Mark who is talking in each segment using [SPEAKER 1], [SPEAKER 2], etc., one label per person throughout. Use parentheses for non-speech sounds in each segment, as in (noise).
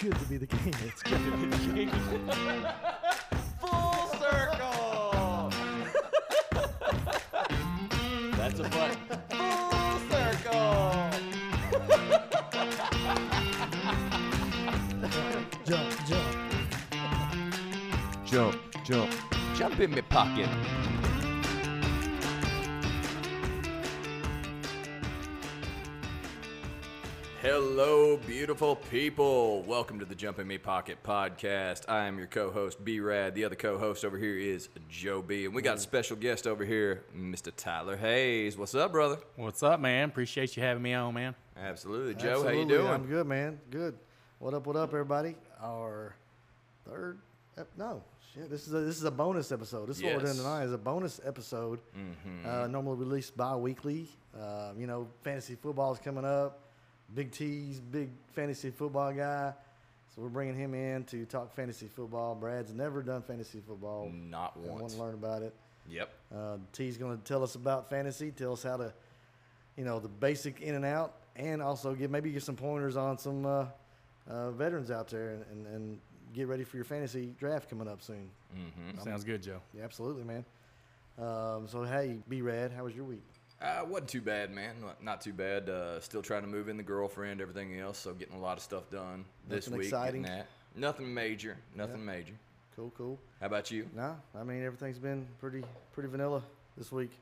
[SPEAKER 1] good to be the king.
[SPEAKER 2] It's good to be the king. Full circle. (laughs) That's a butt. Full circle.
[SPEAKER 1] (laughs) Jump, jump.
[SPEAKER 3] Jump, jump.
[SPEAKER 2] Jump in my pocket. Hello, beautiful people. Welcome to the Jump in Me Pocket podcast. I am your co host, B Rad. The other co host over here is Joe B. And we got special guest over here, Mr. Tyler Hayes. What's up, brother?
[SPEAKER 4] What's up, man? Appreciate you having me on, man.
[SPEAKER 2] Absolutely. Joe,
[SPEAKER 1] Absolutely.
[SPEAKER 2] how you
[SPEAKER 1] I'm
[SPEAKER 2] doing?
[SPEAKER 1] good, man. Good. What up? What up, everybody? Our third. ep- No, shit. This is a, this is a bonus episode. This is what we're doing
[SPEAKER 2] Yes. Mm-hmm.
[SPEAKER 1] tonight. Is a bonus episode. Uh, normally released bi-weekly. Uh, you know, fantasy football is coming up. Big T's big fantasy football guy. So we're bringing him in to talk fantasy football. Brad's never done fantasy football.
[SPEAKER 2] Not
[SPEAKER 1] Want
[SPEAKER 2] Mm, once.
[SPEAKER 1] to learn about it?
[SPEAKER 2] Yep.
[SPEAKER 1] Uh, T's going to tell us about fantasy, tell us how to, you know, the basic in and out, and also give maybe give some pointers on some uh, uh, veterans out there and, and, and get ready for your fantasy draft coming up soon.
[SPEAKER 4] Mm.
[SPEAKER 1] Mm-hmm.
[SPEAKER 4] Sounds good, Joe.
[SPEAKER 1] Yeah, absolutely, man. Um, so, hey, B Rad, how was your week?
[SPEAKER 2] Uh, wasn't too bad, man. Not- Not too bad. Uh, still trying to move in the girlfriend, everything else. So getting a lot of stuff done this
[SPEAKER 1] Nothing
[SPEAKER 2] week.
[SPEAKER 1] exciting?
[SPEAKER 2] Getting that. Nothing major. Nothing major.
[SPEAKER 1] Cool, cool.
[SPEAKER 2] How about you?
[SPEAKER 1] Nah, I mean, everything's been pretty pretty vanilla this week,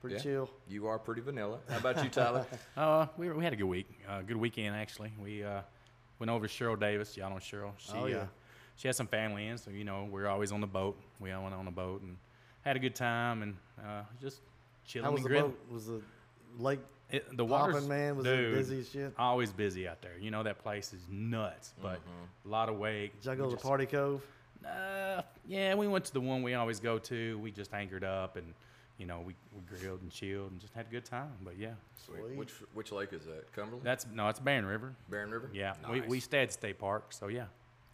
[SPEAKER 1] pretty
[SPEAKER 2] Yeah.
[SPEAKER 1] chill.
[SPEAKER 2] You are pretty vanilla. How about you, Tyler?
[SPEAKER 4] Uh, we, we had a good week, uh, good weekend actually. We uh, went over to Cheryl Davis. Y'all know Cheryl. She,
[SPEAKER 1] Oh, yeah.
[SPEAKER 4] Uh, she has some family in, so you know we're always on the boat. We all went on the boat and had a good time and uh, just chilling
[SPEAKER 1] How was
[SPEAKER 4] and
[SPEAKER 1] the
[SPEAKER 4] grilling.
[SPEAKER 1] boat? Was the lake
[SPEAKER 4] It, the water's
[SPEAKER 1] popping, man? Was
[SPEAKER 4] dude,
[SPEAKER 1] it busy as shit?
[SPEAKER 4] Always busy out there. You know that place is nuts, but a lot of wake.
[SPEAKER 1] Mm-hmm. Did y'all
[SPEAKER 4] We
[SPEAKER 1] go to the
[SPEAKER 4] just-
[SPEAKER 1] Party Cove?
[SPEAKER 4] Uh, yeah, we went to the one we always go to. We just anchored up and, you know, we, we grilled and chilled and just had a good time. But yeah,
[SPEAKER 1] (laughs) Sweet.
[SPEAKER 2] Which which lake is that? Cumberland?
[SPEAKER 4] that's no, it's Barron River.
[SPEAKER 2] Barron River?
[SPEAKER 4] Yeah, we, we
[SPEAKER 2] Nice.
[SPEAKER 4] stayed at State Park. So yeah,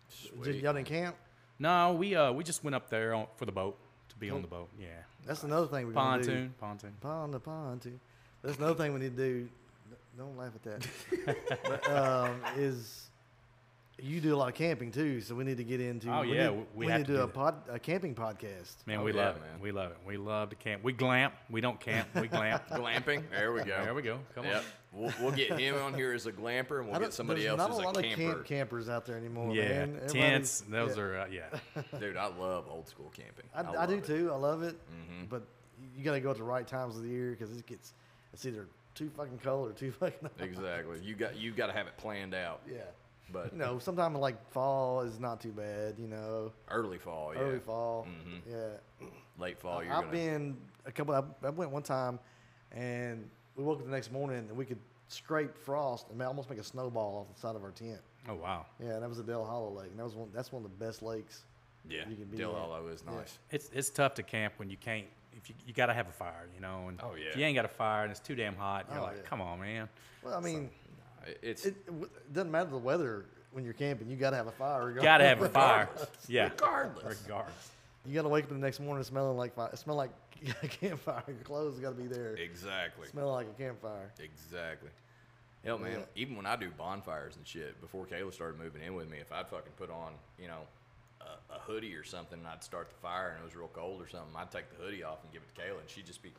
[SPEAKER 1] Did
[SPEAKER 2] Sweet.
[SPEAKER 1] y'all didn't camp?
[SPEAKER 4] no, we uh we just went up there on, for the boat to be on the boat. Yeah,
[SPEAKER 1] That's another thing we're gonna do.
[SPEAKER 4] pontoon, pontoon.
[SPEAKER 1] Pond to pond to. That's another thing we need to do. Don't laugh at that. but,
[SPEAKER 4] (laughs)
[SPEAKER 1] um, is you do a lot of camping too, so we need to get into.
[SPEAKER 4] Oh,
[SPEAKER 1] we
[SPEAKER 4] yeah,
[SPEAKER 1] need,
[SPEAKER 4] we- we
[SPEAKER 1] need
[SPEAKER 4] have
[SPEAKER 1] to
[SPEAKER 4] to
[SPEAKER 1] do,
[SPEAKER 4] do
[SPEAKER 1] a
[SPEAKER 4] that.
[SPEAKER 1] pod, a camping podcast.
[SPEAKER 4] Man,
[SPEAKER 2] Oh,
[SPEAKER 4] we
[SPEAKER 2] yeah,
[SPEAKER 4] love
[SPEAKER 2] man.
[SPEAKER 4] it. We love it. We love to camp. We glamp. We don't camp.
[SPEAKER 1] (laughs)
[SPEAKER 4] We glamp.
[SPEAKER 2] Glamping. There we go.
[SPEAKER 4] there we go. Come
[SPEAKER 2] Yep. We'll, we'll get him on here as a glamper, and
[SPEAKER 1] I
[SPEAKER 2] we'll
[SPEAKER 1] don't-
[SPEAKER 2] get somebody
[SPEAKER 1] there's
[SPEAKER 2] else
[SPEAKER 1] not
[SPEAKER 2] as
[SPEAKER 1] a lot
[SPEAKER 2] a
[SPEAKER 1] of camp
[SPEAKER 2] camper.
[SPEAKER 1] campers out there anymore.
[SPEAKER 4] on. Yeah,
[SPEAKER 1] man. Everybody-
[SPEAKER 4] tents. Those
[SPEAKER 1] yeah.
[SPEAKER 4] are uh, yeah.
[SPEAKER 2] Dude, I love old school camping.
[SPEAKER 1] I, I, do
[SPEAKER 2] love it.
[SPEAKER 1] too. I love it,
[SPEAKER 4] Mm-hmm.
[SPEAKER 1] but you got to go at the right times of the year because it gets. It's either too fucking cold or too (laughs) fucking. hot.
[SPEAKER 2] Exactly. You got you got to have it planned out.
[SPEAKER 1] Yeah.
[SPEAKER 2] But
[SPEAKER 1] You know, sometimes like fall is not too bad. You know,
[SPEAKER 2] early fall, yeah.
[SPEAKER 1] early fall. Yeah.
[SPEAKER 2] Late fall, you're
[SPEAKER 1] I've
[SPEAKER 2] gonna.
[SPEAKER 1] been a couple. I, I went one time, and we woke up the next morning, and we could scrape frost and ma- almost make a snowball off the side of our tent.
[SPEAKER 4] Oh wow.
[SPEAKER 1] Yeah, and that was the Del Hollow Lake, and that was one. That's one of the best lakes.
[SPEAKER 2] Yeah,
[SPEAKER 1] You can be
[SPEAKER 2] Del
[SPEAKER 1] there.
[SPEAKER 2] Hollow is nice.
[SPEAKER 4] It's it's tough to camp when you can't. If you, you got to have a fire, you know, and
[SPEAKER 2] Oh, yeah.
[SPEAKER 4] if you ain't got a fire and it's too damn hot, you're
[SPEAKER 1] Oh,
[SPEAKER 4] like,
[SPEAKER 1] yeah.
[SPEAKER 4] come on, man.
[SPEAKER 1] Well, I mean,
[SPEAKER 2] It- It's
[SPEAKER 1] it, it w- doesn't matter the weather when you're camping. You got to have a fire. regardless.
[SPEAKER 4] Gotta have
[SPEAKER 1] (laughs)
[SPEAKER 4] a fire. Yeah.
[SPEAKER 2] regardless.
[SPEAKER 4] Regardless.
[SPEAKER 1] You got to wake up the next morning smelling like fire. Smell like (laughs) a campfire. Your clothes got to be there.
[SPEAKER 2] Exactly.
[SPEAKER 1] Smell like a campfire.
[SPEAKER 2] Exactly. Hell, man.
[SPEAKER 1] Yeah.
[SPEAKER 2] Even when I do bonfires and shit, before Kayla started moving in with me, if I'd fucking put on, you know, a, a hoodie or something, and I'd start the fire, and it was real cold or something, I'd take the hoodie off and give it to Kayla, and she'd
[SPEAKER 1] (sighs)
[SPEAKER 2] just be,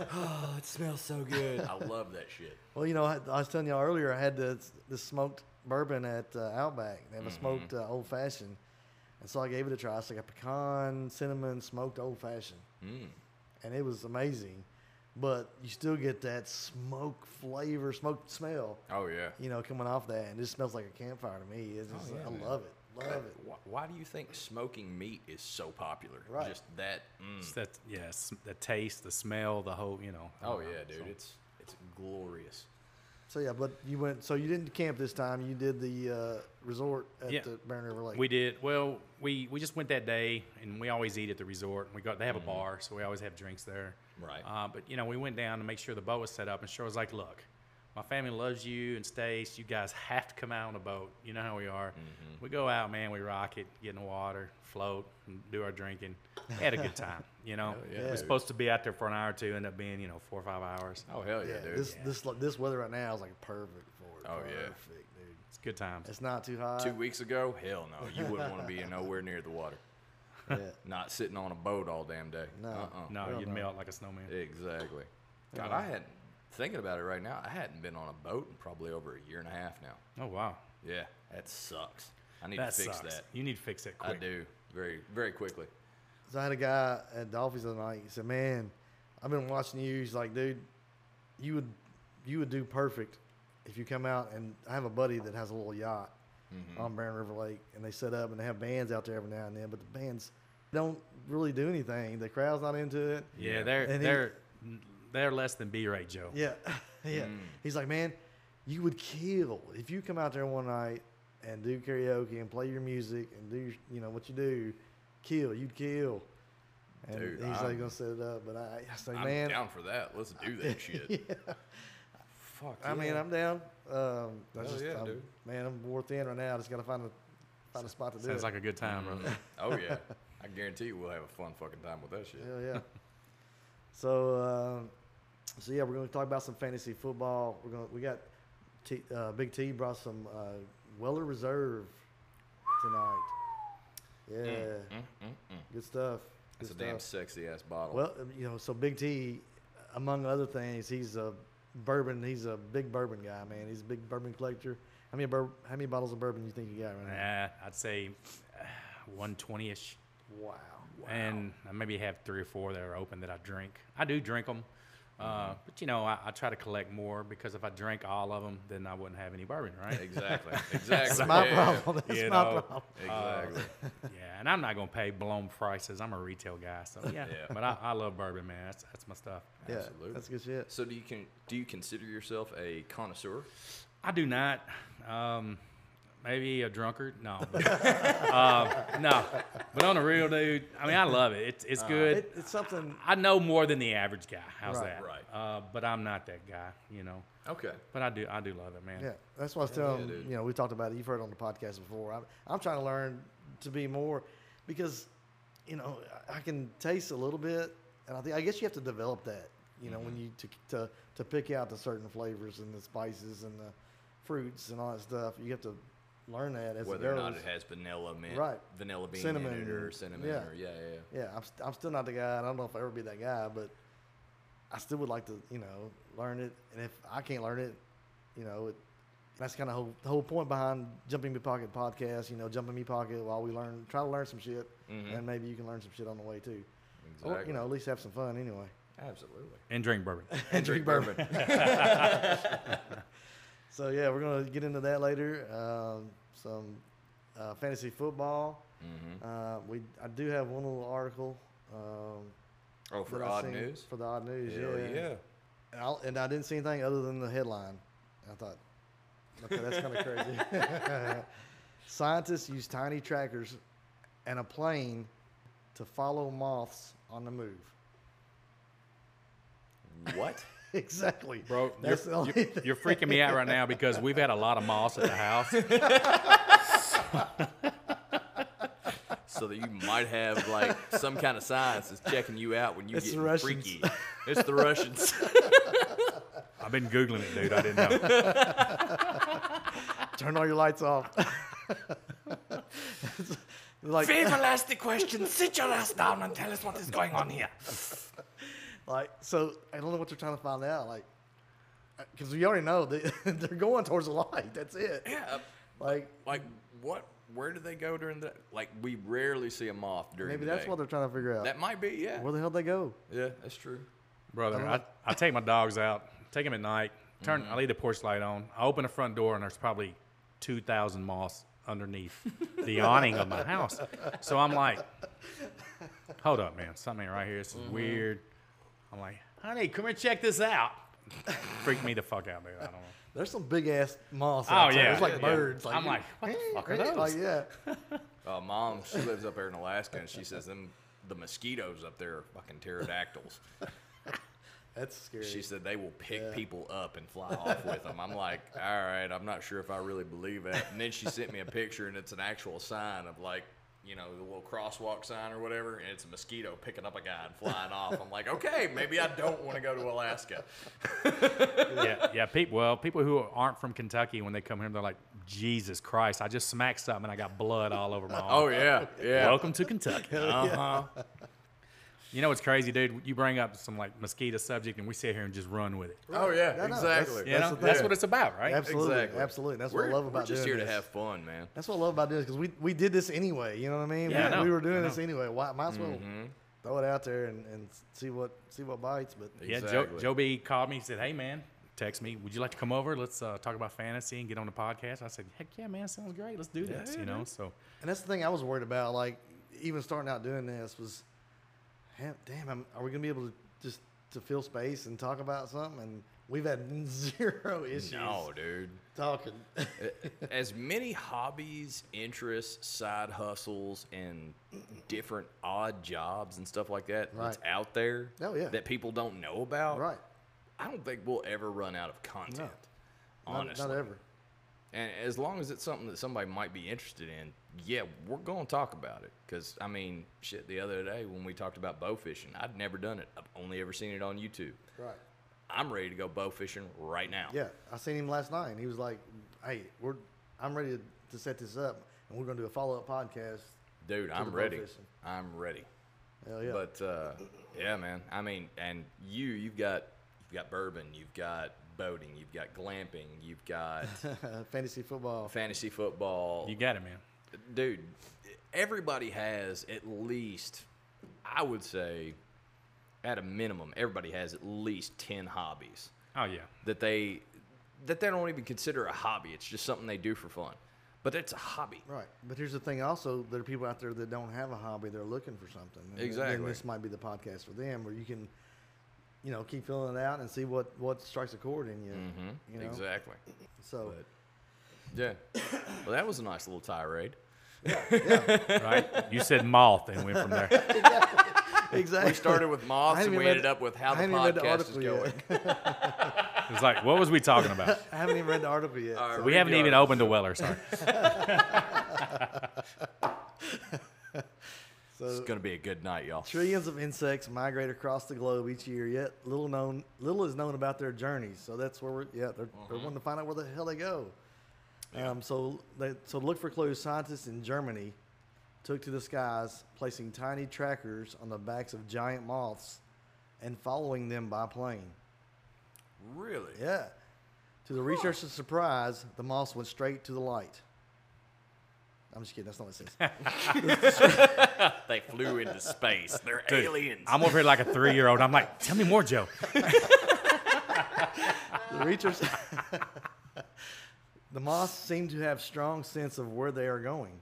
[SPEAKER 2] "Oh, it smells so good." (laughs) I love that shit.
[SPEAKER 1] Well, you know, I, I was telling y'all earlier, I had this, this smoked bourbon at uh, Outback. They have
[SPEAKER 2] Mm-hmm.
[SPEAKER 1] a smoked uh, old fashioned. And so I gave it a try. It's like a pecan, cinnamon, smoked old fashioned.
[SPEAKER 2] Mm.
[SPEAKER 1] And it was amazing. But you still get that smoke flavor, smoked smell,
[SPEAKER 2] Oh yeah.
[SPEAKER 1] you know, coming off that. And it just smells like a campfire to me. It's just,
[SPEAKER 2] Oh, yeah,
[SPEAKER 1] I
[SPEAKER 2] man.
[SPEAKER 1] love it. Love it.
[SPEAKER 2] Why, why do you think smoking meat is so popular?
[SPEAKER 1] Right.
[SPEAKER 2] Just that. Mm.
[SPEAKER 4] It's that, yes, the taste, the smell, the whole, you know. I
[SPEAKER 2] Oh
[SPEAKER 4] don't know,
[SPEAKER 2] yeah, dude.
[SPEAKER 4] so.
[SPEAKER 2] It's it's glorious.
[SPEAKER 1] So, yeah, but you went, so you didn't camp this time. You did the uh, resort at
[SPEAKER 4] Yeah.
[SPEAKER 1] the Barron River Lake.
[SPEAKER 4] We did well. We we just went that day, and we always eat at the resort. We got they have a bar, so we always have drinks there.
[SPEAKER 2] Mm-hmm. Right.
[SPEAKER 4] Uh, but you know, we went down to make sure the boat was set up, and Cheryl was like, "Look, my family loves you and Stace. You guys have to come out on a boat. You know how we are.
[SPEAKER 2] Mm-hmm.
[SPEAKER 4] We go out, man. We rock it, get in the water, float, and do our drinking. Had
[SPEAKER 2] (laughs)
[SPEAKER 4] a good time. You know,
[SPEAKER 2] yeah,
[SPEAKER 4] we're
[SPEAKER 2] dude.
[SPEAKER 4] supposed to be out there for an hour or two, end up being you know four or five hours.
[SPEAKER 2] Oh hell yeah,
[SPEAKER 1] Yeah,
[SPEAKER 2] dude.
[SPEAKER 1] this, this, this weather right now is like perfect for it.
[SPEAKER 2] Oh, yeah.
[SPEAKER 1] perfect, dude.
[SPEAKER 4] It's good times.
[SPEAKER 1] It's not too hot.
[SPEAKER 2] Two weeks ago, hell no, you wouldn't want to be nowhere near the water.
[SPEAKER 1] Yeah.
[SPEAKER 2] Not sitting on a boat all damn day.
[SPEAKER 1] No.
[SPEAKER 2] Uh-uh.
[SPEAKER 4] No,
[SPEAKER 1] Hell
[SPEAKER 4] you'd
[SPEAKER 1] no.
[SPEAKER 4] melt like a snowman.
[SPEAKER 2] Exactly. God, I hadn't thinking about it right now. I hadn't been on a boat in probably over a year and a half now.
[SPEAKER 4] Oh wow,
[SPEAKER 2] Yeah, that sucks. I need
[SPEAKER 4] that
[SPEAKER 2] to fix
[SPEAKER 4] sucks.
[SPEAKER 2] that.
[SPEAKER 4] You need to fix that
[SPEAKER 2] I
[SPEAKER 4] quick.
[SPEAKER 2] do very very quickly.
[SPEAKER 1] So I had a guy at Dolphins the other night. He said, "Man, I've been watching you." He's like, "Dude, you would you would do perfect if you come out and I have a buddy that has a little yacht on Brown River Lake, and they set up and they have bands out there every now and then, but the bands don't really do anything. The crowd's not into it.
[SPEAKER 4] Yeah,
[SPEAKER 2] Yeah.
[SPEAKER 4] they're
[SPEAKER 1] And he-
[SPEAKER 4] they're they're less than B-rate Joe.
[SPEAKER 1] Yeah, (laughs) yeah."
[SPEAKER 2] Mm.
[SPEAKER 1] He's like, "Man, you would kill if you come out there one night and do karaoke and play your music and do your, you know what you do, kill. You'd kill." And
[SPEAKER 2] Dude,
[SPEAKER 1] he's like
[SPEAKER 2] I'm-
[SPEAKER 1] gonna set it up, but I, I say,
[SPEAKER 2] I'm
[SPEAKER 1] man, (laughs)
[SPEAKER 2] down for that. Let's do that shit. Fuck.
[SPEAKER 1] I mean,
[SPEAKER 2] yeah.
[SPEAKER 1] I'm down. Um, that's
[SPEAKER 2] Hell
[SPEAKER 1] just,
[SPEAKER 2] yeah,
[SPEAKER 1] I'm-
[SPEAKER 2] dude.
[SPEAKER 1] Man, I'm wore thin right now. I just got to find a find a spot to do
[SPEAKER 4] Sounds
[SPEAKER 1] it.
[SPEAKER 4] like a good time, bro.
[SPEAKER 1] (laughs)
[SPEAKER 2] Mhm. (laughs) oh yeah. I guarantee you we'll have a fun fucking time with that shit.
[SPEAKER 1] Hell yeah. (laughs) so, um, so yeah, we're going to talk about some fantasy football. We're going to we got T, uh, Big T brought some uh, Weller Reserve tonight. Yeah, good stuff.
[SPEAKER 2] It's a
[SPEAKER 1] Good
[SPEAKER 2] damn
[SPEAKER 1] stuff.
[SPEAKER 2] sexy ass bottle.
[SPEAKER 1] Well, (laughs) you know, so Big T, among other things, he's a bourbon. He's a big bourbon guy, man. He's a big bourbon collector. How many bur- how many bottles of bourbon you think you got right now?
[SPEAKER 4] Nah, I'd say uh, one twenty ish,
[SPEAKER 1] Wow.
[SPEAKER 4] and I maybe have three or four that are open that I drink. I do drink them, uh, but you know I, I try to collect more because if I drank all of them, then I wouldn't have any bourbon, right?
[SPEAKER 2] exactly. Exactly.
[SPEAKER 1] That's my
[SPEAKER 2] (laughs) yeah.
[SPEAKER 1] problem. (laughs) That's
[SPEAKER 4] You
[SPEAKER 1] my
[SPEAKER 4] know,
[SPEAKER 1] problem.
[SPEAKER 2] Exactly.
[SPEAKER 4] (laughs)
[SPEAKER 2] Uh,
[SPEAKER 4] yeah, and I'm not gonna pay blown prices. I'm a retail guy, so yeah.
[SPEAKER 2] Yeah.
[SPEAKER 4] But I, I love bourbon, man. That's that's my stuff.
[SPEAKER 1] Yeah,
[SPEAKER 2] Absolutely.
[SPEAKER 1] that's good shit.
[SPEAKER 2] so do you can do you consider yourself a connoisseur?
[SPEAKER 4] I do not. Um, maybe a drunkard.
[SPEAKER 1] (laughs)
[SPEAKER 4] No, but, uh, no. But on the real, dude. I mean, I love it. It's it's good.
[SPEAKER 1] Uh, It, it's something.
[SPEAKER 4] I know more than the average guy. How's
[SPEAKER 1] Right.
[SPEAKER 4] that?
[SPEAKER 2] Right.
[SPEAKER 4] Uh, but I'm not that guy, you know.
[SPEAKER 2] Okay.
[SPEAKER 4] But I do I do love it, man.
[SPEAKER 1] Yeah, that's why I was telling
[SPEAKER 2] dude.
[SPEAKER 1] you know we talked about it. You've heard on the podcast before. I'm, I'm trying to learn to be more because you know I, I can taste a little bit, and I think I guess you have to develop that. You know when
[SPEAKER 2] Mm-hmm.
[SPEAKER 1] you to, to to pick out the certain flavors and the spices and the fruits and all that stuff. You have to learn that as
[SPEAKER 2] Whether
[SPEAKER 1] it
[SPEAKER 2] or
[SPEAKER 1] goes.
[SPEAKER 2] not it has vanilla mint,
[SPEAKER 1] Right.
[SPEAKER 2] vanilla bean in
[SPEAKER 1] Cinnamon,
[SPEAKER 2] it or cinnamon
[SPEAKER 1] yeah.
[SPEAKER 2] or yeah, yeah, yeah.
[SPEAKER 1] yeah, I'm, st- I'm still not the guy. and I don't know if I will ever be that guy, but I still would like to, you know, learn it. And if I can't learn it, you know, it, that's kind of whole, the whole point behind Jumping Me Pocket podcast. You know, Jumping Me Pocket while we learn, try to learn some shit, and maybe you can learn some shit on the way too. Or,
[SPEAKER 2] Exactly.
[SPEAKER 1] you know, at least have some fun anyway. (laughs)
[SPEAKER 2] Absolutely.
[SPEAKER 4] And drink bourbon.
[SPEAKER 2] And drink bourbon.
[SPEAKER 1] So yeah, we're gonna get into that later. Um, some uh, fantasy football.
[SPEAKER 2] Mm-hmm.
[SPEAKER 1] Uh, we I do have one little article. Um,
[SPEAKER 2] oh, for
[SPEAKER 1] that I
[SPEAKER 2] odd
[SPEAKER 1] seen-
[SPEAKER 2] news.
[SPEAKER 1] For the odd news.
[SPEAKER 2] Hell yeah.
[SPEAKER 1] And, I'll, and I didn't see anything other than the headline. And I thought, okay, that's kind of crazy. (laughs) Scientists use tiny trackers and a plane to follow moths on the move. (laughs)
[SPEAKER 2] What?
[SPEAKER 1] exactly,
[SPEAKER 4] Bro,
[SPEAKER 1] That's the
[SPEAKER 4] you're,
[SPEAKER 1] only
[SPEAKER 4] you're,
[SPEAKER 1] thing.
[SPEAKER 4] you're freaking me out right now because we've had a lot of moss at
[SPEAKER 1] (laughs)
[SPEAKER 4] the house.
[SPEAKER 2] so that you might have like some kind of science that's checking you out when you
[SPEAKER 1] It's
[SPEAKER 2] get
[SPEAKER 1] the Russians.
[SPEAKER 2] freaky. It's
[SPEAKER 1] (laughs)
[SPEAKER 2] the Russians.
[SPEAKER 4] I've been googling it, dude. I didn't know.
[SPEAKER 1] Turn all your lights off. (laughs) like,
[SPEAKER 3] Favor
[SPEAKER 1] (laughs)
[SPEAKER 3] ask the question. Sit your ass down and tell us what is going on here.
[SPEAKER 1] like, so I don't know what they're trying to find out. Like, because we already know they, (laughs) they're going towards the light. That's it.
[SPEAKER 2] yeah. uh,
[SPEAKER 1] Like,
[SPEAKER 2] Like what? Where do they go during the? Like we rarely see a moth during.
[SPEAKER 1] maybe
[SPEAKER 2] the
[SPEAKER 1] that's
[SPEAKER 2] day.
[SPEAKER 1] what they're trying to figure out.
[SPEAKER 2] That might be. Yeah.
[SPEAKER 1] Where the hell they go?
[SPEAKER 2] yeah, that's true.
[SPEAKER 4] Brother, I, I take my dogs out, take them at night, turn I leave the porch light on. I open the front door and there's probably two thousand moss underneath
[SPEAKER 2] (laughs)
[SPEAKER 4] the awning of my house. So I'm like, Hold up, man, something ain't right here. This is
[SPEAKER 2] Mm-hmm.
[SPEAKER 4] weird. I'm like, honey, come here check this out. Freak me the fuck out, dude. I don't know.
[SPEAKER 1] There's some big ass moths.
[SPEAKER 4] Oh,
[SPEAKER 1] out there.
[SPEAKER 4] yeah.
[SPEAKER 1] it's like
[SPEAKER 4] Yeah.
[SPEAKER 1] birds. Like,
[SPEAKER 4] I'm like, what the fuck are those?
[SPEAKER 1] Like yeah,
[SPEAKER 4] (laughs)
[SPEAKER 2] Uh, Mom, she lives up there in Alaska, and she says them the mosquitoes up there are fucking pterodactyls.
[SPEAKER 1] that's scary.
[SPEAKER 2] She said they will pick people up and
[SPEAKER 1] (laughs)
[SPEAKER 2] fly off with them. I'm like, all right, I'm not sure if I really believe that. And then she sent me a picture, and it's an actual sign of like you know, the little crosswalk sign or whatever, and it's a mosquito picking up a guy and flying off. I'm like, okay, maybe I don't want to go to Alaska.
[SPEAKER 4] yeah, yeah. People, well, people who aren't from Kentucky when they come here, they're like, Jesus Christ! I just smacked something and I got blood all over my arm.
[SPEAKER 2] Oh yeah, yeah.
[SPEAKER 4] Welcome to Kentucky.
[SPEAKER 2] Uh-huh.
[SPEAKER 4] You know what's crazy, dude? You bring up some like mosquito subject, and we sit here and just run with it.
[SPEAKER 2] Oh yeah,
[SPEAKER 1] No, no, that's-
[SPEAKER 2] exactly.
[SPEAKER 4] You
[SPEAKER 1] That's
[SPEAKER 4] know,
[SPEAKER 1] the
[SPEAKER 4] that's
[SPEAKER 1] thing.
[SPEAKER 4] what it's about, right?
[SPEAKER 1] Absolutely,
[SPEAKER 2] Exactly.
[SPEAKER 1] absolutely. That's
[SPEAKER 2] we're,
[SPEAKER 1] what I love about
[SPEAKER 2] We're just
[SPEAKER 1] doing
[SPEAKER 2] here to
[SPEAKER 1] this.
[SPEAKER 2] have fun, man.
[SPEAKER 1] That's what I love about doing because we we did this anyway. You know what I mean?
[SPEAKER 4] Yeah, I
[SPEAKER 1] we,
[SPEAKER 4] know,
[SPEAKER 1] we were
[SPEAKER 4] I
[SPEAKER 1] doing this
[SPEAKER 4] know.
[SPEAKER 1] anyway. Why, might as well
[SPEAKER 2] Mm-hmm.
[SPEAKER 1] throw it out there and, and see what see what bites. But
[SPEAKER 4] Yeah, Joe,
[SPEAKER 2] Exactly.
[SPEAKER 4] Joe B called me. He said, "Hey, man, text me. Would you like to come over? Let's uh, talk about fantasy and get on the podcast." I said, "Heck yeah, man, sounds great. Let's do this." you know, so
[SPEAKER 1] and that's the thing I was worried about. Like even starting out doing this was, "Ha- damn, I'm, are we gonna be able to just to fill space and talk about something? And we've had (laughs) zero issues
[SPEAKER 2] No, dude.
[SPEAKER 1] talking. (laughs)
[SPEAKER 2] As many hobbies, interests, side hustles, and different odd jobs and stuff like that that's
[SPEAKER 1] Right.
[SPEAKER 2] out there
[SPEAKER 1] Oh, yeah.
[SPEAKER 2] that people don't know about,
[SPEAKER 1] right?
[SPEAKER 2] I don't think we'll ever run out of content.
[SPEAKER 1] Not-
[SPEAKER 2] Honestly.
[SPEAKER 1] not ever.
[SPEAKER 2] And as long as it's something that somebody might be interested in, yeah, we're going to talk about it. Because, I mean, shit, the other day when we talked about bow fishing, I'd never done it. I've only ever seen it on YouTube.
[SPEAKER 1] Right.
[SPEAKER 2] I'm ready to go bow fishing right now.
[SPEAKER 1] Yeah, I seen him last night, and he was like, "Hey, we're I'm ready to, to set this up, and we're gonna do a follow up podcast."
[SPEAKER 2] Dude,
[SPEAKER 1] the
[SPEAKER 2] I'm
[SPEAKER 1] bow
[SPEAKER 2] ready.
[SPEAKER 1] fishing.
[SPEAKER 2] I'm ready.
[SPEAKER 1] Hell yeah!
[SPEAKER 2] But, uh, yeah, man. I mean, and you, you've got, you've got bourbon, you've got boating, you've got glamping, you've
[SPEAKER 1] (laughs)
[SPEAKER 2] got
[SPEAKER 1] fantasy football.
[SPEAKER 2] fantasy football.
[SPEAKER 4] you got it, man.
[SPEAKER 2] dude, everybody has at least, I would say, at a minimum, everybody has at least ten hobbies
[SPEAKER 4] Oh yeah,
[SPEAKER 2] that they that they don't even consider a hobby. It's just something they do for fun, but it's a hobby.
[SPEAKER 1] Right, but here's the thing. Also, there are people out there that don't have a hobby; they're looking for something. And then
[SPEAKER 2] Exactly.
[SPEAKER 1] this might be the podcast for them, where you can, you know, keep filling it out and see what what strikes a chord in you. Mm-hmm. You know,
[SPEAKER 2] Exactly.
[SPEAKER 1] so
[SPEAKER 2] But- Yeah. well, that was a nice little tirade.
[SPEAKER 4] right? (laughs) you said moth and went from there.
[SPEAKER 1] exactly.
[SPEAKER 2] We
[SPEAKER 1] (laughs)
[SPEAKER 2] started with moths
[SPEAKER 1] I
[SPEAKER 2] and
[SPEAKER 1] haven't
[SPEAKER 2] we
[SPEAKER 1] even
[SPEAKER 2] ended
[SPEAKER 1] read-
[SPEAKER 2] up with how
[SPEAKER 1] I
[SPEAKER 2] the
[SPEAKER 1] haven't even read the
[SPEAKER 2] podcast is
[SPEAKER 1] article yet.
[SPEAKER 2] going.
[SPEAKER 4] It's like, what was we
[SPEAKER 2] (laughs)
[SPEAKER 4] talking about?
[SPEAKER 1] (laughs) I haven't even read the article yet.
[SPEAKER 2] All
[SPEAKER 1] so-
[SPEAKER 2] right,
[SPEAKER 4] We
[SPEAKER 2] read
[SPEAKER 4] haven't
[SPEAKER 2] the
[SPEAKER 4] even
[SPEAKER 2] article.
[SPEAKER 4] opened a
[SPEAKER 2] (laughs)
[SPEAKER 4] weller. Sorry.
[SPEAKER 1] so
[SPEAKER 2] It's gonna be a good night, y'all.
[SPEAKER 1] Trillions of insects migrate across the globe each year, yet little known little is known about their journeys. So that's where we're yeah they're, they're wanting to find out where the hell they go. Um, so they, so to look for clues. Scientists in Germany took to the skies, placing tiny trackers on the backs of giant moths and following them by plane.
[SPEAKER 2] Really?
[SPEAKER 1] Yeah. To the researchers' surprise, the moths went straight to the light. I'm just kidding. That's not what it says.
[SPEAKER 2] They flew into space. They're
[SPEAKER 4] Dude,
[SPEAKER 2] aliens.
[SPEAKER 4] I'm over here like a three-year-old. I'm like, tell me more, Joe.
[SPEAKER 1] The Reachers. (laughs) the moths seem to have strong sense of where they are going.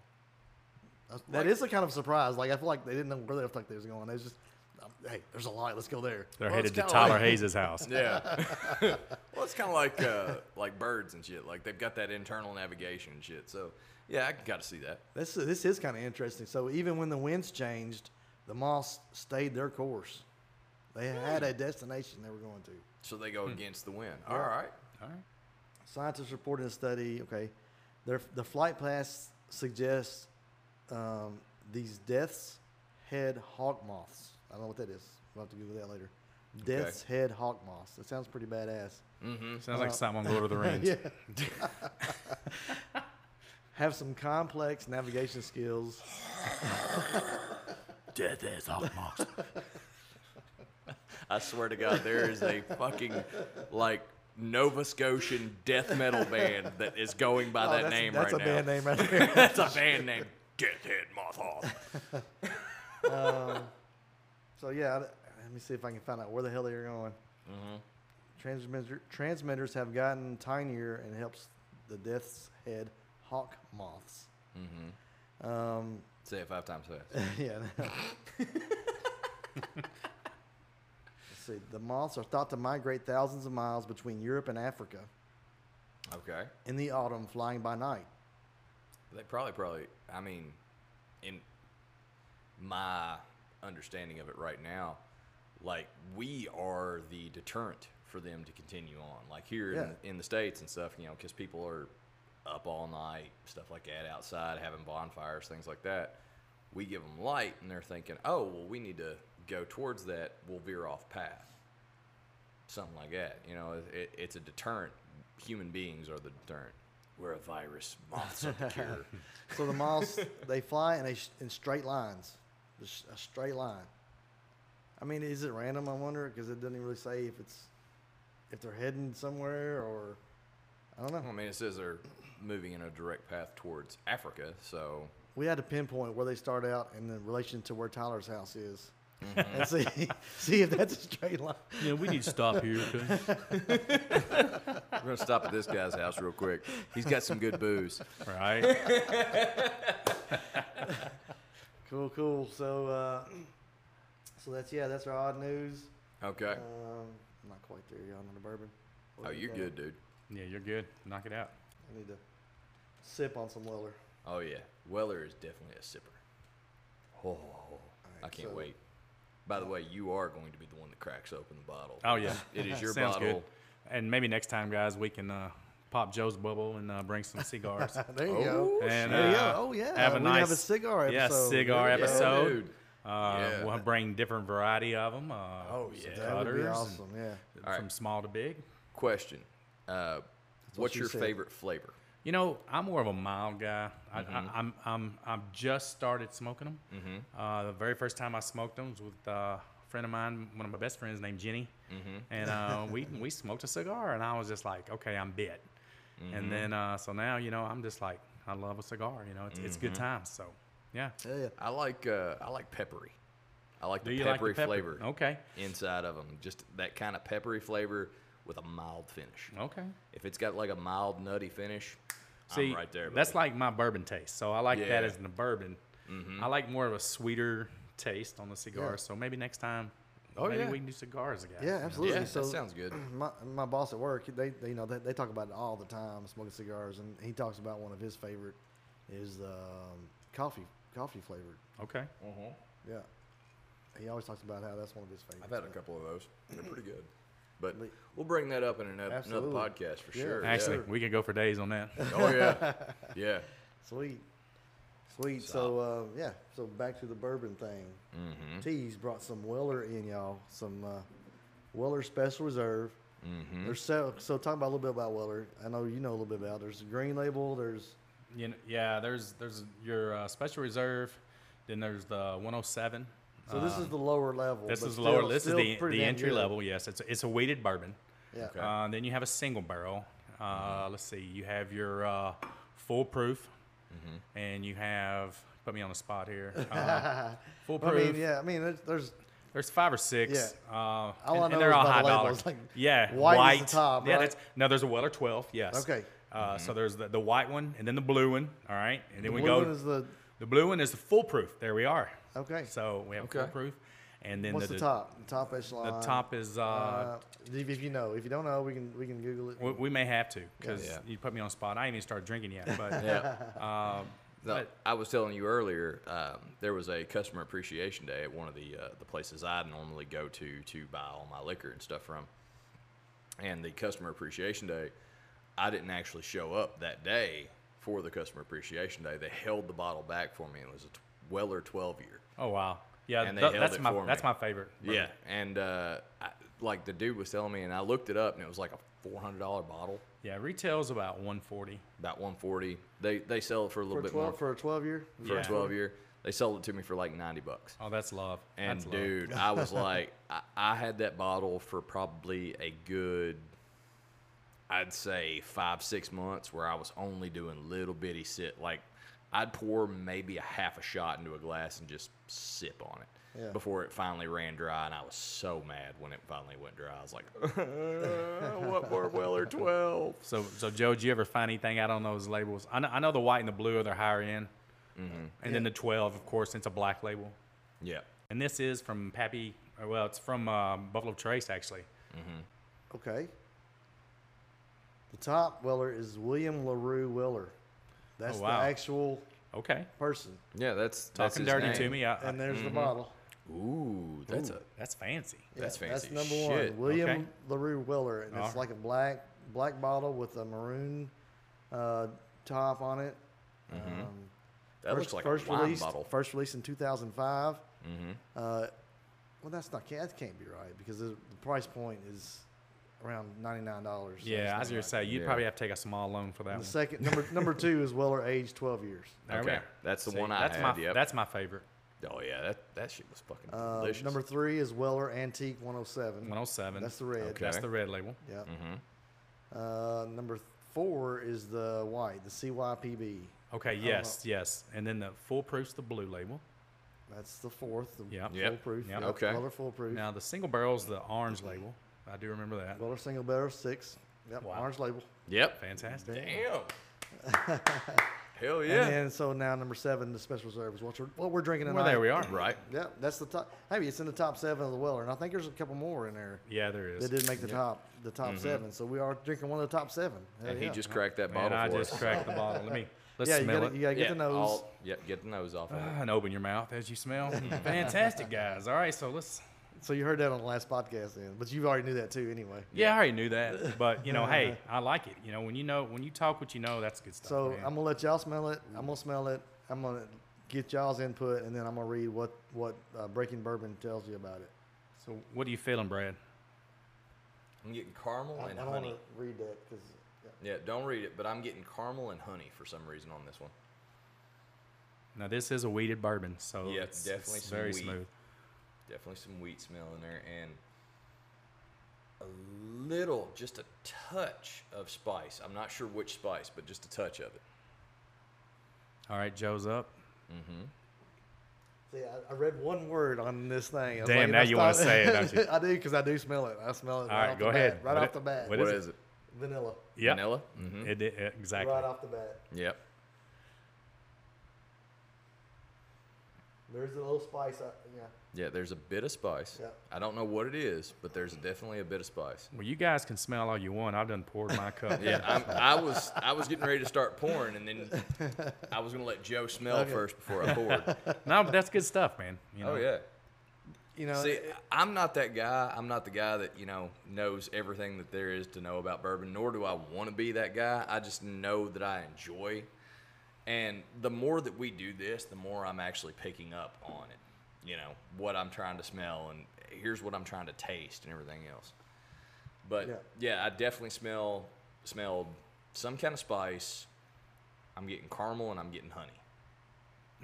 [SPEAKER 1] That- That is a kind of surprise. Like I feel like they didn't know where the fuck they was going. They was just, um, hey, there's a light. Let's go there.
[SPEAKER 4] They're
[SPEAKER 2] Well, it's
[SPEAKER 4] headed
[SPEAKER 2] kinda
[SPEAKER 4] to Tyler
[SPEAKER 2] like- (laughs)
[SPEAKER 4] Hayes' house.
[SPEAKER 1] (laughs)
[SPEAKER 2] Yeah. well, it's kind of like uh, like birds and shit. Like they've got that internal navigation and shit. So yeah, I got to see that.
[SPEAKER 1] This this is kind of interesting. So even when the winds changed, the moths stayed their course. They had a destination they were going to.
[SPEAKER 2] So they go against the wind. All right.
[SPEAKER 4] All right.
[SPEAKER 1] Scientists reported a study. Okay, their the flight paths suggests um, these death's head hawk moths. I don't know what that is. We'll have to Google that later. Death's head hawk moths. That sounds pretty badass.
[SPEAKER 4] Sounds like something on Lord
[SPEAKER 2] (laughs)
[SPEAKER 4] of the Rings.
[SPEAKER 1] Yeah. (laughs) Have some complex navigation skills.
[SPEAKER 3] Death is all moss.
[SPEAKER 2] I swear to God, there is a fucking like Nova Scotian death metal band that is going by
[SPEAKER 1] Oh,
[SPEAKER 2] that
[SPEAKER 1] that's
[SPEAKER 2] name
[SPEAKER 1] that's
[SPEAKER 2] right
[SPEAKER 1] a
[SPEAKER 2] now.
[SPEAKER 1] band name right there.
[SPEAKER 2] that's a band name. Deathhead Mothhawk.
[SPEAKER 1] So yeah, th- let me see if I can find out where the hell they are going. Transmitter, transmitters have gotten tinier and helps the death's head hawk moths. (laughs)
[SPEAKER 2] Say it five times fast.
[SPEAKER 1] yeah. I know. (laughs) Let's see. The moths are thought to migrate thousands of miles between Europe and Africa
[SPEAKER 2] Okay.
[SPEAKER 1] in the autumn, flying by night.
[SPEAKER 2] They probably, probably. I mean, in my understanding of it right now, like we are the deterrent for them to continue on. Like here in,
[SPEAKER 1] Yeah.
[SPEAKER 2] in the states and stuff, you know, because people are up all night, stuff like that, outside having bonfires, things like that. We give them light, and they're thinking, oh, well, we need to go towards that. We'll veer off path. Something like that. You know, it, it, it's a deterrent. Human beings are the deterrent.
[SPEAKER 3] We're a virus. Moths are the cure.
[SPEAKER 1] So the (laughs) moths they fly in a sh- in straight lines, just a straight line. I mean, is it random? I wonder because it doesn't really say if it's if they're heading somewhere or I don't
[SPEAKER 2] I
[SPEAKER 1] know.
[SPEAKER 2] mean, it says they're moving in a direct path towards Africa, so
[SPEAKER 1] We had to pinpoint where they start out in the relation to where Tyler's house is, and see (laughs) see if that's a straight line.
[SPEAKER 4] Yeah, we need to stop here.
[SPEAKER 2] we're gonna stop at this guy's house real quick. He's got some good booze.
[SPEAKER 4] Right.
[SPEAKER 1] Cool, cool. So uh, so that's yeah, that's our odd news.
[SPEAKER 2] Okay.
[SPEAKER 1] Um, I'm not quite there y'all on the bourbon.
[SPEAKER 2] Oh, you're good, dude.
[SPEAKER 4] Yeah, you're good. Knock it out.
[SPEAKER 1] I need to sip on some Weller.
[SPEAKER 2] Oh yeah, Weller is definitely a sipper. Oh, I can't
[SPEAKER 1] so-
[SPEAKER 2] wait. By the way, you are going to be the one that cracks open the bottle.
[SPEAKER 4] Oh yeah,
[SPEAKER 2] It is your
[SPEAKER 4] Sounds
[SPEAKER 2] bottle.
[SPEAKER 4] Good. And maybe next time, guys, we can uh, pop Joe's bubble and uh, bring some cigars.
[SPEAKER 1] There you
[SPEAKER 2] Oh,
[SPEAKER 1] go.
[SPEAKER 4] and
[SPEAKER 1] There you
[SPEAKER 4] uh,
[SPEAKER 1] go. Oh yeah.
[SPEAKER 4] have a
[SPEAKER 1] we
[SPEAKER 4] nice
[SPEAKER 1] have a cigar
[SPEAKER 4] yeah,
[SPEAKER 1] episode.
[SPEAKER 4] cigar
[SPEAKER 1] There you go.
[SPEAKER 4] episode.
[SPEAKER 2] dude.
[SPEAKER 4] Uh,
[SPEAKER 2] Yeah.
[SPEAKER 4] We'll bring different variety of them. Uh, oh
[SPEAKER 1] So
[SPEAKER 4] yeah,
[SPEAKER 1] that would be awesome. Yeah.
[SPEAKER 2] All right.
[SPEAKER 4] from small to big.
[SPEAKER 2] Question: uh, What's
[SPEAKER 1] she
[SPEAKER 2] your
[SPEAKER 1] said.
[SPEAKER 2] favorite flavor?
[SPEAKER 4] You know, I'm more of a mild guy. I,
[SPEAKER 2] Mm-hmm.
[SPEAKER 4] I, I'm I'm I'm just started smoking them. Mm-hmm. Uh, the very first time I smoked them was with uh, a friend of mine, one of my best friends named Jenny,
[SPEAKER 2] Mm-hmm.
[SPEAKER 4] and uh, we we smoked a cigar, and I was just like, okay, I'm bit.
[SPEAKER 2] Mm-hmm.
[SPEAKER 4] And then uh, so now you know I'm just like I love a cigar. You know, it's, it's
[SPEAKER 2] Mm-hmm.
[SPEAKER 4] good times. So yeah,
[SPEAKER 1] Yeah. (clears throat) yeah.
[SPEAKER 2] I like uh, I like peppery. I like
[SPEAKER 4] do
[SPEAKER 2] the
[SPEAKER 4] you like
[SPEAKER 2] peppery
[SPEAKER 4] the pepper?
[SPEAKER 2] flavor
[SPEAKER 4] Okay,
[SPEAKER 2] inside of them. Just that kind of peppery flavor with a mild finish.
[SPEAKER 4] okay.
[SPEAKER 2] If it's got like a mild nutty finish,
[SPEAKER 4] See,
[SPEAKER 2] I'm right there.
[SPEAKER 4] that's
[SPEAKER 2] buddy.
[SPEAKER 4] like my bourbon taste. So I like that
[SPEAKER 2] Yeah. Mm-hmm.
[SPEAKER 4] as in the bourbon. I like more of a sweeter taste on the cigar.
[SPEAKER 1] Yeah.
[SPEAKER 4] So maybe next time,
[SPEAKER 2] Oh,
[SPEAKER 4] maybe
[SPEAKER 2] yeah.
[SPEAKER 4] we can do cigars again.
[SPEAKER 1] Yeah, absolutely.
[SPEAKER 2] Yeah, that
[SPEAKER 1] so
[SPEAKER 2] sounds good.
[SPEAKER 1] My, my boss at work, they, they you know they, they talk about it all the time, smoking cigars, and he talks about one of his favorite is um, coffee coffee flavored.
[SPEAKER 4] Okay.
[SPEAKER 2] Mm-hmm.
[SPEAKER 1] Yeah, he always talks about how that's one of his favorites.
[SPEAKER 2] I've had a
[SPEAKER 1] but-
[SPEAKER 2] couple of those. They're pretty good. But
[SPEAKER 1] But-
[SPEAKER 2] we'll bring that up in another, another
[SPEAKER 1] Absolutely.
[SPEAKER 2] podcast for
[SPEAKER 1] Yeah.
[SPEAKER 2] sure. yeah.
[SPEAKER 4] Actually, we could go for days
[SPEAKER 1] (laughs)
[SPEAKER 4] on that.
[SPEAKER 2] Oh yeah, (laughs) yeah.
[SPEAKER 1] Sweet, sweet. So uh, yeah, so back to the bourbon thing.
[SPEAKER 4] Mm-hmm.
[SPEAKER 1] mm T's brought some Weller in y'all, some uh, Weller Special Reserve. Mm-hmm. There's so so talk about a little bit about Weller. I know you know a little bit about. it. There's a Green Label. There's
[SPEAKER 4] You know, yeah, there's there's your uh, special reserve, then there's the 107.
[SPEAKER 1] So this is the lower level.
[SPEAKER 4] Uh, Um, This
[SPEAKER 1] but
[SPEAKER 4] is
[SPEAKER 1] still-
[SPEAKER 4] lower. This is
[SPEAKER 1] still
[SPEAKER 4] the,
[SPEAKER 1] pretty
[SPEAKER 4] the
[SPEAKER 1] damn
[SPEAKER 4] entry
[SPEAKER 1] good.
[SPEAKER 4] level. Yes, it's a, it's a weighted bourbon.
[SPEAKER 1] Yeah.
[SPEAKER 2] Okay.
[SPEAKER 4] Uh, then you have a single barrel. Uh,
[SPEAKER 1] Mm-hmm.
[SPEAKER 4] Let's see, you have your uh, full proof,
[SPEAKER 1] Mm-hmm.
[SPEAKER 4] and you have put me on the
[SPEAKER 1] (laughs)
[SPEAKER 4] spot here. Uh, full
[SPEAKER 1] I
[SPEAKER 4] proof.
[SPEAKER 1] mean, yeah. I mean, there's, there's
[SPEAKER 4] There's five or six.
[SPEAKER 1] Yeah.
[SPEAKER 4] Uh,
[SPEAKER 1] All I
[SPEAKER 4] and,
[SPEAKER 1] know
[SPEAKER 4] and they're
[SPEAKER 1] is
[SPEAKER 4] all
[SPEAKER 1] by the
[SPEAKER 4] high
[SPEAKER 1] label,
[SPEAKER 4] dollar.
[SPEAKER 1] it's like
[SPEAKER 4] yeah,
[SPEAKER 1] white
[SPEAKER 4] white.
[SPEAKER 1] is the top,
[SPEAKER 4] yeah,
[SPEAKER 1] right?
[SPEAKER 4] that's, no, there's a Weller 12. Yes.
[SPEAKER 1] Okay.
[SPEAKER 4] Uh, So there's the, the white one, and then the blue one. All right, and then we
[SPEAKER 1] blue
[SPEAKER 4] go.
[SPEAKER 1] one is the
[SPEAKER 4] The blue one is the foolproof. There we are.
[SPEAKER 1] Okay.
[SPEAKER 4] So we have
[SPEAKER 2] Okay.
[SPEAKER 4] foolproof, and then
[SPEAKER 1] what's the,
[SPEAKER 4] the,
[SPEAKER 1] top? The top echelon.
[SPEAKER 4] The top is. Uh,
[SPEAKER 1] Uh, if if you know, if you don't know, we can we can Google it.
[SPEAKER 4] we, we may have to because
[SPEAKER 2] Yeah.
[SPEAKER 4] you put me on the spot. I ain't even started drinking yet, but
[SPEAKER 2] (laughs) Yeah.
[SPEAKER 1] (laughs)
[SPEAKER 4] um,
[SPEAKER 2] No,
[SPEAKER 4] but-
[SPEAKER 2] I was telling you earlier, um, there was a customer appreciation day at one of the uh, the places I normally go to to buy all my liquor and stuff from. And the customer appreciation day, I didn't actually show up that day for the customer appreciation day. They held the bottle back for me. It was a t- Weller twelve year.
[SPEAKER 4] oh wow, yeah,
[SPEAKER 2] And they
[SPEAKER 4] tha-
[SPEAKER 2] held
[SPEAKER 4] that's
[SPEAKER 2] it
[SPEAKER 4] my
[SPEAKER 2] for me.
[SPEAKER 4] that's my favorite.
[SPEAKER 2] Yeah, and uh, I, like the dude was telling me, and I looked it up, and it was like a four hundred dollar bottle,
[SPEAKER 4] yeah. Retail's about 140.
[SPEAKER 2] about one forty. They they sell it for
[SPEAKER 1] for
[SPEAKER 2] a little
[SPEAKER 1] a
[SPEAKER 2] bit
[SPEAKER 1] twelve
[SPEAKER 2] more
[SPEAKER 1] for a twelve year.
[SPEAKER 2] for
[SPEAKER 4] Yeah.
[SPEAKER 2] a twelve year. They sold it to me for like ninety bucks.
[SPEAKER 4] Oh, that's love.
[SPEAKER 2] And
[SPEAKER 4] that's love.
[SPEAKER 2] dude, I was like, (laughs) I, I had that bottle for probably a good, I'd say five six months, where I was only doing little bitty sit. Like, I'd pour maybe a half a shot into a glass and just sip on it.
[SPEAKER 1] Yeah.
[SPEAKER 2] Before it finally ran dry, and I was so mad when it finally went dry. I was like, (laughs) "Uh, "What more Weller
[SPEAKER 4] (laughs)
[SPEAKER 2] twelve?
[SPEAKER 4] So, so Joe, did you ever find anything out on those labels? I know, I know the white and the blue are their higher end,
[SPEAKER 2] Mm-hmm.
[SPEAKER 4] and then the 12, of course, it's a black label.
[SPEAKER 2] Yeah,
[SPEAKER 4] And this is from Pappy. or, Well, it's from um, Buffalo Trace actually.
[SPEAKER 1] Okay. The top Weller is William Larue Weller. That's
[SPEAKER 4] Oh, wow.
[SPEAKER 1] the actual
[SPEAKER 4] Okay,
[SPEAKER 1] person,
[SPEAKER 2] yeah, that's that's
[SPEAKER 4] talking
[SPEAKER 2] his
[SPEAKER 4] dirty to
[SPEAKER 2] name.
[SPEAKER 4] me. I, I- mm-hmm.
[SPEAKER 1] and there's the bottle.
[SPEAKER 2] Ooh, that's a
[SPEAKER 4] that's fancy.
[SPEAKER 1] Yeah,
[SPEAKER 2] That's fancy
[SPEAKER 1] That's number
[SPEAKER 2] shit.
[SPEAKER 1] one, William
[SPEAKER 4] Okay.
[SPEAKER 1] Larue Weller, and it's
[SPEAKER 4] All
[SPEAKER 1] like a black black bottle with a maroon uh, top on it. Um,
[SPEAKER 2] That
[SPEAKER 1] first,
[SPEAKER 2] looks like
[SPEAKER 1] first
[SPEAKER 2] a wine
[SPEAKER 1] released,
[SPEAKER 2] bottle. Mm-hmm.
[SPEAKER 1] First released in 2005. Uh, well, that's not that can't be right because the, the price point is around ninety nine dollars.
[SPEAKER 4] Yeah, I was gonna say you'd
[SPEAKER 2] Yeah.
[SPEAKER 4] probably have to take a small loan for that
[SPEAKER 1] The
[SPEAKER 4] one.
[SPEAKER 1] second number number two is Weller aged twelve years.
[SPEAKER 4] There we
[SPEAKER 2] Okay,
[SPEAKER 4] are.
[SPEAKER 2] that's the one I
[SPEAKER 4] that's
[SPEAKER 2] had,
[SPEAKER 4] My,
[SPEAKER 2] yep.
[SPEAKER 4] That's my favorite.
[SPEAKER 2] Oh yeah, that, that shit was fucking
[SPEAKER 1] Uh,
[SPEAKER 2] delicious.
[SPEAKER 1] number three is Weller Antique one hundred seven.
[SPEAKER 4] 107.
[SPEAKER 1] That's the red.
[SPEAKER 2] Okay.
[SPEAKER 4] That's the red label.
[SPEAKER 1] Yeah.
[SPEAKER 4] Mm-hmm.
[SPEAKER 1] Uh, number four is the white, the CYPB.
[SPEAKER 4] Okay. Yes. Yes. And then the foolproof's the blue label.
[SPEAKER 1] That's the fourth. The
[SPEAKER 4] Yep.
[SPEAKER 2] Yep.
[SPEAKER 1] foolproof.
[SPEAKER 4] Yep.
[SPEAKER 2] Okay.
[SPEAKER 1] Weller foolproof.
[SPEAKER 4] Now the single barrel's the orange label. I do remember that.
[SPEAKER 1] Weller single barrel six. Yep.
[SPEAKER 4] Wow.
[SPEAKER 1] Orange label.
[SPEAKER 2] yep.
[SPEAKER 4] Fantastic.
[SPEAKER 2] Damn. (laughs) Hell
[SPEAKER 1] And
[SPEAKER 2] yeah.
[SPEAKER 1] then, so now number seven, the special reserve is what we're, what we're drinking tonight.
[SPEAKER 4] Well, there we are.
[SPEAKER 2] Right.
[SPEAKER 1] Yeah, that's the top. Maybe it's in the top seven of the Weller, and I think there's a couple more in there
[SPEAKER 4] Yeah, there is.
[SPEAKER 1] that didn't make the top the top
[SPEAKER 4] Mm-hmm.
[SPEAKER 1] seven. So we are drinking one of the top seven. Hell
[SPEAKER 2] And he
[SPEAKER 1] yeah.
[SPEAKER 2] just cracked that
[SPEAKER 4] Man,
[SPEAKER 2] bottle
[SPEAKER 4] I
[SPEAKER 2] for
[SPEAKER 4] just
[SPEAKER 2] us.
[SPEAKER 4] cracked the bottle. Let me let's
[SPEAKER 1] yeah, you
[SPEAKER 4] smell
[SPEAKER 1] gotta,
[SPEAKER 4] it.
[SPEAKER 1] you gotta get
[SPEAKER 2] yeah,
[SPEAKER 1] the nose.
[SPEAKER 2] all- yeah, get the nose off of it.
[SPEAKER 1] (sighs)
[SPEAKER 4] Ah, (sighs) and open your mouth as you smell. Fantastic, guys. All right, so let's.
[SPEAKER 1] So you heard that on the last podcast, then, but you already knew that too, anyway.
[SPEAKER 4] Yeah, I already knew that, but you know, hey, I like it. You know, when you know, when you talk what you know, that's good stuff.
[SPEAKER 1] So
[SPEAKER 4] man. Mm-hmm.
[SPEAKER 1] I'm gonna let y'all smell it. I'm gonna smell it. I'm gonna get y'all's input, and then I'm gonna read what what uh, Breaking Bourbon tells you about it.
[SPEAKER 4] so what are you feeling, Brad?
[SPEAKER 2] I'm getting caramel
[SPEAKER 1] I, I
[SPEAKER 2] and
[SPEAKER 1] don't
[SPEAKER 2] honey.
[SPEAKER 1] wanna read that because
[SPEAKER 2] Yeah, don't read it, but I'm getting caramel and honey for some reason on this one.
[SPEAKER 4] Now this is a weeded bourbon, so
[SPEAKER 2] Yeah,
[SPEAKER 4] it's,
[SPEAKER 2] definitely
[SPEAKER 4] it's
[SPEAKER 2] some
[SPEAKER 4] very
[SPEAKER 2] weed.
[SPEAKER 4] smooth.
[SPEAKER 2] Definitely some wheat smell in there and a little, just a touch of spice. I'm not sure which spice, but just a touch of it.
[SPEAKER 4] All right, Joe's up.
[SPEAKER 1] see, I, I read one word on this thing. I was
[SPEAKER 4] Damn,
[SPEAKER 1] like,
[SPEAKER 4] now
[SPEAKER 1] if I
[SPEAKER 4] you wanna
[SPEAKER 1] stop-
[SPEAKER 4] say it, don't you?
[SPEAKER 1] (laughs) I do because I do smell it. I smell it.
[SPEAKER 4] All right,
[SPEAKER 1] off
[SPEAKER 4] go
[SPEAKER 1] the
[SPEAKER 4] ahead.
[SPEAKER 1] Bat, right
[SPEAKER 4] What
[SPEAKER 1] off
[SPEAKER 4] it-
[SPEAKER 1] the bat,
[SPEAKER 4] what
[SPEAKER 2] What is it?
[SPEAKER 1] vanilla.
[SPEAKER 4] Yep.
[SPEAKER 2] Vanilla? Mm-hmm.
[SPEAKER 4] It, it- it- exactly.
[SPEAKER 1] Right off the bat,
[SPEAKER 2] Yep.
[SPEAKER 1] there's a little spice. I, yeah,
[SPEAKER 2] Yeah, there's a bit of spice.
[SPEAKER 1] Yep.
[SPEAKER 2] I don't know what it is, but there's definitely a bit of spice.
[SPEAKER 4] Well, you guys can smell all you want. I've done poured my cup.
[SPEAKER 2] (laughs) Yeah, I'm, I was I was getting ready to start pouring, and then I was gonna let Joe smell
[SPEAKER 1] Okay.
[SPEAKER 2] first before I poured.
[SPEAKER 4] (laughs) No, but that's good stuff, man. You know?
[SPEAKER 2] Oh yeah.
[SPEAKER 1] you know.
[SPEAKER 2] See, I'm not that guy. I'm not the guy that you know knows everything that there is to know about bourbon. Nor do I want to be that guy. I just know that I enjoy, and the more that we do this, the more I'm actually picking up on it. You know what I'm trying to smell, and here's what I'm trying to taste, and everything else. But
[SPEAKER 1] Yeah.
[SPEAKER 2] yeah, I definitely smell smelled some kind of spice. I'm getting caramel and I'm getting honey.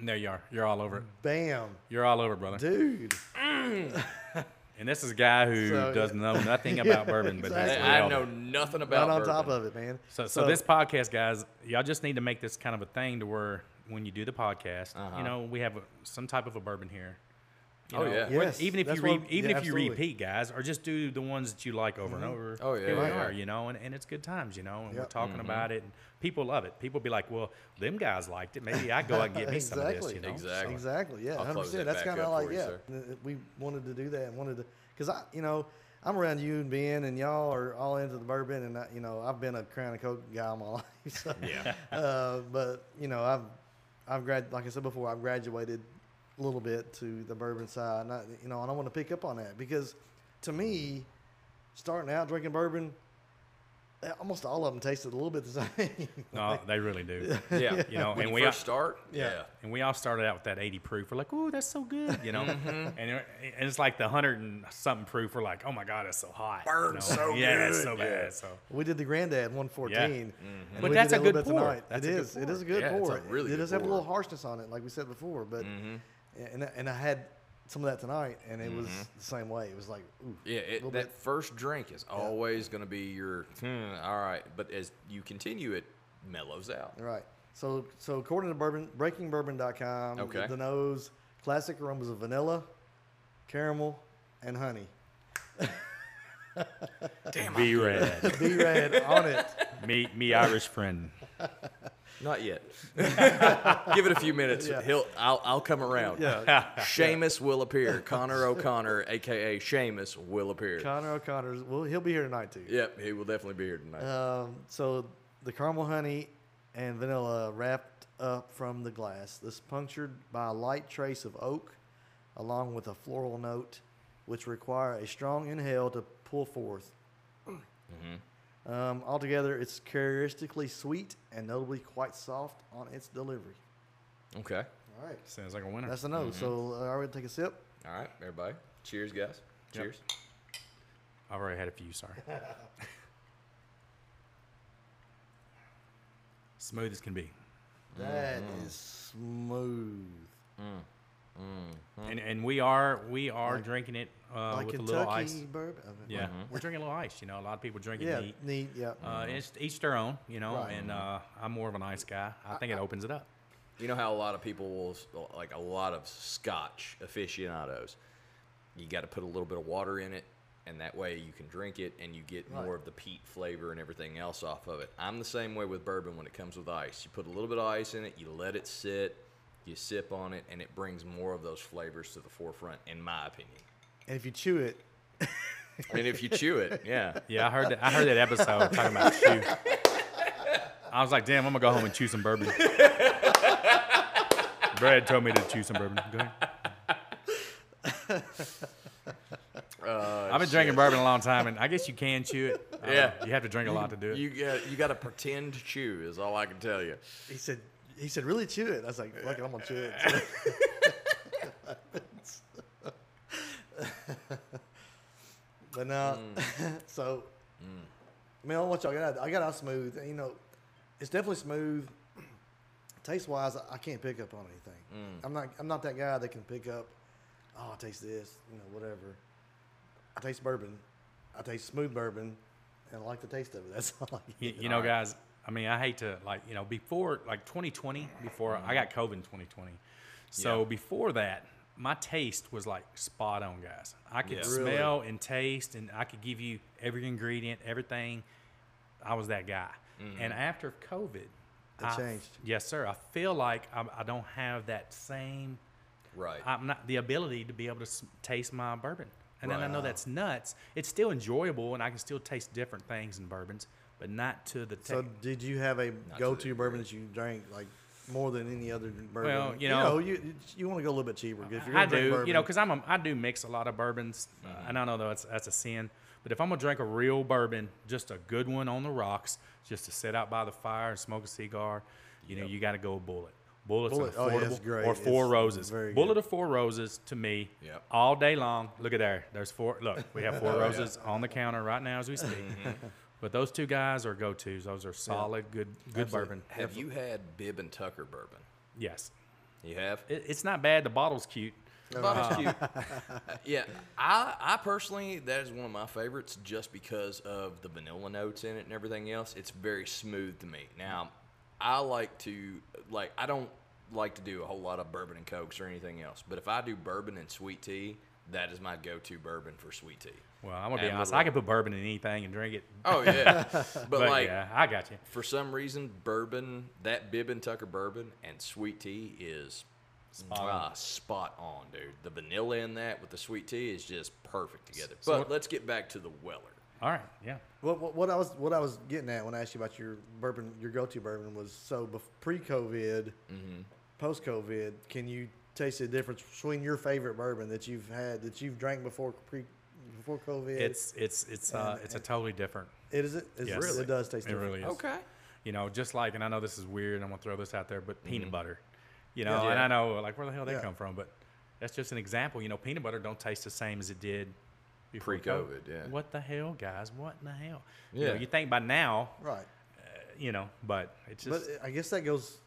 [SPEAKER 4] There you are. You're all over it.
[SPEAKER 1] Mm. Bam,
[SPEAKER 4] You're all over, it, brother.
[SPEAKER 1] dude.
[SPEAKER 4] And this is a guy who
[SPEAKER 1] So-
[SPEAKER 4] does know
[SPEAKER 1] (laughs)
[SPEAKER 4] nothing about bourbon, but
[SPEAKER 1] exactly.
[SPEAKER 4] that's
[SPEAKER 2] I I
[SPEAKER 4] all
[SPEAKER 2] know
[SPEAKER 4] over it.
[SPEAKER 2] nothing
[SPEAKER 1] Right
[SPEAKER 2] about
[SPEAKER 1] on
[SPEAKER 2] bourbon.
[SPEAKER 1] top of it, man.
[SPEAKER 4] So, so, this podcast, guys, y'all just need to make this kind of a thing to where when you do the podcast, you know, we have a, some type of a bourbon here. You
[SPEAKER 2] Uh-huh. Oh,
[SPEAKER 4] know,
[SPEAKER 2] yeah.
[SPEAKER 4] whether-
[SPEAKER 1] Yes,
[SPEAKER 4] even if
[SPEAKER 1] that's
[SPEAKER 4] you re-
[SPEAKER 1] what-
[SPEAKER 4] even
[SPEAKER 1] yeah,
[SPEAKER 4] if you
[SPEAKER 1] absolutely. Mm-hmm.
[SPEAKER 4] repeat, guys, or just do the ones that you like over and over.
[SPEAKER 2] Oh, yeah,
[SPEAKER 4] Here we
[SPEAKER 2] yeah,
[SPEAKER 4] are,
[SPEAKER 2] yeah. Mm-hmm.
[SPEAKER 4] you know, and, and it's good times, you know, and we're
[SPEAKER 1] Yep.
[SPEAKER 4] talking about it, and people love it. People be like, "Well, them guys liked it. Maybe I go out and get me some of
[SPEAKER 1] (laughs)
[SPEAKER 4] this."
[SPEAKER 1] Exactly.
[SPEAKER 4] You know,
[SPEAKER 2] Exactly.
[SPEAKER 1] Exactly. Yeah,
[SPEAKER 2] I'll
[SPEAKER 1] hundred
[SPEAKER 2] close
[SPEAKER 1] percent.
[SPEAKER 2] that
[SPEAKER 1] That's
[SPEAKER 2] back
[SPEAKER 1] kind of
[SPEAKER 2] up
[SPEAKER 1] like
[SPEAKER 2] for you,
[SPEAKER 1] yeah.
[SPEAKER 2] sir.
[SPEAKER 1] th- We wanted to do that and wanted to, cause I, you know, I'm around you and Ben and y'all are all into the bourbon and I, you know I've been a Crown and Coke guy all my (laughs) life. So,
[SPEAKER 2] Yeah.
[SPEAKER 1] uh, but you know I've, I've grad like I said before I've graduated a little bit to the bourbon side and I, you know and I want to pick up on that because to me, starting out drinking bourbon, eh, almost all of them tasted a little bit the (laughs) same.
[SPEAKER 4] No, they really do.
[SPEAKER 1] (laughs)
[SPEAKER 2] Yeah,
[SPEAKER 4] You know,
[SPEAKER 2] when
[SPEAKER 4] and
[SPEAKER 2] you
[SPEAKER 4] we
[SPEAKER 2] first
[SPEAKER 4] are-
[SPEAKER 2] start, yeah.
[SPEAKER 4] And we all started out with that 80 proof. We're like, "Ooh, that's so good," you know. And, it- and it's like the 100 and something proof. We're like, "Oh my god, that's so hot."
[SPEAKER 3] Burns
[SPEAKER 4] you know?
[SPEAKER 3] so
[SPEAKER 4] (laughs) yeah, it's
[SPEAKER 3] good.
[SPEAKER 4] so
[SPEAKER 2] Yeah.
[SPEAKER 4] bad. So
[SPEAKER 1] We did the granddad 114. and
[SPEAKER 4] But
[SPEAKER 1] we
[SPEAKER 4] that's
[SPEAKER 1] did
[SPEAKER 4] a
[SPEAKER 1] little
[SPEAKER 4] good
[SPEAKER 1] bit
[SPEAKER 4] pour.
[SPEAKER 1] tonight.
[SPEAKER 4] That's
[SPEAKER 1] it
[SPEAKER 4] a good
[SPEAKER 1] is. It is a
[SPEAKER 4] pour.
[SPEAKER 1] good
[SPEAKER 2] Mm-hmm. Yeah, it's a
[SPEAKER 1] pour.
[SPEAKER 2] really
[SPEAKER 1] it
[SPEAKER 2] good
[SPEAKER 1] does have a little
[SPEAKER 2] pour. Mm-hmm.
[SPEAKER 1] harshness on it, like we said before. But and and I had some of that tonight, and it was the same way. It was like, ooh,
[SPEAKER 2] Yeah, it,
[SPEAKER 1] little
[SPEAKER 2] that first drink is always going to be your "Hmm, all right, but as you continue, it mellows out.
[SPEAKER 1] bit. right. So so according to bourbon breakingbourbon.com,
[SPEAKER 2] Okay.
[SPEAKER 1] the nose classic aromas of vanilla, caramel, and honey.
[SPEAKER 3] Damn,
[SPEAKER 1] (laughs)
[SPEAKER 4] be red,
[SPEAKER 1] B red on
[SPEAKER 2] (laughs)
[SPEAKER 1] it.
[SPEAKER 4] me, me Irish friend.
[SPEAKER 2] Not yet. (laughs) Give it a few minutes.
[SPEAKER 1] Yeah.
[SPEAKER 2] He'll, I'll, I'll come around.
[SPEAKER 1] Yeah.
[SPEAKER 2] Seamus will appear. Connor O'Connor, aka Seamus, will appear.
[SPEAKER 1] Connor O'Connor's. Well, he'll be here tonight too.
[SPEAKER 2] yep, he will definitely be here tonight.
[SPEAKER 1] Um, so the caramel honey and vanilla wrapped up from the glass. This punctured by a light trace of oak, along with a floral note, which require a strong inhale to pull forth.
[SPEAKER 4] Mm-hmm.
[SPEAKER 1] Um, altogether, it's characteristically sweet and notably quite soft on its delivery.
[SPEAKER 2] Okay.
[SPEAKER 1] All right.
[SPEAKER 4] Sounds like a winner.
[SPEAKER 1] That's a no. So uh, are we gonna take a sip?
[SPEAKER 2] All right, everybody. Cheers, guys. Cheers.
[SPEAKER 4] I've already had a few, sorry. (laughs) Smooth as can be.
[SPEAKER 1] That is
[SPEAKER 4] Mm-hmm.
[SPEAKER 1] smooth.
[SPEAKER 4] And and we are we are
[SPEAKER 1] Like-
[SPEAKER 4] drinking it uh,
[SPEAKER 1] like
[SPEAKER 4] with
[SPEAKER 1] Kentucky
[SPEAKER 4] a little ice.
[SPEAKER 1] bourbon. uh,
[SPEAKER 4] Yeah, we're drinking a little ice. You know, a lot of people drink it
[SPEAKER 1] Yeah.
[SPEAKER 4] neat.
[SPEAKER 1] Neat. Yeah.
[SPEAKER 4] Uh, and it's each their own, you know.
[SPEAKER 1] Right.
[SPEAKER 4] And uh, I'm more of an ice guy. I think it opens it up.
[SPEAKER 2] You know how a lot of people will, s- like a lot of Scotch aficionados, you got to put a little bit of water in it, and that way you can drink it and you get more
[SPEAKER 1] Right.
[SPEAKER 2] of the peat flavor and everything else off of it. I'm the same way with bourbon when it comes with ice. You put a little bit of ice in it, you let it sit, you sip on it, and it brings more of those flavors to the forefront, in my opinion.
[SPEAKER 1] and if you chew it,
[SPEAKER 2] (laughs) And if you chew it, yeah.
[SPEAKER 4] Yeah, I heard that. I heard that episode talking about chew. I was like, damn, I'm gonna go home and chew some bourbon. Brad told me to chew some bourbon. Go ahead.
[SPEAKER 2] Uh,
[SPEAKER 4] I've been drinking bourbon a long time, and I guess you can chew it. I don't
[SPEAKER 2] Yeah.
[SPEAKER 4] know. you have to drink a lot to do it.
[SPEAKER 2] You got you got to pretend to chew is all I can tell you.
[SPEAKER 1] he said, he said, really chew it. I was like, look, I'm gonna chew it. (laughs) but no, (laughs) so I mean, I don't know what y'all got. I got how smooth. You know, it's definitely smooth. (clears throat) Taste wise, I can't pick up on anything. I'm not. I'm not that guy that can pick up. Oh, I taste this. You know, whatever. I taste bourbon. I taste smooth bourbon, and I like the taste of it. (laughs) That's all. I
[SPEAKER 4] you,
[SPEAKER 1] get.
[SPEAKER 4] you know, guys. I mean, I hate to like you know before like 2020 before I got COVID in 2020. So
[SPEAKER 2] Mm-hmm. Yeah.
[SPEAKER 4] before that, my taste was like spot on, guys. I
[SPEAKER 2] Yeah.
[SPEAKER 4] could
[SPEAKER 1] Really?
[SPEAKER 4] smell and taste, and I could give you every ingredient, everything. I was that guy.
[SPEAKER 2] Mm-hmm.
[SPEAKER 4] And after COVID,
[SPEAKER 1] It
[SPEAKER 4] I-
[SPEAKER 1] changed.
[SPEAKER 4] Yes, sir. I feel like I'm, I don't have that same
[SPEAKER 2] Right.
[SPEAKER 4] I'm not the ability to be able to s- taste my bourbon. And then I know
[SPEAKER 2] Right.
[SPEAKER 4] that's nuts. It's still enjoyable, and I can still taste different things in bourbons, but not to the
[SPEAKER 1] So,
[SPEAKER 4] taste.
[SPEAKER 1] did you have a
[SPEAKER 2] the
[SPEAKER 1] go-to bourbon
[SPEAKER 2] degree.
[SPEAKER 1] that you drank like more than any other bourbon?
[SPEAKER 4] Well, you know-
[SPEAKER 1] you you, want to go a little bit cheaper. 'cause If you're
[SPEAKER 4] I
[SPEAKER 1] gonna drink
[SPEAKER 4] do,
[SPEAKER 1] bourbon, Mm-hmm.
[SPEAKER 4] you know, because I'm a, I do mix a lot of bourbons, uh, and I know that's that's a sin. But if I'm gonna drink a real bourbon, just a good one on the rocks, just to sit out by the fire and smoke a cigar, you know, you got to go with Bullet. Bullet's
[SPEAKER 1] Bullet-
[SPEAKER 4] an
[SPEAKER 1] oh,
[SPEAKER 4] affordable,
[SPEAKER 1] yeah, it's great.
[SPEAKER 4] or Four
[SPEAKER 1] It's
[SPEAKER 4] Roses.
[SPEAKER 1] very
[SPEAKER 4] Bullet
[SPEAKER 1] good.
[SPEAKER 4] or Four Roses to me,
[SPEAKER 2] Yep.
[SPEAKER 4] all day long. Look at there. There's four. Look, we
[SPEAKER 1] (laughs)
[SPEAKER 4] have Four
[SPEAKER 1] Oh,
[SPEAKER 4] Roses on the counter right now as we speak.
[SPEAKER 1] Mm-hmm.
[SPEAKER 4] but those two guys are go tos. Those are solid, good, good bourbon.
[SPEAKER 2] have you had Bib and Tucker bourbon?
[SPEAKER 4] Yes,
[SPEAKER 2] You have.
[SPEAKER 4] it, it's not bad. The bottle's cute.
[SPEAKER 2] Bottle's cute. Ah. (laughs) yeah, I I personally that is one of my favorites just because of the vanilla notes in it and everything else. It's very smooth to me. Now, I like to like I don't like to do a whole lot of bourbon and cokes or anything else, but if I do bourbon and sweet tea, that is my go-to bourbon for sweet tea.
[SPEAKER 4] Well, I'm gonna be
[SPEAKER 2] And
[SPEAKER 4] honest.
[SPEAKER 2] little-
[SPEAKER 4] I could put bourbon in anything and drink it.
[SPEAKER 2] Oh yeah, (laughs) but,
[SPEAKER 4] But
[SPEAKER 2] like
[SPEAKER 4] yeah, I got you.
[SPEAKER 2] for some reason, bourbon that Bib and Tucker bourbon and sweet tea is
[SPEAKER 4] Spot
[SPEAKER 2] spot
[SPEAKER 4] on.
[SPEAKER 2] on, spot on dude. The vanilla in that with the sweet tea is just perfect together.
[SPEAKER 4] So-
[SPEAKER 2] but let's get back to the Weller.
[SPEAKER 4] All right, yeah.
[SPEAKER 1] what, what, what I was what I was getting at when I asked you about your bourbon, your go-to bourbon was so bef- pre-COVID,
[SPEAKER 4] Mm-hmm.
[SPEAKER 1] post-COVID. Can you taste the difference between your favorite bourbon that you've had that you've drank before pre before COVID?
[SPEAKER 4] It's it's it's uh, it's a totally different.
[SPEAKER 1] it is it. It's,
[SPEAKER 4] Yes.
[SPEAKER 1] It does taste.
[SPEAKER 4] It
[SPEAKER 1] different.
[SPEAKER 4] really is. You know, just like, and I know this is weird. and I'm gonna throw this out there, but peanut butter. You know, and
[SPEAKER 2] Yeah.
[SPEAKER 4] I know like where the hell they
[SPEAKER 1] Yeah.
[SPEAKER 4] come from, but that's just an example. You know, peanut butter don't taste the same as it did before
[SPEAKER 2] Pre-COVID, yeah.
[SPEAKER 4] What the hell, guys? What in the hell? You, know,
[SPEAKER 2] Yeah.
[SPEAKER 4] you think by now,
[SPEAKER 1] right.
[SPEAKER 4] you know, but it's just
[SPEAKER 1] but I guess that goes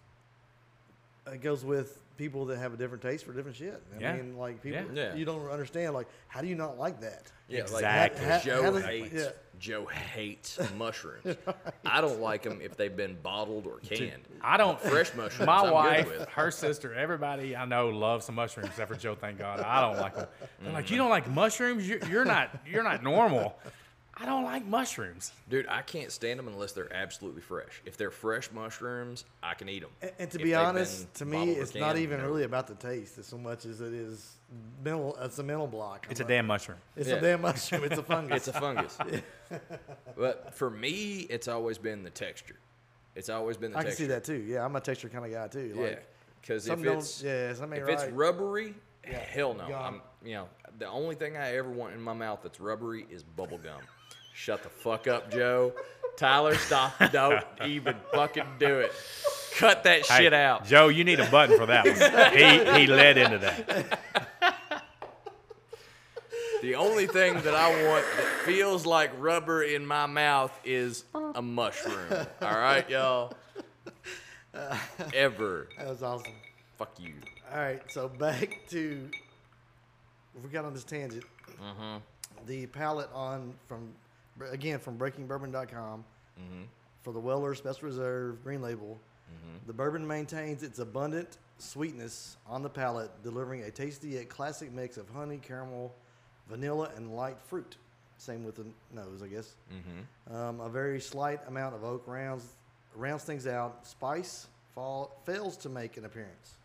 [SPEAKER 1] it goes with people that have a different taste for different shit. I
[SPEAKER 4] Yeah.
[SPEAKER 1] mean, like people
[SPEAKER 4] Yeah.
[SPEAKER 2] Yeah.
[SPEAKER 1] you don't understand. Like, how do you not like that?
[SPEAKER 2] Yeah,
[SPEAKER 4] Exactly.
[SPEAKER 2] like
[SPEAKER 1] How-
[SPEAKER 2] Joe
[SPEAKER 1] how does-
[SPEAKER 2] hates
[SPEAKER 1] yeah.
[SPEAKER 2] Joe
[SPEAKER 1] (laughs)
[SPEAKER 2] hates mushrooms. I don't like them if they've been bottled or canned.
[SPEAKER 4] I don't
[SPEAKER 2] Fresh mushrooms. I'm
[SPEAKER 4] (laughs) My
[SPEAKER 2] good
[SPEAKER 4] wife,
[SPEAKER 2] with.
[SPEAKER 4] her sister, everybody I know loves some mushrooms, except for Joe. Thank God, I don't like them. They're like,
[SPEAKER 2] Mm-hmm.
[SPEAKER 4] you don't like mushrooms? You're, you're not, you're not normal. I don't like mushrooms.
[SPEAKER 2] Dude, I can't stand them unless they're absolutely fresh. If they're fresh mushrooms, I can eat them.
[SPEAKER 1] And, and to be honest, to me, it's not even really about the taste as so much as it is mental. It's a mental block.
[SPEAKER 4] It's a
[SPEAKER 1] I'm like,
[SPEAKER 4] damn mushroom.
[SPEAKER 1] It's
[SPEAKER 2] Yeah.
[SPEAKER 1] a damn mushroom. (laughs) It's a fungus.
[SPEAKER 2] It's a fungus. but for me, it's always been the texture. It's always been the
[SPEAKER 1] I can
[SPEAKER 2] texture.
[SPEAKER 1] see that too. Yeah, I'm a texture kind of guy too.
[SPEAKER 2] Yeah,
[SPEAKER 1] Like,
[SPEAKER 2] because if
[SPEAKER 1] some don't-
[SPEAKER 2] it's
[SPEAKER 1] yeah, some ain't
[SPEAKER 2] if it's
[SPEAKER 1] right.
[SPEAKER 2] rubbery, hell no.
[SPEAKER 1] gum.
[SPEAKER 2] I'm you know the only thing I ever want in my mouth that's rubbery is bubble gum. Shut the fuck up, Joe. Tyler, stop! Don't even fucking do it. Cut that
[SPEAKER 5] Hey,
[SPEAKER 2] shit out.
[SPEAKER 5] Joe, you need a button for that one. he he led into that.
[SPEAKER 2] The only thing that I want that feels like rubber in my mouth is a mushroom. All right, y'all. Ever.
[SPEAKER 1] That was awesome.
[SPEAKER 2] Fuck you.
[SPEAKER 1] All right, so back to we got on this tangent.
[SPEAKER 2] Mm-hmm.
[SPEAKER 1] The palette on from again from BreakingBourbon.com
[SPEAKER 2] Mm-hmm.
[SPEAKER 1] for the Weller Special Reserve Green Label.
[SPEAKER 2] Mm-hmm.
[SPEAKER 1] The bourbon maintains its abundant sweetness on the palate, delivering a tasty yet classic mix of honey, caramel, vanilla, and light fruit. Same with the nose, I guess.
[SPEAKER 2] Mm-hmm.
[SPEAKER 1] Um, a very slight amount of oak rounds rounds things out. Spice fall, fails to make an appearance.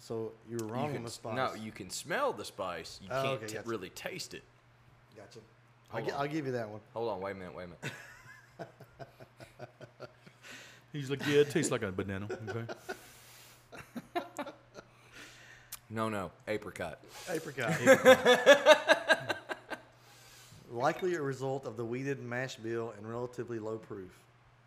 [SPEAKER 1] So you were
[SPEAKER 2] You
[SPEAKER 1] wrong on
[SPEAKER 2] can,
[SPEAKER 1] the spice.
[SPEAKER 2] no, you can smell the spice. You
[SPEAKER 1] Oh,
[SPEAKER 2] can't
[SPEAKER 1] okay,
[SPEAKER 2] t-
[SPEAKER 1] gotcha.
[SPEAKER 2] really taste it.
[SPEAKER 1] Gotcha. I'll,
[SPEAKER 2] Hold
[SPEAKER 1] gi-
[SPEAKER 2] on.
[SPEAKER 1] I'll give you that one.
[SPEAKER 2] Hold on, wait a minute, wait a minute.
[SPEAKER 4] He's like, yeah, it tastes like a banana. Okay.
[SPEAKER 2] No, no, apricot.
[SPEAKER 1] Apricot. (laughs) Likely a result of the weeded mash bill and relatively low proof.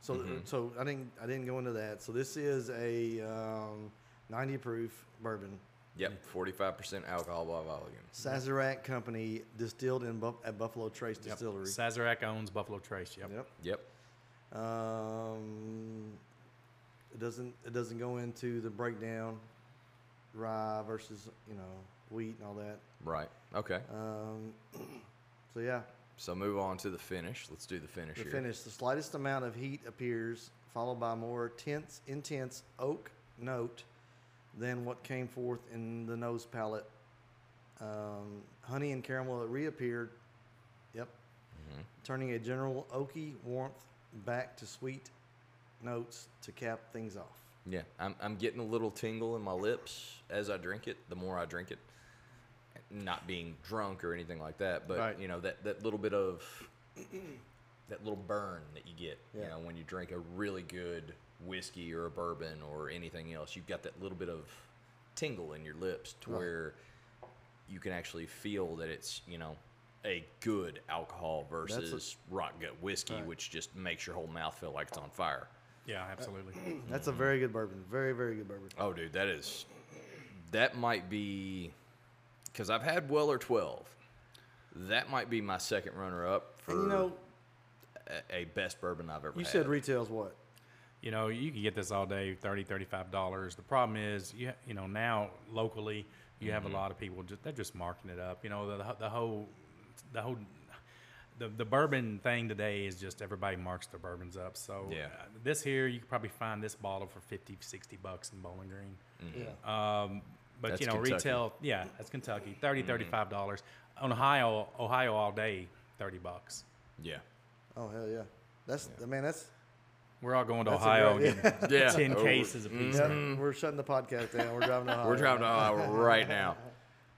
[SPEAKER 1] So,
[SPEAKER 2] Mm-hmm.
[SPEAKER 1] so I didn't I didn't go into that. So this is a um, 90 proof bourbon, Mm.
[SPEAKER 2] Yep, 45% alcohol by volume.
[SPEAKER 1] Sazerac Company, distilled in Buff at Buffalo Trace Distillery.
[SPEAKER 4] Sazerac owns Buffalo Trace. Yep.
[SPEAKER 1] Yep.
[SPEAKER 2] Yep.
[SPEAKER 1] Um, it doesn't it doesn't go into the breakdown, rye versus you know wheat and all that.
[SPEAKER 2] Right. Okay.
[SPEAKER 1] Um, so yeah,
[SPEAKER 2] So move on to the finish. Let's do the finish
[SPEAKER 1] the
[SPEAKER 2] here.
[SPEAKER 1] finish. The slightest amount of heat appears, followed by more tense, intense oak note than what came forth in the nose palate. Um, honey and caramel reappeared. Yep. Turning a general oaky warmth back to sweet notes to cap things off.
[SPEAKER 2] Yeah, I'm, I'm getting a little tingle in my lips as I drink it. The more I drink it, not being drunk or anything like that, but
[SPEAKER 1] Right.
[SPEAKER 2] you know that that little bit of that little burn that you get, you
[SPEAKER 1] Yeah.
[SPEAKER 2] know, when you drink a really good whiskey or a bourbon or anything else, you've got that little bit of tingle in your lips to where you can actually feel that it's you know a good alcohol versus rock gut whiskey,
[SPEAKER 1] Right.
[SPEAKER 2] which just makes your whole mouth feel like it's on fire.
[SPEAKER 4] Yeah, absolutely.
[SPEAKER 1] That's a very good bourbon. Very, very good bourbon.
[SPEAKER 2] Oh, dude, that is that might be because I've had Weller twelve. That might be my second runner up for
[SPEAKER 1] And you know,
[SPEAKER 2] a, a best bourbon I've ever.
[SPEAKER 1] you
[SPEAKER 2] had.
[SPEAKER 1] said retail's what?
[SPEAKER 4] You know, you can get this all day, 30 $35. The problem is, you, you know, now locally, you have
[SPEAKER 2] Mm-hmm.
[SPEAKER 4] a lot of people, just, they're just marking it up. You know, the, the whole, the whole, the, the bourbon thing today is just everybody marks their bourbons up. So
[SPEAKER 2] Yeah.
[SPEAKER 4] uh, this here, you could probably find this bottle for 50, 60 bucks in Bowling Green.
[SPEAKER 1] Yeah.
[SPEAKER 4] Um, but
[SPEAKER 2] Mm, That's
[SPEAKER 4] you know,
[SPEAKER 2] Kentucky. Mm-hmm.
[SPEAKER 4] retail, yeah, that's Kentucky, 30 $35. dollars On Ohio, Ohio all day, 30 bucks.
[SPEAKER 1] (laughs)
[SPEAKER 2] yeah,
[SPEAKER 1] oh hell yeah. That's I mean that's
[SPEAKER 4] We're all going to
[SPEAKER 1] That's a
[SPEAKER 4] Ohio
[SPEAKER 1] great-
[SPEAKER 4] and
[SPEAKER 2] (laughs)
[SPEAKER 4] getting
[SPEAKER 2] yeah.
[SPEAKER 4] 10
[SPEAKER 2] Oh,
[SPEAKER 4] cases apiece.
[SPEAKER 1] yeah, we're shutting the podcast down. We're driving to Ohio.
[SPEAKER 2] We're driving to Ohio right now,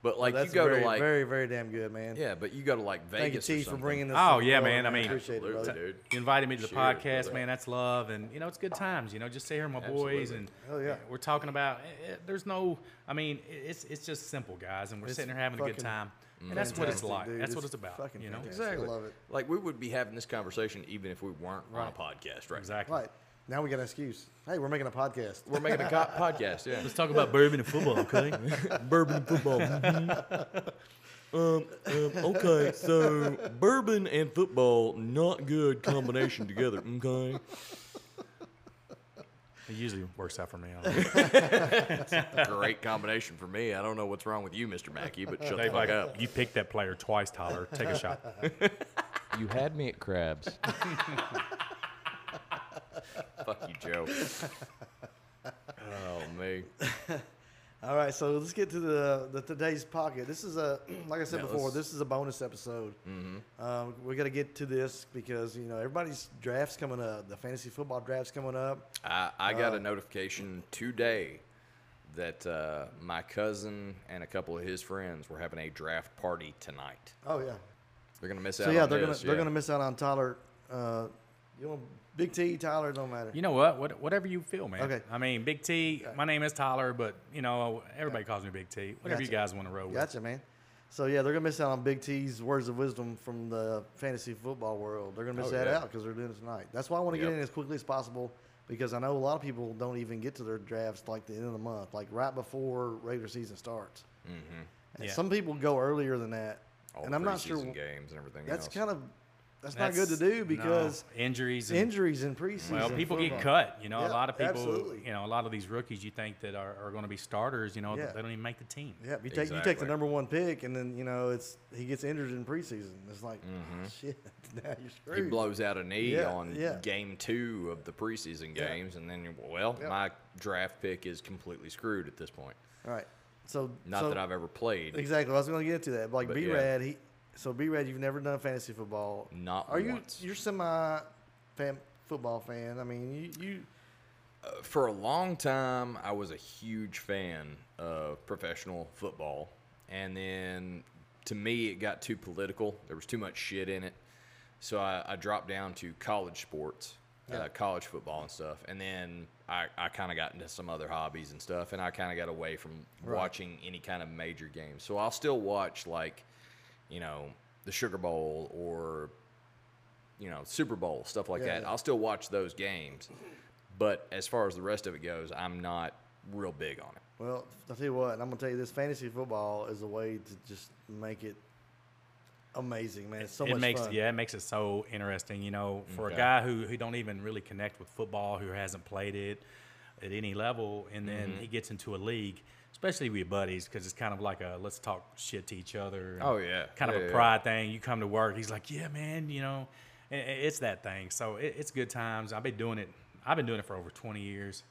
[SPEAKER 2] but like
[SPEAKER 1] That's
[SPEAKER 2] you go
[SPEAKER 1] very,
[SPEAKER 2] to like
[SPEAKER 1] very, very damn good, man.
[SPEAKER 2] yeah, but you go to like
[SPEAKER 1] Thank you,
[SPEAKER 2] Vegas.
[SPEAKER 1] T,
[SPEAKER 2] or
[SPEAKER 1] for
[SPEAKER 2] something.
[SPEAKER 1] bringing this.
[SPEAKER 4] Oh,
[SPEAKER 1] up,
[SPEAKER 4] yeah,
[SPEAKER 1] brother,
[SPEAKER 4] man. I mean-
[SPEAKER 1] appreciate it,
[SPEAKER 2] Absolutely,
[SPEAKER 1] brother.
[SPEAKER 2] dude.
[SPEAKER 4] You invited me to the
[SPEAKER 2] Cheers,
[SPEAKER 4] podcast,
[SPEAKER 2] brother.
[SPEAKER 4] man. That's love, and you know it's good times. You know, just sit here with my boys,
[SPEAKER 2] Absolutely.
[SPEAKER 4] and
[SPEAKER 1] Hell yeah.
[SPEAKER 4] we're talking about. eh, eh, there's no, I mean, i- it's it's just simple, guys, and we're
[SPEAKER 1] It's
[SPEAKER 4] sitting there having a good
[SPEAKER 1] fucking
[SPEAKER 4] time, and that's what it's
[SPEAKER 1] fantastic,
[SPEAKER 4] like.
[SPEAKER 1] dude.
[SPEAKER 4] That's
[SPEAKER 1] It's
[SPEAKER 4] what it's about,
[SPEAKER 1] fucking
[SPEAKER 4] you know.
[SPEAKER 1] fantastic.
[SPEAKER 2] Exactly.
[SPEAKER 1] I love it.
[SPEAKER 2] Like we would be having this conversation even if we weren't on a
[SPEAKER 4] Right.
[SPEAKER 2] podcast, right?
[SPEAKER 4] Exactly.
[SPEAKER 1] Right now we got an excuse. Hey, we're making a podcast.
[SPEAKER 2] We're making a
[SPEAKER 4] (laughs)
[SPEAKER 2] cop podcast. Yeah.
[SPEAKER 4] Let's talk about bourbon
[SPEAKER 1] (laughs)
[SPEAKER 4] and football, okay?
[SPEAKER 6] bourbon and football. um, um, okay, so bourbon and football, not good combination together. Okay.
[SPEAKER 4] it usually works out for me.
[SPEAKER 2] Great combination for me. I don't know what's wrong with you, Mr. Mackey, but shut the
[SPEAKER 4] Dave,
[SPEAKER 2] fuck
[SPEAKER 4] like,
[SPEAKER 2] up.
[SPEAKER 4] you picked that player twice, Tyler. Take
[SPEAKER 1] (laughs)
[SPEAKER 4] a shot.
[SPEAKER 2] You had me at crabs. (laughs) Fuck you, Joe. Oh me.
[SPEAKER 1] All right, so let's get to the, the today's pocket. This is a (clears throat) like I said
[SPEAKER 2] Yeah,
[SPEAKER 1] before.
[SPEAKER 2] let's-
[SPEAKER 1] This is a bonus episode.
[SPEAKER 2] Mm-hmm.
[SPEAKER 1] Um, we got to get to this because you know everybody's drafts coming up. The fantasy football drafts coming up.
[SPEAKER 2] I, I got
[SPEAKER 6] Uh.
[SPEAKER 2] a notification today that uh, my cousin and a couple of his friends were having a draft party tonight.
[SPEAKER 1] Oh yeah.
[SPEAKER 2] They're gonna miss out.
[SPEAKER 1] So yeah,
[SPEAKER 2] on
[SPEAKER 1] they're
[SPEAKER 2] this,
[SPEAKER 1] gonna they're
[SPEAKER 2] yeah.
[SPEAKER 1] gonna miss out on Tyler. Uh, you know, Big T, Tyler, don't matter.
[SPEAKER 4] You know what? what? Whatever you feel, man.
[SPEAKER 1] Okay.
[SPEAKER 4] I mean, Big T. My name is Tyler, but you know, everybody calls me Big T. Whatever you
[SPEAKER 1] Gotcha.
[SPEAKER 4] guys want to roll with.
[SPEAKER 1] Gotcha, man. So yeah, they're gonna miss out on Big T's words of wisdom from the fantasy football world. They're gonna miss
[SPEAKER 2] Oh,
[SPEAKER 1] that out
[SPEAKER 2] yeah.
[SPEAKER 1] out because they're doing it tonight. That's why I want to
[SPEAKER 2] Yep.
[SPEAKER 1] get in as quickly as possible because I know a lot of people don't even get to their drafts like the end of the month, like right before regular season starts. Mm-hmm. And
[SPEAKER 4] Yeah.
[SPEAKER 1] some people go earlier than that,
[SPEAKER 2] All
[SPEAKER 1] and I'm not sure.
[SPEAKER 2] preseason games and everything.
[SPEAKER 1] That's
[SPEAKER 2] else.
[SPEAKER 1] kind of that's, not good to do
[SPEAKER 4] no,
[SPEAKER 1] because
[SPEAKER 4] injuries and
[SPEAKER 1] injuries in preseason.
[SPEAKER 4] Well, people get
[SPEAKER 1] football.
[SPEAKER 4] cut. You know,
[SPEAKER 1] Yeah,
[SPEAKER 4] a lot of people,
[SPEAKER 1] absolutely.
[SPEAKER 4] you know, a lot of these rookies you think that are, are going to be starters, you know,
[SPEAKER 1] Yeah.
[SPEAKER 4] they don't even make the team.
[SPEAKER 1] Yeah, you take you take the
[SPEAKER 2] Exactly.
[SPEAKER 1] number one pick, and then you know it's he gets injured in preseason. It's like (laughs) shit. Now you're
[SPEAKER 2] Mm-hmm. He
[SPEAKER 1] screwed.
[SPEAKER 2] blows out a knee
[SPEAKER 1] Yeah,
[SPEAKER 2] on
[SPEAKER 1] yeah.
[SPEAKER 2] game two of the preseason
[SPEAKER 1] Yeah.
[SPEAKER 2] games, and then well,
[SPEAKER 1] Yeah.
[SPEAKER 2] my draft pick is completely screwed at this point.
[SPEAKER 1] All right. So
[SPEAKER 2] Not
[SPEAKER 1] so-
[SPEAKER 2] that I've ever played.
[SPEAKER 1] exactly. I was going to get to that. Like
[SPEAKER 2] But
[SPEAKER 1] B
[SPEAKER 2] yeah.
[SPEAKER 1] Rad, he so B Rad, you've never done fantasy football.
[SPEAKER 2] Not
[SPEAKER 1] Are
[SPEAKER 2] once.
[SPEAKER 1] you? You're semi fan football fan. I mean, you. you
[SPEAKER 2] For a long time, I was a huge fan of professional football, and then to me, it got too political. There was too much shit in it, so I, I dropped down to college sports, uh, college football and stuff, and then I, I kind of got into some other hobbies and stuff, and I kind of got away from watching any kind of major games. So I'll still watch like, you know, the Sugar Bowl or you know, Super Bowl, stuff like
[SPEAKER 1] Yeah,
[SPEAKER 2] that.
[SPEAKER 1] yeah.
[SPEAKER 2] I'll still watch those games. But as far as the rest of it goes, I'm not real big on it.
[SPEAKER 1] well, I'll tell you what. I'm going to tell you this: fantasy football is a way to just make it amazing, man. It's so
[SPEAKER 4] it
[SPEAKER 1] much
[SPEAKER 4] makes
[SPEAKER 1] fun.
[SPEAKER 4] yeah, it makes it so interesting. You know, for
[SPEAKER 2] Okay.
[SPEAKER 4] a guy who who don't even really connect with football, who hasn't played it at any level, and then
[SPEAKER 2] Mm-hmm.
[SPEAKER 4] he gets into a league, especially with your buddies, because it's kind of like a let's talk shit to each other. and
[SPEAKER 2] Oh, yeah.
[SPEAKER 4] kind
[SPEAKER 2] Yeah,
[SPEAKER 4] of
[SPEAKER 2] yeah.
[SPEAKER 4] a pride thing. You come to work, he's like, yeah, man, you know, i- i- it's that thing. So it, it's good times. I've been doing it. I've been doing it for over twenty years.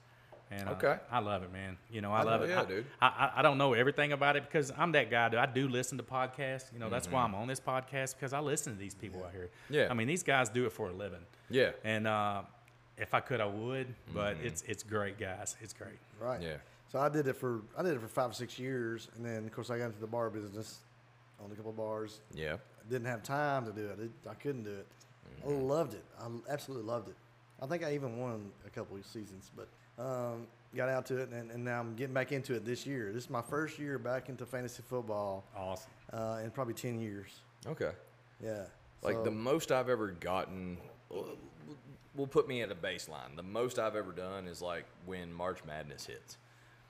[SPEAKER 4] And uh,
[SPEAKER 2] Okay.
[SPEAKER 4] I love it, man. You know, I love it.
[SPEAKER 2] yeah,
[SPEAKER 4] I-
[SPEAKER 2] dude.
[SPEAKER 4] I, I, I don't know everything about it because I'm that guy. Dude. I do listen to podcasts. You know, that's why I'm on this podcast because I listen to these people out here.
[SPEAKER 2] Mm-hmm. Yeah.
[SPEAKER 4] I mean, these guys do it for a living.
[SPEAKER 2] Yeah.
[SPEAKER 4] And uh, if I could, I would. But
[SPEAKER 2] Mm-hmm.
[SPEAKER 4] it's it's great, guys. It's great.
[SPEAKER 1] Right.
[SPEAKER 2] Yeah.
[SPEAKER 1] So I did it for I did it for five six years, and then of course I got into the bar business, owned a couple of bars.
[SPEAKER 2] Yeah.
[SPEAKER 1] I didn't have time to do it. it I couldn't do it. I
[SPEAKER 4] Mm-hmm.
[SPEAKER 1] loved it. I absolutely loved it. I think I even won a couple of seasons, but um, got out to it, and, and now I'm getting back into it this year. This is my first year back into fantasy football
[SPEAKER 4] Awesome.
[SPEAKER 1] uh, in probably ten years.
[SPEAKER 2] Okay.
[SPEAKER 1] Yeah.
[SPEAKER 2] Like the
[SPEAKER 1] So-
[SPEAKER 2] most I've ever gotten uh, will put me at a baseline. The most I've ever done is like when March Madness hits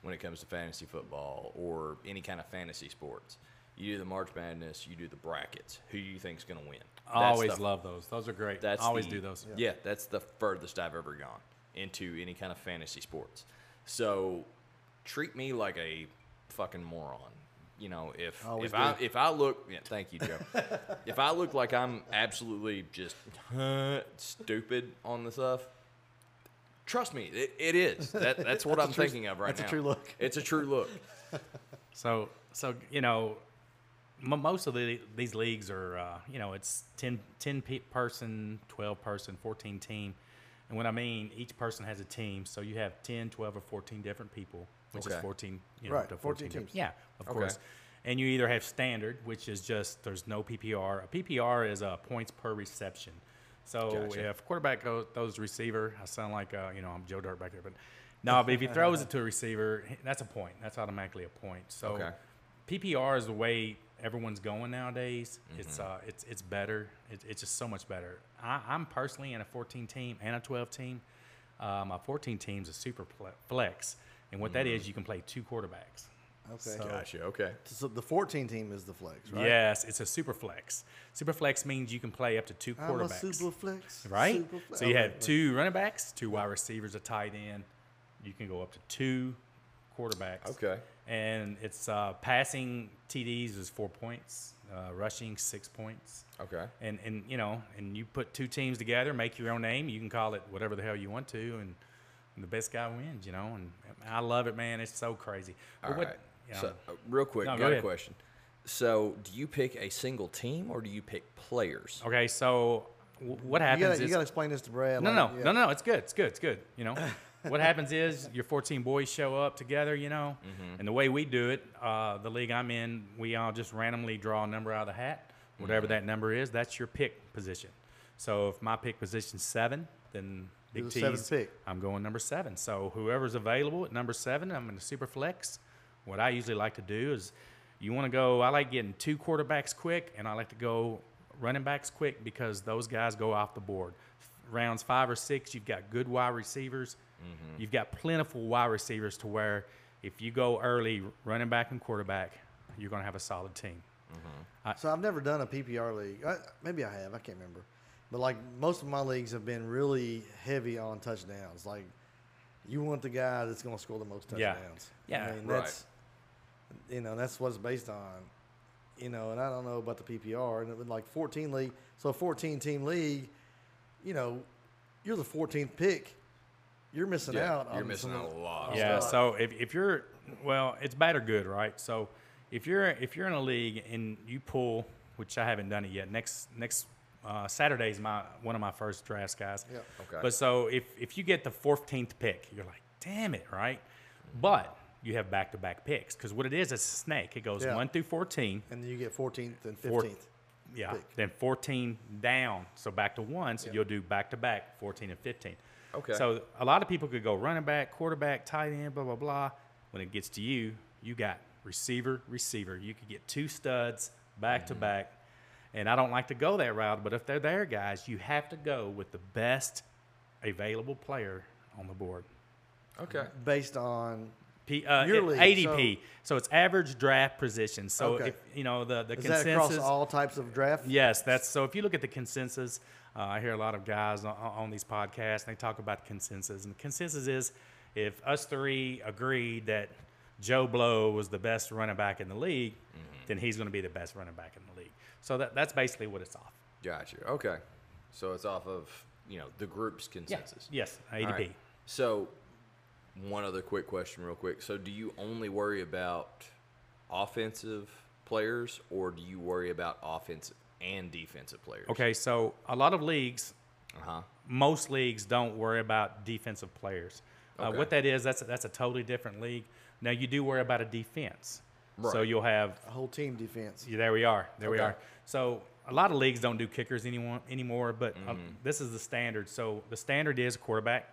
[SPEAKER 2] when it comes to fantasy football or any kind of fantasy sports. You do the March Madness, you do the brackets. Who you think's going to win?
[SPEAKER 4] I
[SPEAKER 2] That's
[SPEAKER 4] always
[SPEAKER 2] the
[SPEAKER 4] love those. Those are great.
[SPEAKER 2] That's
[SPEAKER 4] I always
[SPEAKER 2] the-
[SPEAKER 4] do those.
[SPEAKER 2] Yeah. that's the furthest I've ever gone into any kind of fantasy sports. So treat me like a fucking moron. You know, if
[SPEAKER 1] I always
[SPEAKER 2] if I
[SPEAKER 1] do.
[SPEAKER 2] if I look, yeah, thank
[SPEAKER 1] (laughs)
[SPEAKER 2] you, Joe. if I look like I'm absolutely just stupid on the stuff, trust me, it, it is. That that's what I'm
[SPEAKER 1] true-
[SPEAKER 2] thinking of right
[SPEAKER 1] that's a
[SPEAKER 2] now.
[SPEAKER 1] true look.
[SPEAKER 2] It's a true look.
[SPEAKER 4] So so you know, m- most of the, these leagues are uh, you know it's 10, 10 pe- person, twelve person, fourteen team, and what I mean each person has a team. So you have 10, 12, or fourteen different people, which
[SPEAKER 2] Okay.
[SPEAKER 4] is fourteen. You know,
[SPEAKER 1] Right,
[SPEAKER 4] to
[SPEAKER 1] 14
[SPEAKER 4] 14, different-
[SPEAKER 1] teams.
[SPEAKER 4] Yeah, of course. And you either have standard, which is just there's no PPR. A PPR is uh, points per reception. So
[SPEAKER 2] Gotcha.
[SPEAKER 4] if quarterback goes, throws receiver, I sound like uh, you know I'm Joe Dirt back there, but no. But if he throws it to a receiver, that's a point. That's automatically a point. So
[SPEAKER 2] Okay.
[SPEAKER 4] PPR is the way everyone's going nowadays. It's
[SPEAKER 2] Mm-hmm.
[SPEAKER 4] uh, it's it's better. It, it's just so much better. I, I'm personally in a 14 team and a 12 team. Uh, my 14 team's a super ple- flex, and what that is, you can play two quarterbacks.
[SPEAKER 1] okay.
[SPEAKER 4] So-
[SPEAKER 2] Mm-hmm. Gotcha. Okay.
[SPEAKER 1] So the 14 team is the flex, right?
[SPEAKER 4] Yes, it's a super flex. Super flex means you can play up to two
[SPEAKER 1] I'm a
[SPEAKER 4] quarterbacks.
[SPEAKER 1] super flex.
[SPEAKER 4] right?
[SPEAKER 1] super flex.
[SPEAKER 4] So you
[SPEAKER 1] Okay,
[SPEAKER 4] have
[SPEAKER 1] okay.
[SPEAKER 4] two running backs, two wide receivers, a tight end. You can go up to two quarterbacks.
[SPEAKER 2] Okay.
[SPEAKER 4] And it's uh, passing TDs is four points, uh, rushing six points.
[SPEAKER 2] Okay.
[SPEAKER 4] And and you know, and you put two teams together, make your own name. You can call it whatever the hell you want to, and, the best guy wins. You know, and I love it, man. It's so crazy. But
[SPEAKER 2] All right.
[SPEAKER 4] what- yeah.
[SPEAKER 2] So, uh, real quick,
[SPEAKER 4] No, go
[SPEAKER 2] got a
[SPEAKER 4] ahead.
[SPEAKER 2] question. So, do you pick a single team or do you pick players?
[SPEAKER 4] okay, so w- what
[SPEAKER 1] You
[SPEAKER 4] happens
[SPEAKER 1] gotta, you
[SPEAKER 4] is
[SPEAKER 1] gotta explain this to Brad.
[SPEAKER 4] No,
[SPEAKER 1] like,
[SPEAKER 4] no,
[SPEAKER 1] yeah.
[SPEAKER 4] no, no. It's good. It's good. It's good.
[SPEAKER 1] (laughs)
[SPEAKER 4] You know, what happens is your 14 boys show up together. You know,
[SPEAKER 1] Mm-hmm.
[SPEAKER 4] and the way we do it, uh, the league I'm in, we all just randomly draw a number out of the hat.
[SPEAKER 1] Mm-hmm.
[SPEAKER 4] Whatever that number is, that's your pick position. So if my pick position's seven, then
[SPEAKER 1] You're
[SPEAKER 4] Big
[SPEAKER 1] the seventh
[SPEAKER 4] T's,
[SPEAKER 1] pick.
[SPEAKER 4] I'm going number seven. So whoever's available at number seven, I'm in the super flex. What I usually like to do is You want to go? I like getting two quarterbacks quick, and I like to go running backs quick because those guys go off the board. Rounds five or six, you've got good wide receivers. You've got plentiful wide receivers to where if you go early, running back and quarterback, you're going to have a solid team.
[SPEAKER 1] So I've never done a PPR league. Uh, maybe I have. I can't remember. But like most of my leagues have been really heavy on touchdowns. Like you want the guy that's going to score the most
[SPEAKER 4] Yeah.
[SPEAKER 1] touchdowns.
[SPEAKER 4] Yeah,
[SPEAKER 1] I mean,
[SPEAKER 2] right.
[SPEAKER 1] that's you know that's what it's based on. You know, and I don't know about the PPR and it was like 14 league. So a 14 team league, you know, you're the 14th pick. You're missing
[SPEAKER 2] Yeah,
[SPEAKER 1] out.
[SPEAKER 2] you're
[SPEAKER 1] on
[SPEAKER 2] missing
[SPEAKER 1] some
[SPEAKER 2] out
[SPEAKER 1] of-
[SPEAKER 2] a lot.
[SPEAKER 1] on
[SPEAKER 4] Yeah.
[SPEAKER 1] stuff.
[SPEAKER 4] So if, if you're well, it's bad or good, right? So if you're if you're in a league and you pull, which I haven't done it yet. Next next uh, Saturday is my one of my first drafts, guys.
[SPEAKER 1] Yeah.
[SPEAKER 2] Okay.
[SPEAKER 4] But so if if you get the 14th pick, you're like, damn it, right? But you have back to back picks because what it is, it's a snake. It goes
[SPEAKER 1] Yeah.
[SPEAKER 4] one through 14.
[SPEAKER 1] and then you get 14th and 15th.
[SPEAKER 4] Four- Yeah.
[SPEAKER 1] pick.
[SPEAKER 4] Then 14 down. So back to one. So you'll do back to back 14 and 15.
[SPEAKER 2] Okay.
[SPEAKER 4] So a lot of people could go running back, quarterback, tight end, blah, blah, blah. When it gets to you, you got receiver, receiver. You could get two studs back to
[SPEAKER 1] Mm-hmm.
[SPEAKER 4] back. And I don't like to go that route, but if they're there, guys, you have to go with the best available player on the board.
[SPEAKER 2] okay.
[SPEAKER 1] Based on
[SPEAKER 4] P, uh,
[SPEAKER 1] Your
[SPEAKER 4] it-
[SPEAKER 1] league,
[SPEAKER 4] ADP. So, it's average draft position. So
[SPEAKER 1] Okay.
[SPEAKER 4] if you know the the
[SPEAKER 1] is
[SPEAKER 4] consensus
[SPEAKER 1] that across all types of draft?
[SPEAKER 4] Yes, that's so. If you look at the consensus, uh, I hear a lot of guys on, on these podcasts, and they talk about consensus. And the consensus is if us three agreed that Joe Blow was the best running back in the league,
[SPEAKER 2] Mm-hmm.
[SPEAKER 4] then he's going to be the best running back in the league. So that, that's basically what it's off.
[SPEAKER 2] Gotcha. Okay. So it's off of, you know, the group's consensus.
[SPEAKER 4] Yes, ADP.
[SPEAKER 2] All right. So, one other quick question, real quick. So, do you only worry about offensive players, or do you worry about offensive and defensive players?
[SPEAKER 4] Okay, so a lot of leagues
[SPEAKER 2] Uh huh.
[SPEAKER 4] most leagues don't worry about defensive players. Uh,
[SPEAKER 2] Okay.
[SPEAKER 4] what that is, that's a, that's a totally different league. Now you do worry about a defense, so
[SPEAKER 2] Right.
[SPEAKER 4] you'll have
[SPEAKER 1] A whole team defense.
[SPEAKER 4] yeah, there we are, there we
[SPEAKER 2] Okay.
[SPEAKER 4] are. So a lot of leagues don't do kickers anymore, anymore but uh, this is the standard. So the standard is quarterback,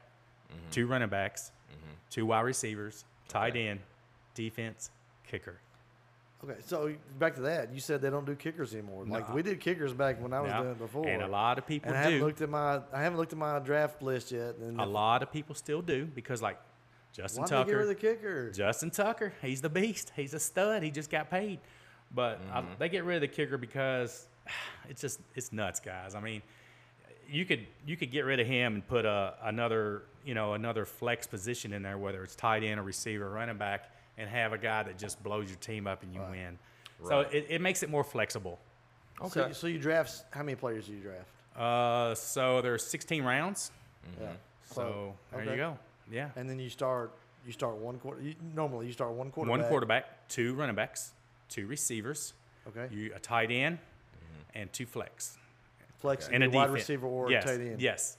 [SPEAKER 4] two running backs, two wide receivers, tight end, defense, kicker.
[SPEAKER 1] Okay, so back to that. You said they don't do kickers anymore. Like
[SPEAKER 4] Nuh-uh.
[SPEAKER 1] we did kickers back when I was
[SPEAKER 4] Now-
[SPEAKER 1] doing it before.
[SPEAKER 4] and a lot of people
[SPEAKER 1] And I
[SPEAKER 4] do.
[SPEAKER 1] haven't looked at my I haven't looked at my draft list yet. And
[SPEAKER 4] a lot of people still do because like Justin
[SPEAKER 1] Why did they
[SPEAKER 4] Tucker.
[SPEAKER 1] get rid of the kicker?
[SPEAKER 4] Justin Tucker, he's the beast. He's a stud. He just got paid. But
[SPEAKER 1] Mm-hmm.
[SPEAKER 4] I, they get rid of the kicker because (sighs) it's just it's nuts, guys. I mean, you could you could get rid of him and put a another you know another flex position in there, whether it's tight end or receiver, running back, and have a guy that just blows your team up and you win. So
[SPEAKER 2] Right.
[SPEAKER 4] it, it makes it more flexible.
[SPEAKER 1] So- So,
[SPEAKER 2] Okay.
[SPEAKER 1] you draft how many players do you draft?
[SPEAKER 4] Uh, so there's 16 rounds.
[SPEAKER 1] Yeah.
[SPEAKER 4] Mm-hmm. So there
[SPEAKER 1] okay.
[SPEAKER 4] you go. Yeah,
[SPEAKER 1] And then you start you start one quarter. You, normally you start one quarterback.
[SPEAKER 4] one quarterback, two running backs, two receivers.
[SPEAKER 1] Okay.
[SPEAKER 4] You a tight end and two flex
[SPEAKER 1] Flex
[SPEAKER 4] and
[SPEAKER 1] either
[SPEAKER 4] a
[SPEAKER 1] Mm-hmm. wide
[SPEAKER 4] defense.
[SPEAKER 1] receiver or
[SPEAKER 4] yes,
[SPEAKER 1] tight end.
[SPEAKER 4] Yes,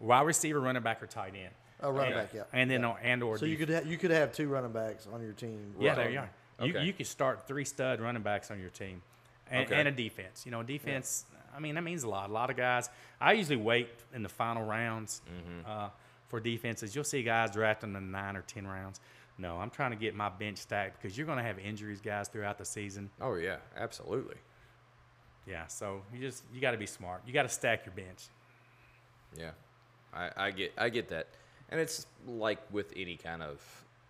[SPEAKER 4] wide receiver, running back, or tight end.
[SPEAKER 1] Oh, running
[SPEAKER 4] And-
[SPEAKER 1] back. Yeah.
[SPEAKER 4] And then or and or
[SPEAKER 1] so you
[SPEAKER 4] def-
[SPEAKER 1] could ha- you could have two running backs on your team.
[SPEAKER 4] yeah there you
[SPEAKER 1] Right.
[SPEAKER 4] are. You,
[SPEAKER 2] Okay.
[SPEAKER 4] you could start three stud running backs on your team, and,
[SPEAKER 2] Okay.
[SPEAKER 4] and a defense. You know, defense. I mean, that means a lot. A lot of guys. I usually wait in the final rounds
[SPEAKER 1] Mm-hmm.
[SPEAKER 4] uh, for defenses. You'll see guys drafting in nine or ten rounds. No, I'm trying to get my bench stacked because you're going to have injuries, guys, throughout the season.
[SPEAKER 2] Oh yeah, absolutely.
[SPEAKER 4] Yeah, so you just you got to be smart. You got to stack your bench.
[SPEAKER 2] Yeah, I, I get I get that, and it's like with any kind of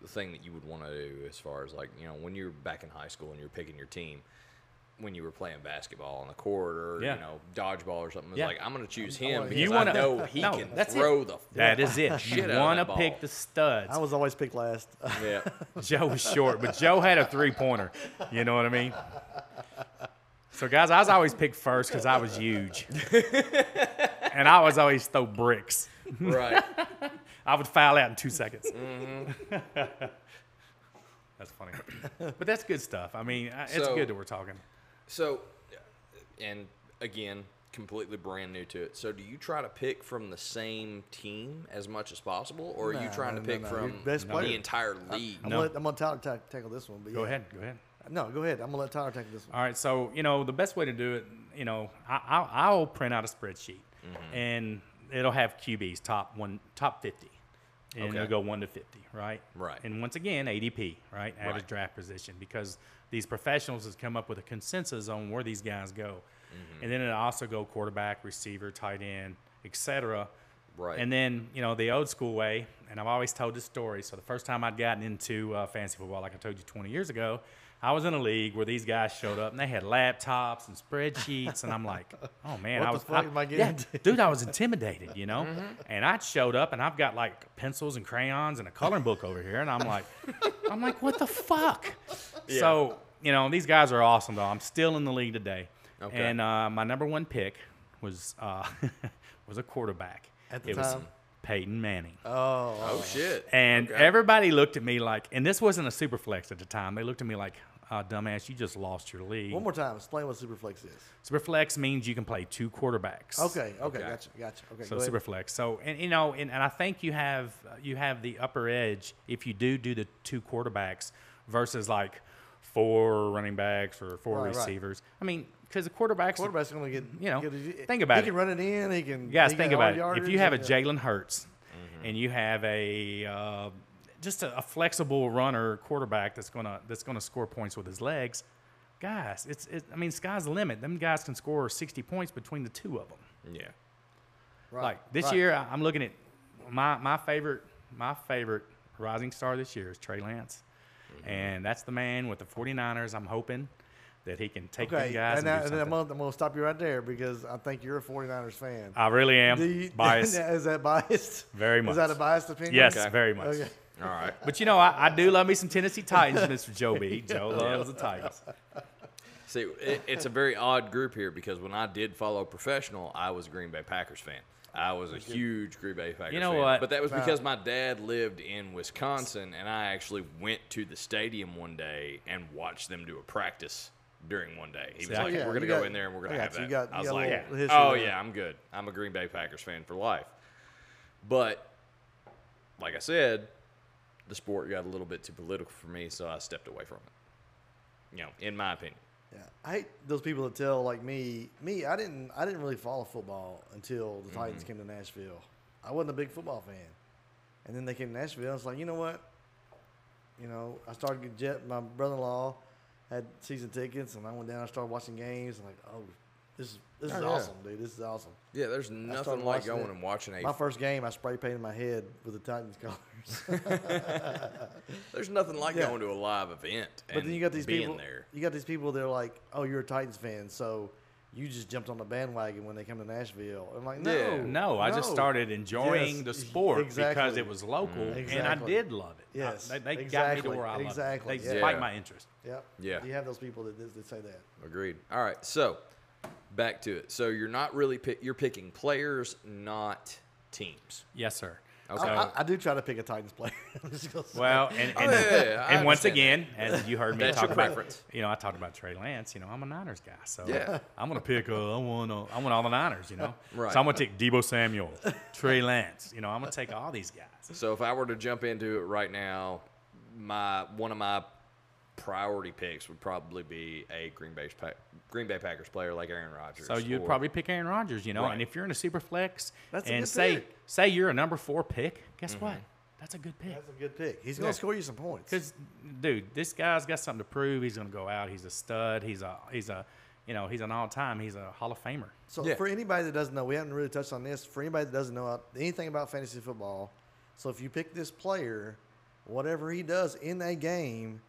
[SPEAKER 2] thing that you would want to do as far as like you know when you're back in high school and you're picking your team. When you were playing basketball on the court or
[SPEAKER 4] Yeah.
[SPEAKER 2] you know dodgeball or something, it's
[SPEAKER 4] Yeah.
[SPEAKER 2] like I'm going to choose him
[SPEAKER 1] You
[SPEAKER 2] because you
[SPEAKER 4] wanna-
[SPEAKER 2] I
[SPEAKER 4] (laughs)
[SPEAKER 2] know he
[SPEAKER 4] No,
[SPEAKER 2] can
[SPEAKER 4] that's it.
[SPEAKER 2] throw the
[SPEAKER 4] That is it.
[SPEAKER 2] (laughs)
[SPEAKER 4] You
[SPEAKER 2] Shit out of
[SPEAKER 4] want to
[SPEAKER 2] that ball.
[SPEAKER 4] pick the studs.
[SPEAKER 1] I was always picked last. (laughs)
[SPEAKER 4] (laughs)
[SPEAKER 2] Yeah.
[SPEAKER 4] Joe was short, but Joe had a three pointer. You know what I mean? So, guys, I was always picked first because I
[SPEAKER 2] (laughs)
[SPEAKER 4] was huge. and I was always throw bricks.
[SPEAKER 2] Right.
[SPEAKER 4] I would foul out in two seconds.
[SPEAKER 2] Mm-hmm.
[SPEAKER 4] that's funny. But that's good stuff. I mean, I- it's
[SPEAKER 2] So-
[SPEAKER 4] good that we're talking.
[SPEAKER 2] So, and again, completely brand new to it. So, do you try to pick from the same team as much as possible, or are you
[SPEAKER 1] No,
[SPEAKER 2] trying to
[SPEAKER 1] no,
[SPEAKER 2] pick
[SPEAKER 1] no.
[SPEAKER 2] from
[SPEAKER 1] Your best player.
[SPEAKER 2] the entire league?
[SPEAKER 1] I'm
[SPEAKER 4] No.
[SPEAKER 1] gonna, let- I'm gonna Tyler ta- tackle this one. But
[SPEAKER 4] Go
[SPEAKER 1] yeah.
[SPEAKER 4] ahead. Go ahead.
[SPEAKER 1] No, go ahead. I'm gonna let Tyler tackle this one.
[SPEAKER 4] All right, so you know the best way to do it, you know, I, I'll,
[SPEAKER 2] Mm-hmm.
[SPEAKER 4] I'll print out a spreadsheet, and it'll have QBs top one, top fifty, and
[SPEAKER 2] Okay.
[SPEAKER 4] we go one to fifty, right?
[SPEAKER 2] Right.
[SPEAKER 4] And once again, ADP, right? Average
[SPEAKER 2] Right.
[SPEAKER 4] draft position, because these professionals has come up with a consensus on where these guys go,
[SPEAKER 2] Mm-hmm.
[SPEAKER 4] and then it also go quarterback, receiver, tight end, etc.
[SPEAKER 2] Right.
[SPEAKER 4] And then you know the old school way, and I've always told this story. So the first time I'd gotten into uh, fantasy football, like I told you twenty years ago. I was in a league where these guys showed up and they had laptops and spreadsheets, and I'm
[SPEAKER 1] (laughs)
[SPEAKER 4] like, "Oh man,
[SPEAKER 1] What
[SPEAKER 4] I
[SPEAKER 1] the
[SPEAKER 4] was
[SPEAKER 1] fuck am I getting
[SPEAKER 4] yeah,
[SPEAKER 1] into? Mm-hmm.
[SPEAKER 4] dude, I was intimidated, you know? And I showed up and I've got like pencils and crayons and a coloring book over here. And I'm like, I'm like, what the fuck? So, you know, these guys are awesome though. I'm still in the league today.
[SPEAKER 2] Okay.
[SPEAKER 4] And uh, my number one pick was uh, (laughs) was a quarterback.
[SPEAKER 1] At the
[SPEAKER 4] it was
[SPEAKER 1] time?
[SPEAKER 4] Peyton Manning.
[SPEAKER 1] Oh,
[SPEAKER 2] oh shit.
[SPEAKER 4] And
[SPEAKER 2] Okay.
[SPEAKER 4] everybody looked at me like, and this wasn't a super flex at the time. They looked at me like, uh, dumbass, you just lost your league.
[SPEAKER 1] one more time. Explain what Superflex is.
[SPEAKER 4] Superflex means you can play two quarterbacks.
[SPEAKER 1] Okay, okay, gotcha, gotcha. Okay,
[SPEAKER 4] So
[SPEAKER 1] go ahead.
[SPEAKER 4] super flex. So and you know, and, and I think you have you have the upper edge if you do do the two quarterbacks versus like four running backs or four
[SPEAKER 1] Right, right.
[SPEAKER 4] receivers. I mean, because the quarterbacks,
[SPEAKER 1] quarterback's going to get
[SPEAKER 4] you know,
[SPEAKER 1] get a-
[SPEAKER 4] think about
[SPEAKER 1] he
[SPEAKER 4] it.
[SPEAKER 1] can run it in. He can.
[SPEAKER 4] you guys
[SPEAKER 1] he
[SPEAKER 4] think
[SPEAKER 1] can
[SPEAKER 4] about
[SPEAKER 1] hard
[SPEAKER 4] it.
[SPEAKER 1] yardage,
[SPEAKER 4] If you have a
[SPEAKER 1] yeah.
[SPEAKER 4] Jalen Hurts and you have a uh, just a, a flexible runner quarterback that's gonna that's gonna score points with his legs, guys, it's it, I mean, sky's the limit. Them guys can score sixty points between the two of them.
[SPEAKER 2] Yeah.
[SPEAKER 1] Right,
[SPEAKER 4] Like this
[SPEAKER 1] right.
[SPEAKER 4] year, I- I'm looking at my my favorite my favorite rising star this year is Trey Lance, and that's the man with the 49ers. I'm hoping that he can take them
[SPEAKER 1] Okay,
[SPEAKER 4] guys.
[SPEAKER 1] and, I,
[SPEAKER 4] And do
[SPEAKER 1] and I'm
[SPEAKER 4] something.
[SPEAKER 1] going to stop you right there because I think you're a 49ers fan.
[SPEAKER 4] I really am
[SPEAKER 1] Do you- (laughs)
[SPEAKER 4] biased.
[SPEAKER 1] is that biased?
[SPEAKER 4] Very
[SPEAKER 1] Is
[SPEAKER 4] much.
[SPEAKER 1] that a biased opinion?
[SPEAKER 4] Yes,
[SPEAKER 2] Okay.
[SPEAKER 4] very much.
[SPEAKER 1] Okay.
[SPEAKER 2] All right.
[SPEAKER 4] But you know, I, I do love me some Tennessee Titans, Mr. Joe B. Joe loves the Titans.
[SPEAKER 2] See, it, it's a very odd group here because when I did follow professional, I was a Green Bay Packers fan. I was a huge Green Bay Packers
[SPEAKER 4] know
[SPEAKER 2] fan.
[SPEAKER 4] what?
[SPEAKER 2] But that was because my dad lived in Wisconsin and I actually went to the stadium one day and watched them do a practice during one day. He was
[SPEAKER 4] I
[SPEAKER 2] like,
[SPEAKER 1] got-
[SPEAKER 2] we're going to
[SPEAKER 1] you
[SPEAKER 2] go
[SPEAKER 1] got-
[SPEAKER 2] in there and we're
[SPEAKER 1] I
[SPEAKER 2] going to
[SPEAKER 1] got
[SPEAKER 2] have
[SPEAKER 1] you.
[SPEAKER 2] that.
[SPEAKER 1] You got-
[SPEAKER 2] I
[SPEAKER 1] you
[SPEAKER 2] was
[SPEAKER 1] got a
[SPEAKER 2] like,
[SPEAKER 1] little history
[SPEAKER 2] oh,
[SPEAKER 1] there.
[SPEAKER 2] yeah, I'm good. I'm a Green Bay Packers fan for life. But like I said, the sport got a little bit too political for me, so I stepped away from it. You know, in my opinion.
[SPEAKER 1] Yeah, I hate those people that tell like me. Me, I didn't. I didn't really follow football until the Titans came to Nashville. I wasn't a big football fan, and then they came to Nashville. and It's like you know what? You know, I started getting jet. My brother-in-law had season tickets, and I went down. I started watching games, and like, oh, this is this is
[SPEAKER 2] yeah.
[SPEAKER 1] awesome, dude. This is awesome.
[SPEAKER 2] Yeah, there's
[SPEAKER 1] started
[SPEAKER 2] nothing like
[SPEAKER 1] watching
[SPEAKER 2] going
[SPEAKER 1] it.
[SPEAKER 2] and watching a.
[SPEAKER 1] My first game, I spray painted my head with the Titans (laughs) colors.
[SPEAKER 2] there's nothing like
[SPEAKER 1] Yeah.
[SPEAKER 2] going to a live event.
[SPEAKER 1] but then you got these
[SPEAKER 2] being
[SPEAKER 1] people.
[SPEAKER 2] there.
[SPEAKER 1] You got these people. They're like, "Oh, you're a Titans fan, so you just jumped on the bandwagon when they come to Nashville." I'm like, "No,
[SPEAKER 2] Yeah.
[SPEAKER 4] No, I just
[SPEAKER 1] no."
[SPEAKER 4] started enjoying
[SPEAKER 1] Yes,
[SPEAKER 4] the
[SPEAKER 1] ex-
[SPEAKER 4] sport because
[SPEAKER 1] exactly.
[SPEAKER 4] it was local, and I
[SPEAKER 1] Exactly.
[SPEAKER 4] did love it. I-
[SPEAKER 1] Yes,
[SPEAKER 4] they they got me to
[SPEAKER 1] exactly,
[SPEAKER 4] where I loved
[SPEAKER 1] exactly,
[SPEAKER 4] it. They
[SPEAKER 1] yeah.
[SPEAKER 4] spiked
[SPEAKER 2] Yeah.
[SPEAKER 4] my interest.
[SPEAKER 1] Yep.
[SPEAKER 2] Yeah.
[SPEAKER 1] You have those people that, that, that say that.
[SPEAKER 2] Agreed. All right, so back to it. So you're not really pick, you're picking players, not teams.
[SPEAKER 4] Yes, sir.
[SPEAKER 2] Okay. Oh,
[SPEAKER 1] I,
[SPEAKER 4] So-
[SPEAKER 1] I, I do try to pick a Titans player. (laughs) I'm just gonna say.
[SPEAKER 4] Well, and, and,
[SPEAKER 2] yeah, yeah, I
[SPEAKER 4] and once
[SPEAKER 2] understand
[SPEAKER 4] again, as you heard me
[SPEAKER 2] That's
[SPEAKER 4] talk
[SPEAKER 2] your
[SPEAKER 4] about,
[SPEAKER 2] preference.
[SPEAKER 4] you know, I talked about Trey Lance. You know, I'm a Niners guy, so
[SPEAKER 2] Yeah.
[SPEAKER 4] I'm gonna pick. Uh, I want. Uh, I want all the Niners. You know,
[SPEAKER 2] Right.
[SPEAKER 4] so I'm gonna take Debo Samuel, Trey Lance. You know, I'm gonna take all these guys.
[SPEAKER 2] So if I were to jump into it right now, my one of my priority picks would probably be a Green Bay pa- Green Bay Packers player like Aaron Rodgers.
[SPEAKER 4] So you'd
[SPEAKER 2] or-
[SPEAKER 4] probably pick Aaron Rodgers. You know,
[SPEAKER 2] Right.
[SPEAKER 4] and if you're in a super flex
[SPEAKER 1] That's a
[SPEAKER 4] and
[SPEAKER 1] good
[SPEAKER 4] say
[SPEAKER 1] pick. Mm-hmm.
[SPEAKER 4] say you're a number four pick, guess what? That's a good pick.
[SPEAKER 1] that's a good pick. He's gonna score you some points.
[SPEAKER 4] Because, dude, this guy's got something to prove. He's gonna go out. He's a stud. He's a he's a you know he's an all time. He's a Hall of Famer.
[SPEAKER 1] So
[SPEAKER 2] Yeah.
[SPEAKER 1] for anybody that doesn't know, we haven't really touched on this. For anybody that doesn't know out- anything about fantasy football, so if you pick this player, whatever he does in a game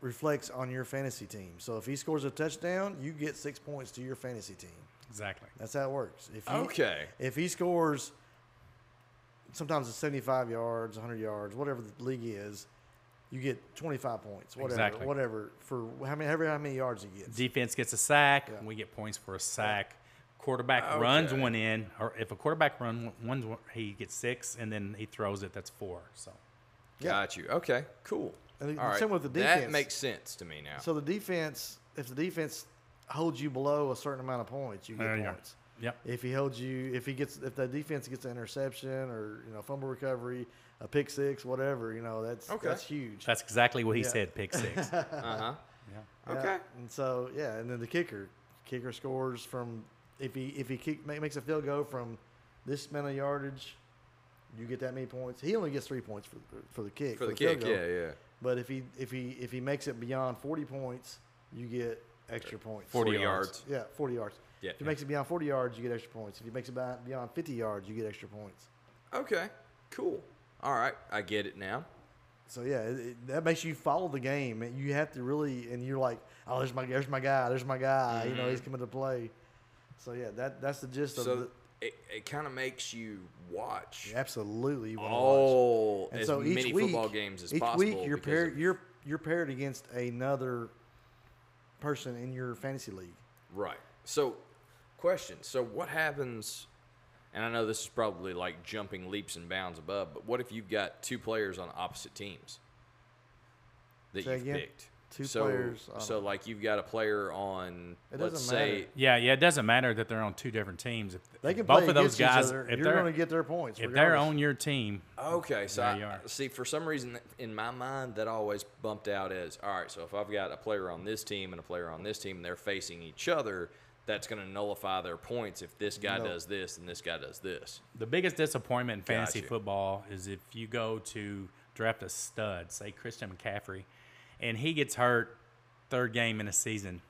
[SPEAKER 1] reflects on your fantasy team. So if he scores a touchdown, you get six points to your fantasy team.
[SPEAKER 4] Exactly.
[SPEAKER 1] That's how it works. If he,
[SPEAKER 2] Okay.
[SPEAKER 1] If he scores, sometimes it's seventy-five yards, hundred yards, whatever the league is, you get twenty-five points. Whatever,
[SPEAKER 4] Exactly.
[SPEAKER 1] whatever for how many, however how many yards he gets.
[SPEAKER 4] defense gets a sack, we get points for a sack. Quarterback runs one in, or if a quarterback run one, one- he gets six, and then he throws it. That's four. So
[SPEAKER 1] Yeah.
[SPEAKER 2] Got you. Okay. Cool.
[SPEAKER 1] And the-
[SPEAKER 2] All right.
[SPEAKER 1] same with the
[SPEAKER 2] That
[SPEAKER 1] defense.
[SPEAKER 2] makes sense to me now.
[SPEAKER 1] So the defense, if the defense holds you below a certain amount of points, you get
[SPEAKER 4] There you go.
[SPEAKER 1] points.
[SPEAKER 4] yep,
[SPEAKER 1] If he holds you, if he gets, if the defense gets an interception or you know fumble recovery, a pick six, whatever, you know that's
[SPEAKER 2] Okay.
[SPEAKER 1] that's huge.
[SPEAKER 4] that's exactly what he
[SPEAKER 1] Yeah.
[SPEAKER 4] said. Pick six.
[SPEAKER 2] uh-huh.
[SPEAKER 1] Yeah,
[SPEAKER 2] Okay.
[SPEAKER 1] And so yeah, and then the kicker, kicker scores from if he if he kick, ma- makes a field goal from this amount of yardage, you get that many points. He only gets three points for for the kick
[SPEAKER 2] for the
[SPEAKER 1] field
[SPEAKER 2] kick.
[SPEAKER 1] goal.
[SPEAKER 2] Yeah, yeah.
[SPEAKER 1] But if he if he if he makes it beyond forty points, you get extra points.
[SPEAKER 2] 40,
[SPEAKER 4] yards.
[SPEAKER 2] yards.
[SPEAKER 1] Yeah, forty yards.
[SPEAKER 2] Yeah.
[SPEAKER 1] If he makes it beyond forty yards, you get extra points. If he makes it by- beyond fifty yards, you get extra points.
[SPEAKER 2] Okay, cool. All right, I get it now.
[SPEAKER 1] So yeah, it, it- that makes you follow the game. and You have to really, and you're like, oh, there's my there's my guy, there's my guy. You know, he's coming to play. So yeah, that that's the gist of
[SPEAKER 2] Mm-hmm. So
[SPEAKER 1] it.
[SPEAKER 2] it, it kind of makes you watch
[SPEAKER 1] Absolutely, you wanna watch.
[SPEAKER 2] all
[SPEAKER 1] And
[SPEAKER 2] as
[SPEAKER 1] so each
[SPEAKER 2] many
[SPEAKER 1] week,
[SPEAKER 2] football games as
[SPEAKER 1] each
[SPEAKER 2] possible.
[SPEAKER 1] week you're
[SPEAKER 2] because
[SPEAKER 1] paired
[SPEAKER 2] of-
[SPEAKER 1] you're you're paired against another person in your fantasy league.
[SPEAKER 2] Right. So, question. So, what happens? And I know this is probably like jumping leaps and bounds above, but what if you've got two players on opposite teams that
[SPEAKER 1] Say
[SPEAKER 2] you've
[SPEAKER 1] again?
[SPEAKER 2] picked?
[SPEAKER 1] Two
[SPEAKER 2] so,
[SPEAKER 1] players on-
[SPEAKER 2] So, like, you've got a player on,
[SPEAKER 1] It
[SPEAKER 2] let's
[SPEAKER 1] doesn't matter.
[SPEAKER 2] say,
[SPEAKER 4] Yeah, yeah. It doesn't matter that they're on two different teams. If
[SPEAKER 1] They can
[SPEAKER 4] both
[SPEAKER 1] play
[SPEAKER 4] of those
[SPEAKER 1] against each
[SPEAKER 4] guys,
[SPEAKER 1] other,
[SPEAKER 4] if
[SPEAKER 1] you're
[SPEAKER 4] they're
[SPEAKER 1] going to get their points.
[SPEAKER 4] if they're
[SPEAKER 1] regardless.
[SPEAKER 4] on your team,
[SPEAKER 2] okay, so
[SPEAKER 4] Yeah,
[SPEAKER 2] I,
[SPEAKER 4] you are.
[SPEAKER 2] see, for some reason that- in my mind, that always bumped out as all right, so if I've got a player on this team and a player on this team and they're facing each other, that's going to nullify their points if this guy
[SPEAKER 1] No.
[SPEAKER 2] does this and this guy does this.
[SPEAKER 4] the biggest disappointment in fantasy
[SPEAKER 2] Gotcha.
[SPEAKER 4] football is if you go to draft a stud, say Christian McCaffrey, and he gets hurt third game in a season.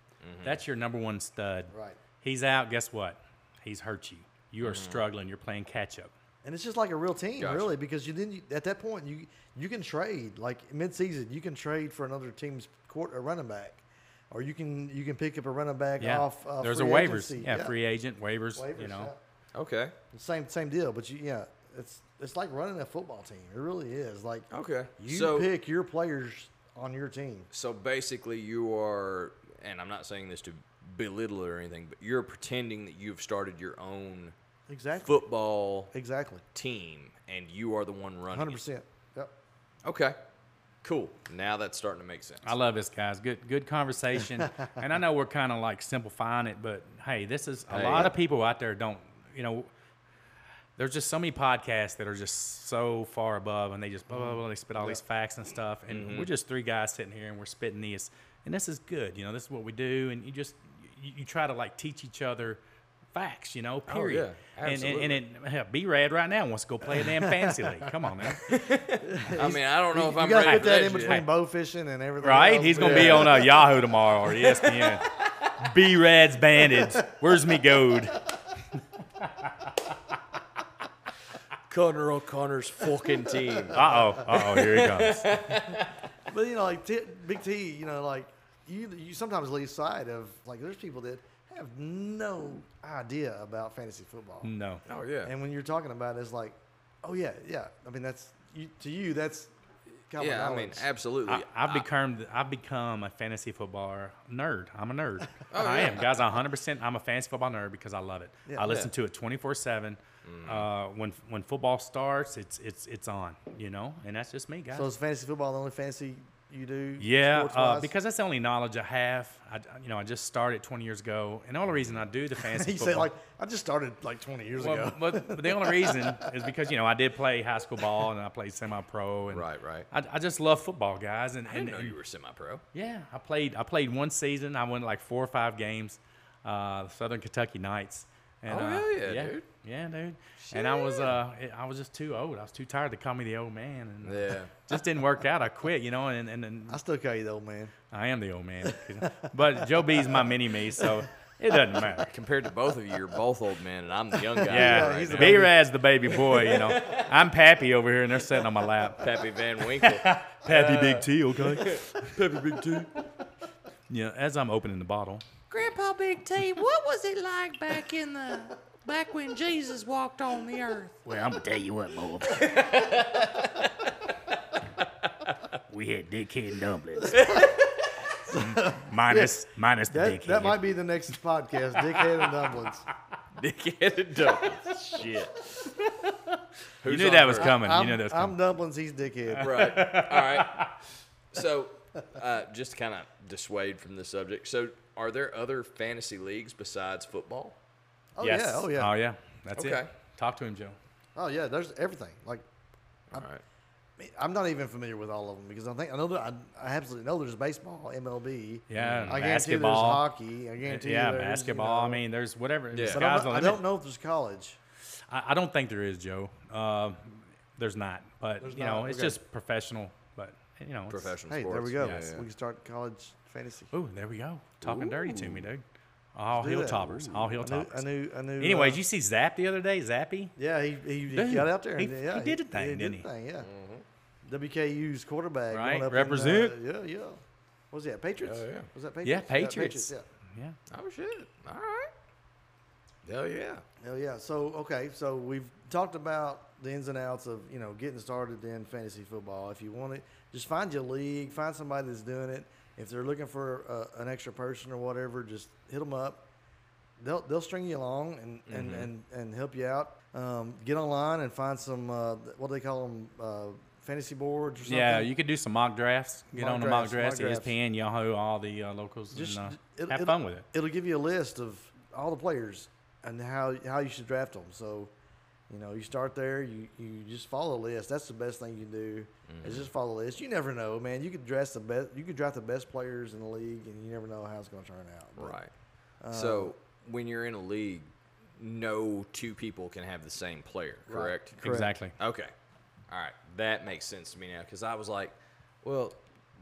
[SPEAKER 4] That's your number one stud.
[SPEAKER 1] Right.
[SPEAKER 4] He's out. Guess what? He's hurt you. You are struggling. You're playing catch up.
[SPEAKER 1] and it's just like a real team,
[SPEAKER 2] Gotcha.
[SPEAKER 1] really, because you then you, at that point you you can trade like midseason you can trade for another team's court a running back, or you can you can pick up a running back
[SPEAKER 4] Yeah.
[SPEAKER 1] off. Uh,
[SPEAKER 4] There's
[SPEAKER 1] free
[SPEAKER 4] a waivers.
[SPEAKER 1] agency.
[SPEAKER 4] Yeah, free agent waivers. you
[SPEAKER 1] Waivers,
[SPEAKER 4] know.
[SPEAKER 1] yeah.
[SPEAKER 2] Okay.
[SPEAKER 1] Same same deal, but you yeah, it's it's like running a football team. It really is. Like
[SPEAKER 2] Okay.
[SPEAKER 1] you
[SPEAKER 2] So-
[SPEAKER 1] pick your players on your team.
[SPEAKER 2] So basically, you are, and I'm not saying this to belittle it or anything, but you're pretending that you've started your own
[SPEAKER 1] Exactly.
[SPEAKER 2] football
[SPEAKER 1] Exactly.
[SPEAKER 2] team and you are the one running.
[SPEAKER 1] Hundred
[SPEAKER 2] it.
[SPEAKER 1] percent. Yep.
[SPEAKER 2] Okay. Cool. Now that's starting to make sense.
[SPEAKER 4] I love this, guys. Good, good conversation. and I know we're kind of like simplifying it, but hey, this is a
[SPEAKER 2] Hey.
[SPEAKER 4] lot of people out there don't, you know. There's just so many podcasts that are just so far above, and they just blah blah
[SPEAKER 2] Mm-hmm.
[SPEAKER 4] blah. They spit all these facts and stuff, and we're just three guys sitting here, and we're spitting these, and this is good. You know, this is what we do, and you just you, you try to like teach each other facts. You know, period.
[SPEAKER 2] Oh, yeah.
[SPEAKER 4] and, and and it hell, be rad right now wants to go play a damn fantasy league. Come on, man.
[SPEAKER 2] I mean, I don't know if
[SPEAKER 1] you
[SPEAKER 2] I'm
[SPEAKER 1] gotta
[SPEAKER 2] ready
[SPEAKER 1] put that
[SPEAKER 2] for that
[SPEAKER 1] in
[SPEAKER 2] yet.
[SPEAKER 1] between bow fishing and everything.
[SPEAKER 4] Right?
[SPEAKER 1] else.
[SPEAKER 4] He's going to be
[SPEAKER 1] Yeah.
[SPEAKER 4] on uh, Yahoo tomorrow or E (laughs) ESPN. B Rad's Bandits. Where's me goad?
[SPEAKER 6] Connor O'Connor's fucking team.
[SPEAKER 4] Uh oh. Uh oh. Here he comes. (laughs)
[SPEAKER 1] But you know, like t- Big T, you know, like you you sometimes lose sight of like there's people that have no idea about fantasy football,
[SPEAKER 4] No.
[SPEAKER 2] (laughs) Oh, yeah.
[SPEAKER 1] and when you're talking about it, it's like, oh yeah, yeah. I mean, that's you, to you that's common
[SPEAKER 2] yeah, I
[SPEAKER 1] knowledge.
[SPEAKER 2] mean, absolutely.
[SPEAKER 4] I, I've become I've become a fantasy football nerd. I'm a nerd.
[SPEAKER 1] Oh,
[SPEAKER 4] I am, guys. 100. percent I'm a fantasy football nerd because I love it. I listen to it 24 seven.
[SPEAKER 1] Mm.
[SPEAKER 4] Uh, when when football starts, it's it's it's on. You know, and that's just me, guys.
[SPEAKER 1] so is fantasy football the only fantasy you do?
[SPEAKER 4] Yeah, uh,
[SPEAKER 1] sports-wise? (laughs)
[SPEAKER 4] because that's the only knowledge I have. I, you know, I just started 20 years ago, and the only reason I
[SPEAKER 1] (laughs)
[SPEAKER 4] do the fantasy
[SPEAKER 1] you say
[SPEAKER 4] football,
[SPEAKER 1] like I just started like 20 years
[SPEAKER 4] well,
[SPEAKER 1] ago.
[SPEAKER 4] but, but the only reason is because you know I did play high school ball and I played semi-pro, and
[SPEAKER 2] right, right.
[SPEAKER 4] I, I just love football, guys. And,
[SPEAKER 2] I didn't
[SPEAKER 4] and-
[SPEAKER 2] know
[SPEAKER 4] and-
[SPEAKER 2] you were semi pro.
[SPEAKER 4] yeah, I played. I played one season. I won like four or five games. Uh, Southern Kentucky Knights. And,
[SPEAKER 2] Oh,
[SPEAKER 4] uh,
[SPEAKER 2] hell yeah,
[SPEAKER 4] yeah,
[SPEAKER 2] dude.
[SPEAKER 4] Yeah, dude. And I was uh, I was just too old. I was too tired to call me the old man, and
[SPEAKER 2] Yeah.
[SPEAKER 4] just didn't work out. I quit, you know, and and, and
[SPEAKER 1] I still call you the old man.
[SPEAKER 4] I am the old man. (laughs) but Joe B's my mini me, so it doesn't matter.
[SPEAKER 2] Compared to both of you, you're both old men, and I'm the (laughs) young guy.
[SPEAKER 4] Yeah,
[SPEAKER 2] right
[SPEAKER 1] he's
[SPEAKER 2] now.
[SPEAKER 1] the
[SPEAKER 2] (laughs)
[SPEAKER 4] B Rad's the baby boy, you know. I'm Pappy over here, and they're sitting on my lap.
[SPEAKER 2] Pappy Van (laughs) Winkle.
[SPEAKER 4] Pappy Big T, okay?
[SPEAKER 6] Peppy Big T.
[SPEAKER 4] yeah, as I'm opening the bottle.
[SPEAKER 7] Grandpa Big T, what was it like back in the back when Jesus walked on the earth?
[SPEAKER 5] Well, I'm gonna tell you what, boy. we had dickhead dumplings. minus, minus the
[SPEAKER 1] That,
[SPEAKER 5] dickhead.
[SPEAKER 1] that might be the next podcast, Dickhead and Dumplings.
[SPEAKER 2] Dickheaded dumplings. Shit.
[SPEAKER 4] You
[SPEAKER 2] Who's
[SPEAKER 4] knew
[SPEAKER 2] on
[SPEAKER 4] that was
[SPEAKER 2] first?
[SPEAKER 4] (laughs) coming.
[SPEAKER 1] I'm,
[SPEAKER 4] you knew that was
[SPEAKER 1] I'm
[SPEAKER 4] coming.
[SPEAKER 1] Dumplings, he's
[SPEAKER 4] (laughs)
[SPEAKER 1] Dickhead.
[SPEAKER 2] Right. All (laughs) right. So, uh, just to kind of dissuade from the subject, so are there other fantasy leagues besides football?
[SPEAKER 1] Oh
[SPEAKER 5] Yes.
[SPEAKER 1] yeah, oh yeah.
[SPEAKER 4] Oh, yeah. That's
[SPEAKER 2] Okay.
[SPEAKER 4] it. Talk to him, Joe.
[SPEAKER 1] Oh yeah, there's everything. Like
[SPEAKER 2] All right.
[SPEAKER 1] I'm not even familiar with all of them because I think I know that I, I absolutely know there's baseball, MLB.
[SPEAKER 4] Yeah,
[SPEAKER 1] I guarantee
[SPEAKER 4] basketball.
[SPEAKER 1] there's hockey. I guarantee
[SPEAKER 4] Yeah,
[SPEAKER 1] there's,
[SPEAKER 4] basketball.
[SPEAKER 1] You know,
[SPEAKER 4] I mean, there's whatever.
[SPEAKER 2] Yeah.
[SPEAKER 4] Yeah.
[SPEAKER 1] but I'm not- I don't know if there's college.
[SPEAKER 4] I, I don't think there is, Joe. Um, There's not, but
[SPEAKER 1] There's
[SPEAKER 4] you
[SPEAKER 1] not,
[SPEAKER 4] know, it's
[SPEAKER 1] okay.
[SPEAKER 4] just professional. But you know, it's-
[SPEAKER 2] Professional
[SPEAKER 1] Hey,
[SPEAKER 2] sports.
[SPEAKER 1] there we go.
[SPEAKER 2] Yeah,
[SPEAKER 1] We
[SPEAKER 2] yeah.
[SPEAKER 1] can start college fantasy.
[SPEAKER 4] Ooh, there we go. Talking dirty to me, dude. All
[SPEAKER 1] Let's do
[SPEAKER 4] heel
[SPEAKER 1] that.
[SPEAKER 4] toppers. All heel
[SPEAKER 1] I knew. I
[SPEAKER 4] toppers.
[SPEAKER 1] knew. I knew
[SPEAKER 4] Anyways,
[SPEAKER 1] uh,
[SPEAKER 4] you see Zap the other day? Zappy?
[SPEAKER 1] Yeah, he, he, he
[SPEAKER 4] Dude,
[SPEAKER 1] got out there.
[SPEAKER 4] he-
[SPEAKER 1] And, yeah,
[SPEAKER 4] he did a thing, didn't
[SPEAKER 1] did
[SPEAKER 4] he?
[SPEAKER 1] a thing, yeah.
[SPEAKER 2] Mm-hmm.
[SPEAKER 1] WKU's quarterback.
[SPEAKER 4] Right,
[SPEAKER 1] going up in, uh,
[SPEAKER 4] represent.
[SPEAKER 1] yeah, yeah. What was that Patriots?
[SPEAKER 2] Oh, yeah.
[SPEAKER 1] Was that Patriots?
[SPEAKER 4] Patriots.
[SPEAKER 1] Yeah.
[SPEAKER 4] Yeah.
[SPEAKER 2] Oh shit! All right. Hell yeah.
[SPEAKER 1] Hell yeah. So okay, so we've talked about the ins and outs of you know getting started in fantasy football. If you want it, just find your league, find somebody that's doing it. If they're looking for uh, an extra person or whatever, just hit them up. They'll they'll string you along and and, and, and help you out. Um, get online and find some uh, what do they call them uh, fantasy boards or something.
[SPEAKER 4] Yeah, you could do some mock drafts. Get
[SPEAKER 1] Mock
[SPEAKER 4] on the mock
[SPEAKER 1] drafts, mock
[SPEAKER 4] drafts, E
[SPEAKER 1] drafts.
[SPEAKER 4] ESPN, Yahoo, all the uh, locals, and uh,
[SPEAKER 1] it'll-
[SPEAKER 4] have
[SPEAKER 1] it'll-
[SPEAKER 4] fun with it.
[SPEAKER 1] It'll give you a list of all the players and how how you should draft them. So, you know, you start there. You you just follow the list. That's the best thing you can do.
[SPEAKER 4] Mm-hmm.
[SPEAKER 1] Is just follow the list. You never know, man. You could draft the best. You could draft the best players in the league, and you never know how it's going to turn out. But
[SPEAKER 2] Right.
[SPEAKER 1] Um,
[SPEAKER 2] so when you're in a league, no two people can have the same player, correct?
[SPEAKER 1] Correct.
[SPEAKER 4] Exactly.
[SPEAKER 2] Okay. All right. That makes sense to me now because I was like, well,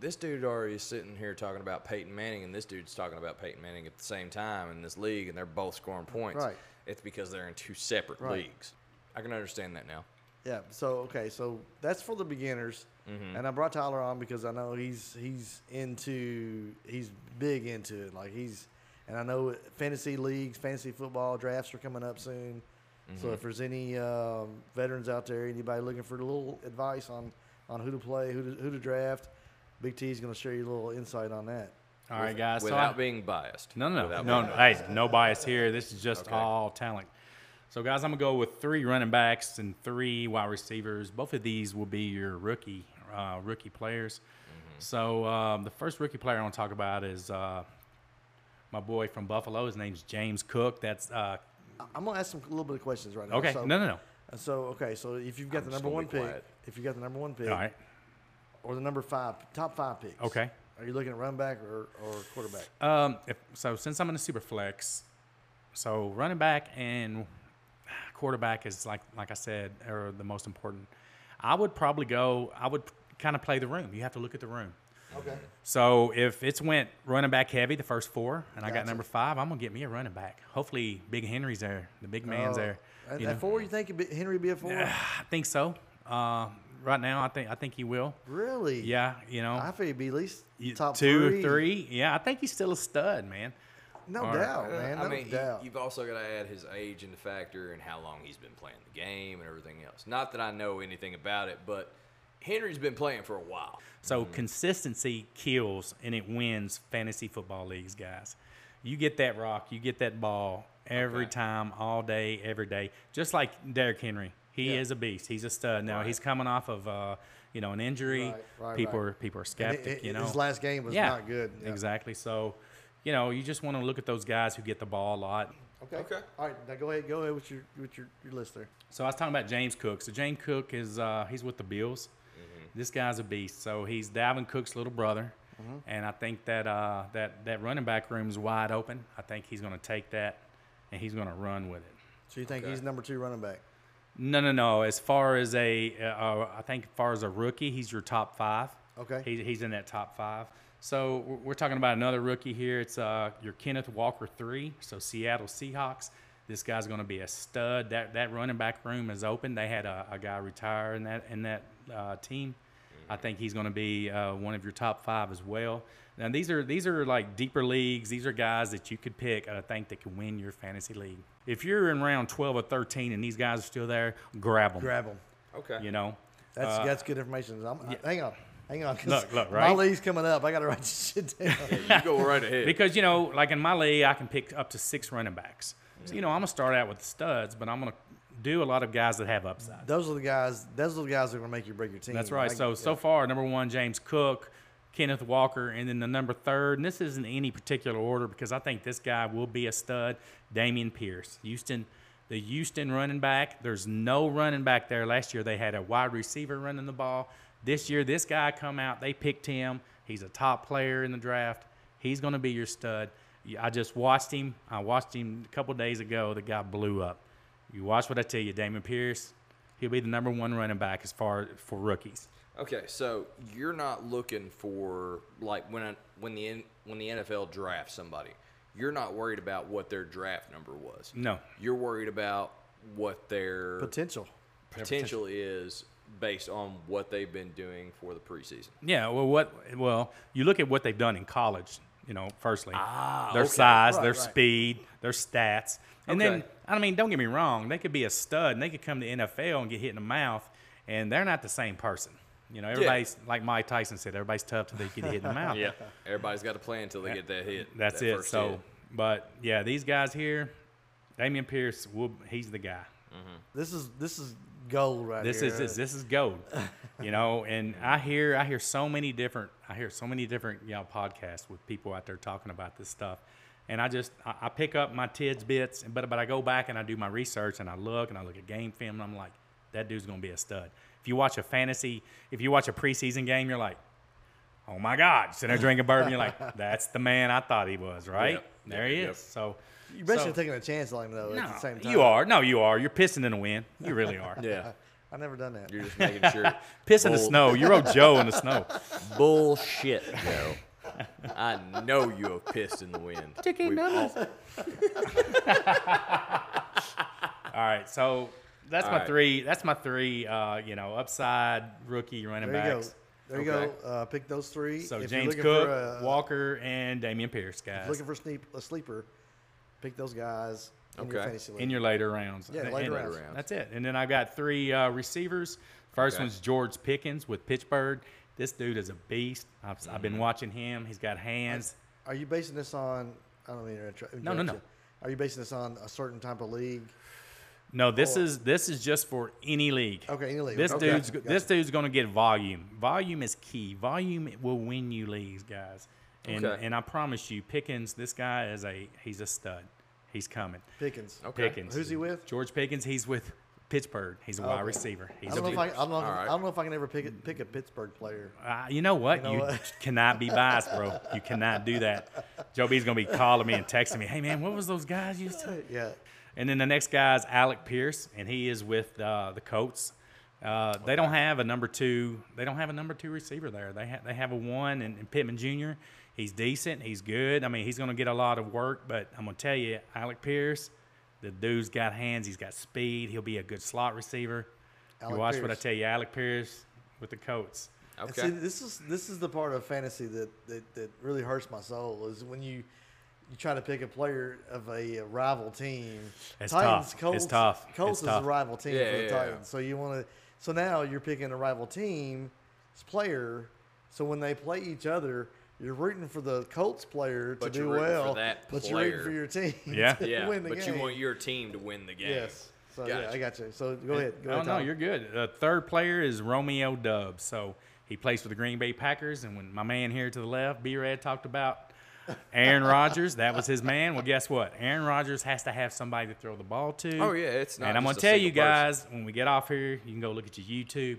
[SPEAKER 2] this dude already is sitting here talking about Peyton Manning, and this dude's talking about Peyton Manning at the same time in this league, and they're both scoring points.
[SPEAKER 1] Right.
[SPEAKER 2] It's because they're in two separate
[SPEAKER 1] Right.
[SPEAKER 2] leagues. I can understand that now.
[SPEAKER 1] Yeah. So okay. So that's for the beginners, and I brought Tyler on because I know he's he's into he's big into it. Like he's and I know fantasy leagues, fantasy football drafts are coming up soon. So if there's any um, veterans out there, anybody looking for a little advice on on who to play, who to, who to draft, Big T's going to share you a little insight on that.
[SPEAKER 4] All right, guys. so I-
[SPEAKER 2] Without being biased.
[SPEAKER 4] No, no, no,
[SPEAKER 2] Without
[SPEAKER 4] no,
[SPEAKER 2] being
[SPEAKER 4] no.
[SPEAKER 2] biased.
[SPEAKER 4] Hey, no bias here. This is just
[SPEAKER 2] Okay.
[SPEAKER 4] all talent. So, guys, I'm gonna go with three running backs and three wide receivers. Both of these will be your rookie uh, rookie players.
[SPEAKER 2] Mm-hmm.
[SPEAKER 4] So, um, the first rookie player I want to talk about is uh, my boy from Buffalo. His name's James Cook. That's uh,
[SPEAKER 1] I- I'm going to ask some a little bit of questions right now.
[SPEAKER 4] okay.
[SPEAKER 1] So,
[SPEAKER 4] no, no, no.
[SPEAKER 1] So okay. So if you've got
[SPEAKER 2] I'm
[SPEAKER 1] the
[SPEAKER 2] just
[SPEAKER 1] number one
[SPEAKER 2] gonna be
[SPEAKER 1] pick,
[SPEAKER 2] quiet.
[SPEAKER 1] if you got the number one pick,
[SPEAKER 4] All right.
[SPEAKER 1] or the number five, top five picks.
[SPEAKER 4] Okay.
[SPEAKER 1] Are you looking at run back or, or quarterback?
[SPEAKER 2] Uh,
[SPEAKER 4] Um, if, so since I'm in a super flex, so running back and quarterback is like like I said are the most important. I would probably go. I would kind of play the room. You have to look at the room.
[SPEAKER 1] Okay.
[SPEAKER 4] So if it's went running back heavy the first four, and I
[SPEAKER 1] Gotcha.
[SPEAKER 4] got number five, I'm gonna get me a running back. Hopefully, Big Henry's there. The big man's there.
[SPEAKER 1] At,
[SPEAKER 4] you
[SPEAKER 1] Uh, at
[SPEAKER 4] know.
[SPEAKER 1] Oh, four, you think it'd be- Henry would be at four?
[SPEAKER 4] (sighs) I think so. Uh, right now, I think I think he will.
[SPEAKER 1] Really?
[SPEAKER 4] Yeah, you know,
[SPEAKER 1] I feel he'd be at least
[SPEAKER 4] you-
[SPEAKER 1] top
[SPEAKER 4] two
[SPEAKER 1] three.
[SPEAKER 4] or three. Yeah, I think he's still a stud, man.
[SPEAKER 1] No
[SPEAKER 4] All right.
[SPEAKER 1] doubt, Oh, man. No
[SPEAKER 2] Uh, I mean, you-
[SPEAKER 1] doubt.
[SPEAKER 2] you've also got to add his age into factor and how long he's been playing the game and everything else. Not that I know anything about it, but Henry's been playing for a while.
[SPEAKER 4] So
[SPEAKER 1] Mm-hmm.
[SPEAKER 4] consistency kills and it wins fantasy football leagues, guys. You get that rock, you get that ball every
[SPEAKER 2] Okay.
[SPEAKER 4] time, all day, every day. Just like Derrick Henry, he is a beast. He's a stud. Now he's coming off of uh, you know an injury.
[SPEAKER 1] Right, right,
[SPEAKER 4] people
[SPEAKER 1] right.
[SPEAKER 4] are people are
[SPEAKER 1] And
[SPEAKER 4] skeptic.
[SPEAKER 1] it- it-
[SPEAKER 4] you know
[SPEAKER 1] His last game was not good. Yeah.
[SPEAKER 4] Exactly. So, you know, you just want to look at those guys who get the ball a lot.
[SPEAKER 1] Okay.
[SPEAKER 2] Okay.
[SPEAKER 1] All right. Now go ahead. Go ahead with your with your, your list there.
[SPEAKER 4] So I was talking about James Cook. So James Cook is uh, he's with the Bills. This guy's a beast. So he's Dalvin Cook's little brother, and I think that uh, that that running back room is wide open. I think he's going to take that and he's going to run with it.
[SPEAKER 1] So you think he's number two running back?
[SPEAKER 4] No, no, no. As far as a, uh, uh, I think as far as a rookie, he's your top five.
[SPEAKER 1] Okay.
[SPEAKER 4] He, he's in that top five. So we're- we're talking about another rookie here. It's uh, your Kenneth Walker three. So Seattle Seahawks. This guy's going to be a stud. That that running back room is open. They had a, a guy retire in that in that uh, team. I think he's going to be uh, one of your top five as well. Now these are these are like deeper leagues. These are guys that you could pick. and I think that can win your fantasy league. If you're in round twelve or thirteen and these guys are still there, grab them.
[SPEAKER 1] Grab him.
[SPEAKER 2] Okay.
[SPEAKER 4] You know.
[SPEAKER 1] That's
[SPEAKER 4] Uh,
[SPEAKER 1] that's good information. I'm, I- hang on. Hang on. 'cause
[SPEAKER 4] Look,
[SPEAKER 1] (laughs)
[SPEAKER 4] look,
[SPEAKER 1] My
[SPEAKER 4] right?
[SPEAKER 1] league's coming up. I got to write (laughs) this shit down.
[SPEAKER 2] you go right ahead.
[SPEAKER 4] (laughs) Because you know, like in my league, I can pick up to six running backs. So you know, I'm gonna start out with studs, but I'm gonna do a lot of guys that have upside.
[SPEAKER 1] those are the guys. Those are the guys that are gonna make you break your team.
[SPEAKER 4] That's right.
[SPEAKER 1] I-
[SPEAKER 4] So so far, number one, James Cook, Kenneth Walker, and then the number third. And this isn't any particular order because I think this guy will be a stud. Damian Pierce, Houston, the Houston running back. There's no running back there. Last year they had a wide receiver running the ball. This year, this guy come out. They picked him. He's a top player in the draft. He's going to be your stud. You- I just watched him. I watched him a couple days ago. The guy blew up. You watch what I tell you, Damon Pierce. He'll be the number one running back as far for rookies.
[SPEAKER 2] Okay, so you're not looking for like when I, when the N- when the NFL drafts somebody, you're not worried about what their draft number was.
[SPEAKER 4] No.
[SPEAKER 2] you're worried about what their
[SPEAKER 1] Potential.
[SPEAKER 2] potential is based on what they've been doing for the preseason.
[SPEAKER 4] Yeah, well, what? Well, you look at what they've done in college. You know, firstly, their
[SPEAKER 2] Ah, okay.
[SPEAKER 4] size,
[SPEAKER 1] Right,
[SPEAKER 4] their
[SPEAKER 1] right.
[SPEAKER 4] speed, their stats, and then
[SPEAKER 2] Okay.
[SPEAKER 4] I mean, don't get me wrong, they could be a stud and they could come to NFL and get hit in the mouth, and they're not the same person. You know, everybody's like Mike Tyson said, everybody's tough till they get hit in
[SPEAKER 2] (laughs)
[SPEAKER 4] the mouth.
[SPEAKER 2] everybody's got to play until they get that hit.
[SPEAKER 4] that's
[SPEAKER 2] that
[SPEAKER 4] it.
[SPEAKER 2] first
[SPEAKER 4] So,
[SPEAKER 2] hit.
[SPEAKER 4] but yeah, these guys here, Damian Pierce, will, he's the guy.
[SPEAKER 1] This is this is gold right
[SPEAKER 4] This
[SPEAKER 1] here.
[SPEAKER 4] is this, this is gold, you know. And I hear I hear so many different I hear so many different you know podcasts with people out there talking about this stuff, and I just I, I pick up my tidbits, but but I go back and I do my research and I look and I look at game film and I'm like, that dude's gonna be a stud. If you watch a fantasy, if you watch a preseason game, you're like, oh my god, sitting there drinking bourbon, you're like, that's the man I thought he was, right?
[SPEAKER 2] Yep.
[SPEAKER 4] There he
[SPEAKER 2] Yep, yep.
[SPEAKER 4] is. So
[SPEAKER 1] You're basically
[SPEAKER 4] so-
[SPEAKER 1] taking a chance on him though.
[SPEAKER 4] no,
[SPEAKER 1] at the same time,
[SPEAKER 4] you are no, you are. You're pissing in the wind. You really are.
[SPEAKER 2] yeah,
[SPEAKER 1] I've never done that.
[SPEAKER 2] (laughs) you're just making sure.
[SPEAKER 4] Piss in the
[SPEAKER 2] Bull-
[SPEAKER 4] snow.
[SPEAKER 2] (laughs)
[SPEAKER 4] You rode Joe in the snow.
[SPEAKER 6] Bullshit.
[SPEAKER 2] No. I know you have pissed in the wind. We've all-
[SPEAKER 4] All right, so that's my
[SPEAKER 2] right.
[SPEAKER 4] three. That's my three. Uh, you know, upside rookie running
[SPEAKER 1] There you go.
[SPEAKER 4] backs.
[SPEAKER 1] There you
[SPEAKER 2] Okay.
[SPEAKER 1] go. Uh, pick those three.
[SPEAKER 4] So
[SPEAKER 1] if you're
[SPEAKER 4] James
[SPEAKER 1] looking
[SPEAKER 4] Cook,
[SPEAKER 1] for a,
[SPEAKER 4] Walker, and Damian Pierce,
[SPEAKER 1] if
[SPEAKER 4] guys,
[SPEAKER 1] you're looking for sleep, a sleeper, pick those guys. In Your
[SPEAKER 2] Okay.
[SPEAKER 1] fantasy league.
[SPEAKER 4] in your later rounds.
[SPEAKER 1] Yeah,
[SPEAKER 4] And-
[SPEAKER 1] later
[SPEAKER 4] and-
[SPEAKER 1] rounds.
[SPEAKER 2] rounds.
[SPEAKER 4] That's it. And then I've got three uh, receivers. First
[SPEAKER 2] Okay.
[SPEAKER 4] one's George Pickens with Pittsburgh. This dude is a beast. I've, I've
[SPEAKER 2] Mm-hmm.
[SPEAKER 4] been watching him. He's got hands.
[SPEAKER 1] Are you basing this on? I don't mean to interrupt.
[SPEAKER 4] No, no, no.
[SPEAKER 1] interrupt you. Are you basing this on a certain type of league?
[SPEAKER 4] No, this is this is just for any league.
[SPEAKER 1] Okay, any league.
[SPEAKER 4] This
[SPEAKER 1] Okay,
[SPEAKER 4] dude's
[SPEAKER 1] gotcha.
[SPEAKER 4] this dude's gonna get volume. Volume is key. Volume will win you leagues, guys. And
[SPEAKER 2] Okay.
[SPEAKER 4] and I promise you, Pickens, this guy is a he's a stud. He's coming.
[SPEAKER 1] Pickens.
[SPEAKER 2] Okay.
[SPEAKER 4] Pickens.
[SPEAKER 1] Who's he with?
[SPEAKER 4] George Pickens. He's with Pittsburgh. He's a wide
[SPEAKER 1] Okay.
[SPEAKER 4] receiver.
[SPEAKER 1] I
[SPEAKER 4] He's
[SPEAKER 1] don't, know
[SPEAKER 4] a
[SPEAKER 1] if I, I, don't know, if-
[SPEAKER 2] All right.
[SPEAKER 1] I don't know if I can ever pick a, pick a Pittsburgh player.
[SPEAKER 4] Uh, you know what? You,
[SPEAKER 1] know what?
[SPEAKER 4] (laughs) cannot be biased, bro. You cannot do that. Joe B's gonna be calling me and texting me. Hey man, what was those guys you used to?
[SPEAKER 1] Yeah.
[SPEAKER 4] And then the next guy is Alec Pierce, and he is with uh, the Colts. Uh, They don't have a number two. They don't have a number two receiver there. They ha- they have a one and, and Pittman Jr. He's decent. He's good. I mean, he's going to get a lot of work. But I'm going to tell you, Alec Pierce, the dude's got hands. He's got speed. He'll be a good slot receiver.
[SPEAKER 1] Alec
[SPEAKER 4] you watch what I
[SPEAKER 1] Pierce.
[SPEAKER 4] tell you, Alec Pierce with the Colts.
[SPEAKER 1] And
[SPEAKER 2] okay.
[SPEAKER 1] See, this is this is the part of fantasy that, that, that really hurts my soul is when you you try to pick a player of a rival team.
[SPEAKER 4] It's tough. It's tough. It's
[SPEAKER 1] Colts is
[SPEAKER 4] tough.
[SPEAKER 1] a rival team
[SPEAKER 2] Yeah,
[SPEAKER 1] for the
[SPEAKER 2] yeah, yeah.
[SPEAKER 1] Titans. So you want to. So now you're picking a rival team's player. So when they play each other, you're rooting for the Colts player
[SPEAKER 2] But
[SPEAKER 1] to
[SPEAKER 2] you're
[SPEAKER 1] do
[SPEAKER 2] rooting for
[SPEAKER 1] well,
[SPEAKER 2] that
[SPEAKER 1] but you're rooting
[SPEAKER 2] player.
[SPEAKER 1] for your team.
[SPEAKER 4] (laughs) Yeah.
[SPEAKER 1] to
[SPEAKER 2] yeah,
[SPEAKER 1] win the
[SPEAKER 2] but
[SPEAKER 1] game.
[SPEAKER 2] you want your team to win the game.
[SPEAKER 1] yes. So yeah,
[SPEAKER 2] Gotcha.
[SPEAKER 1] I got you. So go ahead. Go
[SPEAKER 4] Oh
[SPEAKER 1] ahead.
[SPEAKER 4] no,
[SPEAKER 1] Tom.
[SPEAKER 4] you're good. The third player is Romeo Dubs. So he plays for the Green Bay Packers. And when my man here to the left, B Red, talked about Aaron Rodgers, that was his man. Well, guess what? Aaron Rodgers has to have somebody to throw the ball to.
[SPEAKER 2] Oh, yeah, it's not
[SPEAKER 4] And I'm
[SPEAKER 2] just
[SPEAKER 4] gonna
[SPEAKER 2] a
[SPEAKER 4] tell
[SPEAKER 2] single
[SPEAKER 4] you
[SPEAKER 2] person.
[SPEAKER 4] guys when we get off here, you can go look at your YouTube,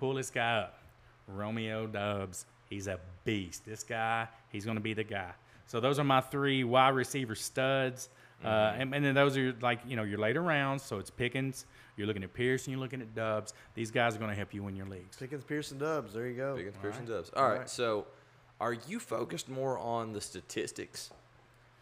[SPEAKER 4] pull this guy up, Romeo Dubs. He's a beast. This guy, he's gonna be the guy. So those are my three wide receiver studs. Uh, and, and then those are like you know your later rounds. So it's Pickens. You're looking at Pierce and you're looking at Dubs. These guys are going to help you win your leagues.
[SPEAKER 1] Pickens, Pearson, Dubs. There you go.
[SPEAKER 2] Pickens, Pearson, Dubs. All right. So, are you focused more on the statistics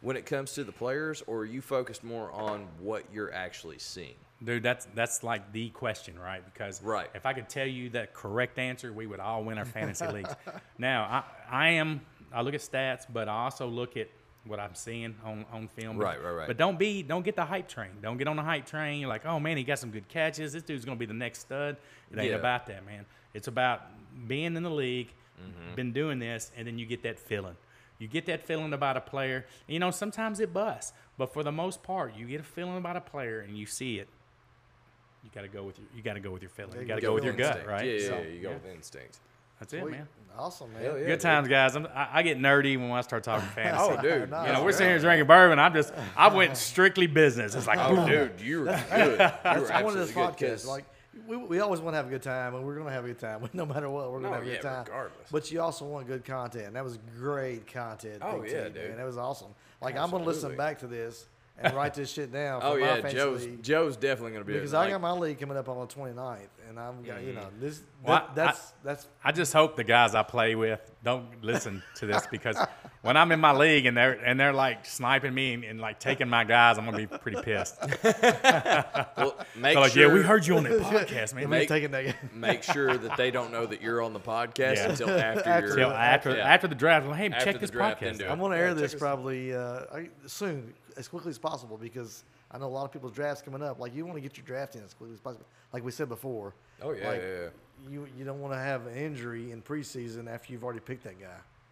[SPEAKER 2] when it comes to the players, or are you focused more on what you're actually seeing?
[SPEAKER 4] Dude, that's that's like the question, right? Because
[SPEAKER 2] Right.
[SPEAKER 4] if I could tell you that correct answer, we would all win our
[SPEAKER 2] (laughs)
[SPEAKER 4] fantasy leagues. Now, I I am I look at stats, but I also look at what I'm seeing on, on film.
[SPEAKER 2] Right, right, right.
[SPEAKER 4] But don't be don't get the hype train. Don't get on the hype train. You're like, oh man, he got some good catches. This dude's gonna be the next stud. It ain't
[SPEAKER 2] Yeah.
[SPEAKER 4] about that, man. It's about being in the league,
[SPEAKER 2] Mm-hmm.
[SPEAKER 4] been doing this, and then you get that feeling. You get that feeling about a player. You know, sometimes it busts, but for the most part, you get a feeling about a player and you see it. You gotta go with your you gotta go with your feeling. You gotta go, with your gut,
[SPEAKER 2] instinct.
[SPEAKER 4] right?
[SPEAKER 2] Yeah, yeah,
[SPEAKER 4] So,
[SPEAKER 2] yeah, you go
[SPEAKER 4] yeah.
[SPEAKER 2] with instinct.
[SPEAKER 4] That's it,
[SPEAKER 1] Sweet.
[SPEAKER 4] man.
[SPEAKER 1] Awesome, man.
[SPEAKER 2] Hell yeah,
[SPEAKER 4] Good
[SPEAKER 2] dude.
[SPEAKER 4] times, guys. I'm, I, I get nerdy when I start talking fantasy. (laughs)
[SPEAKER 2] Oh, dude.
[SPEAKER 1] Nice.
[SPEAKER 4] You know,
[SPEAKER 1] Oh,
[SPEAKER 4] we're sitting here drinking bourbon. I'm just, I went strictly business. It's like,
[SPEAKER 2] Oh, dude,
[SPEAKER 4] (laughs)
[SPEAKER 2] you were good. You were
[SPEAKER 1] I wanted
[SPEAKER 2] absolutely
[SPEAKER 1] this
[SPEAKER 2] good.
[SPEAKER 1] podcast.
[SPEAKER 2] 'cause-
[SPEAKER 1] Like we, we always want to have a good time, and we're going to have a good time. (laughs) No matter what, we're going
[SPEAKER 2] No,
[SPEAKER 1] to have a
[SPEAKER 2] yeah,
[SPEAKER 1] good time.
[SPEAKER 2] regardless.
[SPEAKER 1] But you also want good content. and That was great content.
[SPEAKER 2] Oh,
[SPEAKER 1] Big
[SPEAKER 2] yeah,
[SPEAKER 1] T,
[SPEAKER 2] dude.
[SPEAKER 1] Man. That was awesome. Like I'm going to listen
[SPEAKER 2] Absolutely.
[SPEAKER 1] back to this and write this shit
[SPEAKER 2] (laughs)
[SPEAKER 1] down. For
[SPEAKER 2] Oh
[SPEAKER 1] my
[SPEAKER 2] yeah,
[SPEAKER 1] fantasy
[SPEAKER 2] Joe's
[SPEAKER 1] league.
[SPEAKER 2] Joe's definitely gonna be
[SPEAKER 1] because
[SPEAKER 2] like, Mm.
[SPEAKER 1] I got my league coming up on the 29th, and I'm gonna you know this
[SPEAKER 4] Well,
[SPEAKER 1] that,
[SPEAKER 4] I-
[SPEAKER 1] that's that's
[SPEAKER 4] I just hope the guys I play with don't listen to this because when I'm in my league and they're and they're like sniping me and, and like taking my guys, I'm gonna be pretty pissed. They're
[SPEAKER 1] (laughs)
[SPEAKER 2] well, make
[SPEAKER 4] like,
[SPEAKER 2] sure
[SPEAKER 4] yeah, we heard you on that podcast, man.
[SPEAKER 1] I'm
[SPEAKER 2] Make-
[SPEAKER 1] taking that.
[SPEAKER 2] (laughs) make sure that they don't know that you're on the podcast
[SPEAKER 4] Yeah.
[SPEAKER 2] until after,
[SPEAKER 1] After
[SPEAKER 2] you're
[SPEAKER 4] Till after
[SPEAKER 2] Yeah.
[SPEAKER 4] after the draft, like, hey,
[SPEAKER 2] After
[SPEAKER 4] check
[SPEAKER 2] the
[SPEAKER 4] this
[SPEAKER 2] draft, then
[SPEAKER 4] podcast.
[SPEAKER 2] do it.
[SPEAKER 4] out.
[SPEAKER 1] I'm gonna air
[SPEAKER 2] Yeah,
[SPEAKER 1] this
[SPEAKER 2] check us-
[SPEAKER 1] probably uh, I- soon, as quickly as possible, because I know a lot of people's drafts coming up. Like you want to get your draft in as quickly as possible, like we said before.
[SPEAKER 2] Oh yeah,
[SPEAKER 1] Like,
[SPEAKER 2] yeah, yeah.
[SPEAKER 1] You you don't want to have an injury in preseason after you've already picked that guy.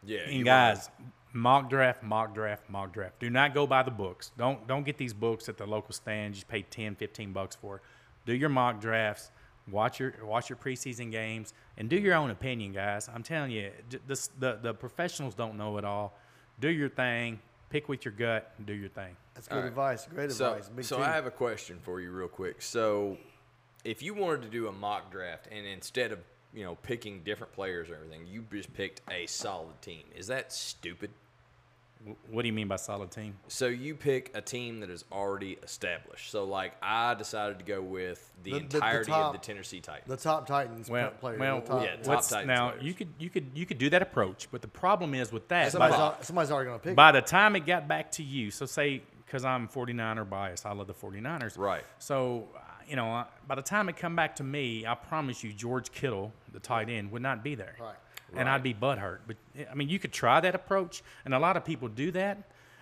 [SPEAKER 2] Yeah, you
[SPEAKER 4] And
[SPEAKER 2] wanna-
[SPEAKER 4] guys, mock draft, mock draft, mock draft. Do not go by the books. Don't don't get these books at the local stands. You pay 10, 15 bucks for. Do your mock drafts. Watch your watch your preseason games and do your own opinion, guys. I'm telling you, j- this, the the professionals don't know it all. Do your thing. Pick with your gut. And do your thing.
[SPEAKER 1] That's good advice. Great
[SPEAKER 2] So,
[SPEAKER 1] advice. Big
[SPEAKER 2] so
[SPEAKER 1] T.
[SPEAKER 2] I have a question for you, real quick. So, if you wanted to do a mock draft, and instead of you know picking different players or everything, you just picked a solid team, is that stupid?
[SPEAKER 4] W- What do you mean by solid team?
[SPEAKER 2] So you pick a team that is already established. So, like I decided to go with the,
[SPEAKER 1] The- the- the
[SPEAKER 2] entirety of the
[SPEAKER 1] top-
[SPEAKER 2] Tennessee Titans.
[SPEAKER 1] the top Titans
[SPEAKER 4] Well,
[SPEAKER 1] player.
[SPEAKER 4] well,
[SPEAKER 1] the top,
[SPEAKER 2] yeah, top
[SPEAKER 4] What's-
[SPEAKER 2] Titans
[SPEAKER 4] now
[SPEAKER 2] players.
[SPEAKER 4] you could you could you could do that approach, but the problem is with that.
[SPEAKER 1] somebody's,
[SPEAKER 4] by-
[SPEAKER 1] al- somebody's already gonna pick.
[SPEAKER 4] By the time it got back to you, so say because I'm 49er biased, I love the 49ers.
[SPEAKER 2] Right.
[SPEAKER 4] So uh, you know, I- by the time it come back to me, I promise you, George Kittle, the tight end, would not be there.
[SPEAKER 1] Right.
[SPEAKER 4] And I'd be butthurt. But eh, I mean, you could try that approach, and a lot of people do that.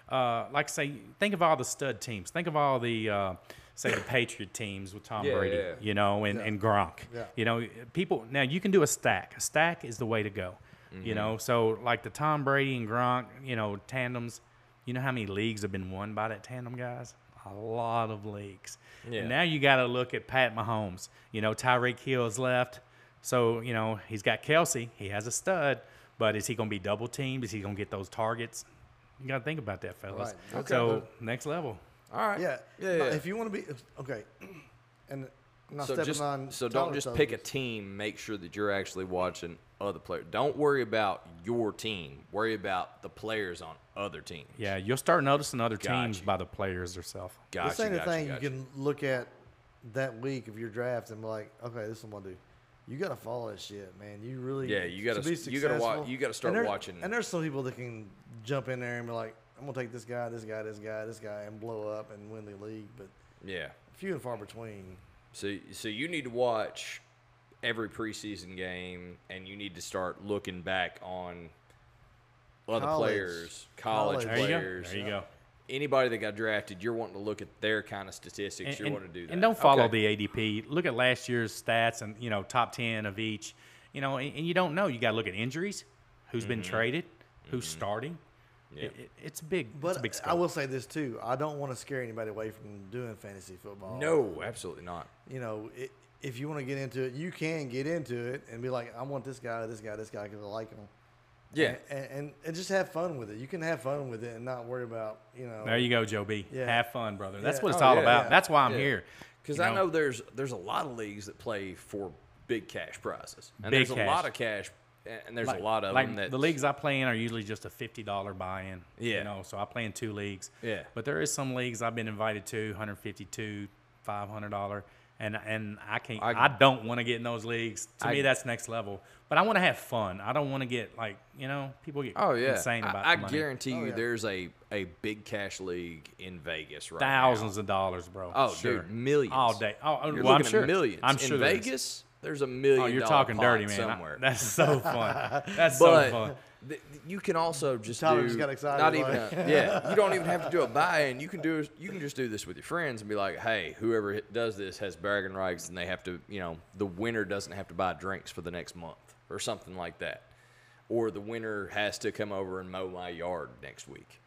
[SPEAKER 4] Uh, like say, think of all the stud teams. Think of all the uh, say the Patriot teams with Tom
[SPEAKER 2] Yeah,
[SPEAKER 4] Brady.
[SPEAKER 2] yeah, yeah.
[SPEAKER 4] You know, and, and Gronk.
[SPEAKER 1] Yeah.
[SPEAKER 4] You know, people now you can do a stack. A stack is the way to go.
[SPEAKER 2] Mm-hmm.
[SPEAKER 4] You know, so like the Tom Brady and Gronk, you know, tandems. You know how many leagues have been won by that tandem, guys? A lot of leagues.
[SPEAKER 2] Yeah.
[SPEAKER 4] And now you got to look at Pat Mahomes. You know, Tyreek Hill is left. So, you know, he's got Kelsey. He has a stud, but is he going to be double teamed? Is he going to get those targets? You got to think about that, fellas.
[SPEAKER 1] Right. Okay.
[SPEAKER 4] So, next level.
[SPEAKER 2] All right.
[SPEAKER 1] yeah,
[SPEAKER 2] Yeah.
[SPEAKER 1] But
[SPEAKER 2] yeah.
[SPEAKER 1] If you want to be okay, and I'm not
[SPEAKER 2] so
[SPEAKER 1] stepping
[SPEAKER 2] just,
[SPEAKER 1] on.
[SPEAKER 2] so don't
[SPEAKER 1] Tyler
[SPEAKER 2] just
[SPEAKER 1] toes.
[SPEAKER 2] pick a team. Make sure that you're actually watching other players. Don't worry about your team. Worry about the players on other teams.
[SPEAKER 4] Yeah, you'll start noticing other
[SPEAKER 2] Got
[SPEAKER 4] teams
[SPEAKER 2] you.
[SPEAKER 4] by the players themselves.
[SPEAKER 2] Gotcha.
[SPEAKER 1] this ain't
[SPEAKER 2] gotcha,
[SPEAKER 1] a thing
[SPEAKER 2] gotcha.
[SPEAKER 1] you can look at that week of your draft and be like, okay, this is what I'm gonna do. You gotta follow that shit, man. You really
[SPEAKER 2] Yeah, you gotta-
[SPEAKER 1] to be
[SPEAKER 2] you gotta wa-
[SPEAKER 1] successful-
[SPEAKER 2] you gotta
[SPEAKER 1] and
[SPEAKER 2] start
[SPEAKER 1] there-
[SPEAKER 2] watching.
[SPEAKER 1] And there's some people that can jump in there and be like, I'm gonna take this guy, this guy, this guy, this guy, and blow up and win the league. But
[SPEAKER 2] Yeah.
[SPEAKER 1] few and far between.
[SPEAKER 2] So so you need to watch every preseason game, and you need to start looking back on other
[SPEAKER 1] College.
[SPEAKER 2] players,
[SPEAKER 1] College.
[SPEAKER 2] college,
[SPEAKER 4] There you go.
[SPEAKER 2] players,
[SPEAKER 4] There you go.
[SPEAKER 2] anybody that got drafted. You're wanting to look at their kind of statistics.
[SPEAKER 4] And,
[SPEAKER 2] you're
[SPEAKER 4] and-
[SPEAKER 2] wanting to do that.
[SPEAKER 4] and don't follow
[SPEAKER 2] Okay.
[SPEAKER 4] the ADP. Look at last year's stats and you know top ten of each. You know, and, and you don't know. You got to look at injuries, who's
[SPEAKER 2] Mm-hmm.
[SPEAKER 4] been traded, who's starting. It, it, it's a big. it's a
[SPEAKER 1] But
[SPEAKER 4] big
[SPEAKER 1] I
[SPEAKER 4] scope.
[SPEAKER 1] will say this too: I don't want to scare anybody away from doing fantasy football.
[SPEAKER 2] No, absolutely not.
[SPEAKER 1] you know, it, if you want to get into it, you can get into it and be like, I want this guy, this guy, this guy because I like him.
[SPEAKER 2] Yeah.
[SPEAKER 1] and, and and just have fun with it. You can have fun with it and not worry about you know.
[SPEAKER 4] There you go, Joe B.
[SPEAKER 1] Yeah.
[SPEAKER 4] Have fun, brother. That's
[SPEAKER 1] Yeah.
[SPEAKER 4] what it's
[SPEAKER 2] Oh,
[SPEAKER 4] all
[SPEAKER 2] yeah,
[SPEAKER 4] about.
[SPEAKER 1] yeah.
[SPEAKER 4] That's why I'm
[SPEAKER 2] Yeah.
[SPEAKER 4] here.
[SPEAKER 2] Because
[SPEAKER 4] You
[SPEAKER 2] I know there's there's a lot of leagues that play for big cash prizes, and
[SPEAKER 4] Big
[SPEAKER 2] there's a
[SPEAKER 4] cash.
[SPEAKER 2] lot of cash, a- and there's
[SPEAKER 4] like-
[SPEAKER 2] a lot of
[SPEAKER 4] like
[SPEAKER 2] them that
[SPEAKER 4] the leagues I play in are usually just a fifty dollar buy in.
[SPEAKER 2] Yeah.
[SPEAKER 4] You know, so I play in two leagues.
[SPEAKER 2] Yeah.
[SPEAKER 4] But there is some leagues I've been invited to, 152 five hundred dollar. And, and I can't. I,
[SPEAKER 2] I-
[SPEAKER 4] don't want to get in those leagues. To
[SPEAKER 2] I-
[SPEAKER 4] me, that's next level. But I want to have fun. I don't want to get like you know people get
[SPEAKER 2] Oh yeah,
[SPEAKER 4] insane
[SPEAKER 2] I-
[SPEAKER 4] about.
[SPEAKER 2] I,
[SPEAKER 4] the money.
[SPEAKER 2] guarantee you,
[SPEAKER 1] yeah.
[SPEAKER 2] there's a a big cash league in Vegas right
[SPEAKER 4] thousands
[SPEAKER 2] now.
[SPEAKER 4] of dollars, bro.
[SPEAKER 2] Oh,
[SPEAKER 4] Sure.
[SPEAKER 2] dude, millions
[SPEAKER 4] all day. Oh, oh,
[SPEAKER 2] You're
[SPEAKER 4] well, I'm
[SPEAKER 2] looking
[SPEAKER 4] sure
[SPEAKER 2] at millions.
[SPEAKER 4] I'm sure
[SPEAKER 2] in
[SPEAKER 4] there is.
[SPEAKER 2] Vegas, there's a million.
[SPEAKER 4] Oh, you're
[SPEAKER 2] dollar
[SPEAKER 4] talking dirty,
[SPEAKER 2] pot
[SPEAKER 4] man. I-
[SPEAKER 2] Somewhere.
[SPEAKER 4] that's
[SPEAKER 2] (laughs)
[SPEAKER 4] so fun. That's
[SPEAKER 2] but
[SPEAKER 4] so fun.
[SPEAKER 2] th- you can also just
[SPEAKER 1] Tyler
[SPEAKER 2] do
[SPEAKER 1] just got excited,
[SPEAKER 2] not even
[SPEAKER 1] like- (laughs)
[SPEAKER 2] a- yeah you don't even have to do a buy-in you can do you can just do this with your friends and be like hey whoever hit- does this has bargain rights and they have to you know the winner doesn't have to buy drinks for the next month or something like that or the winner has to come over and mow my yard next week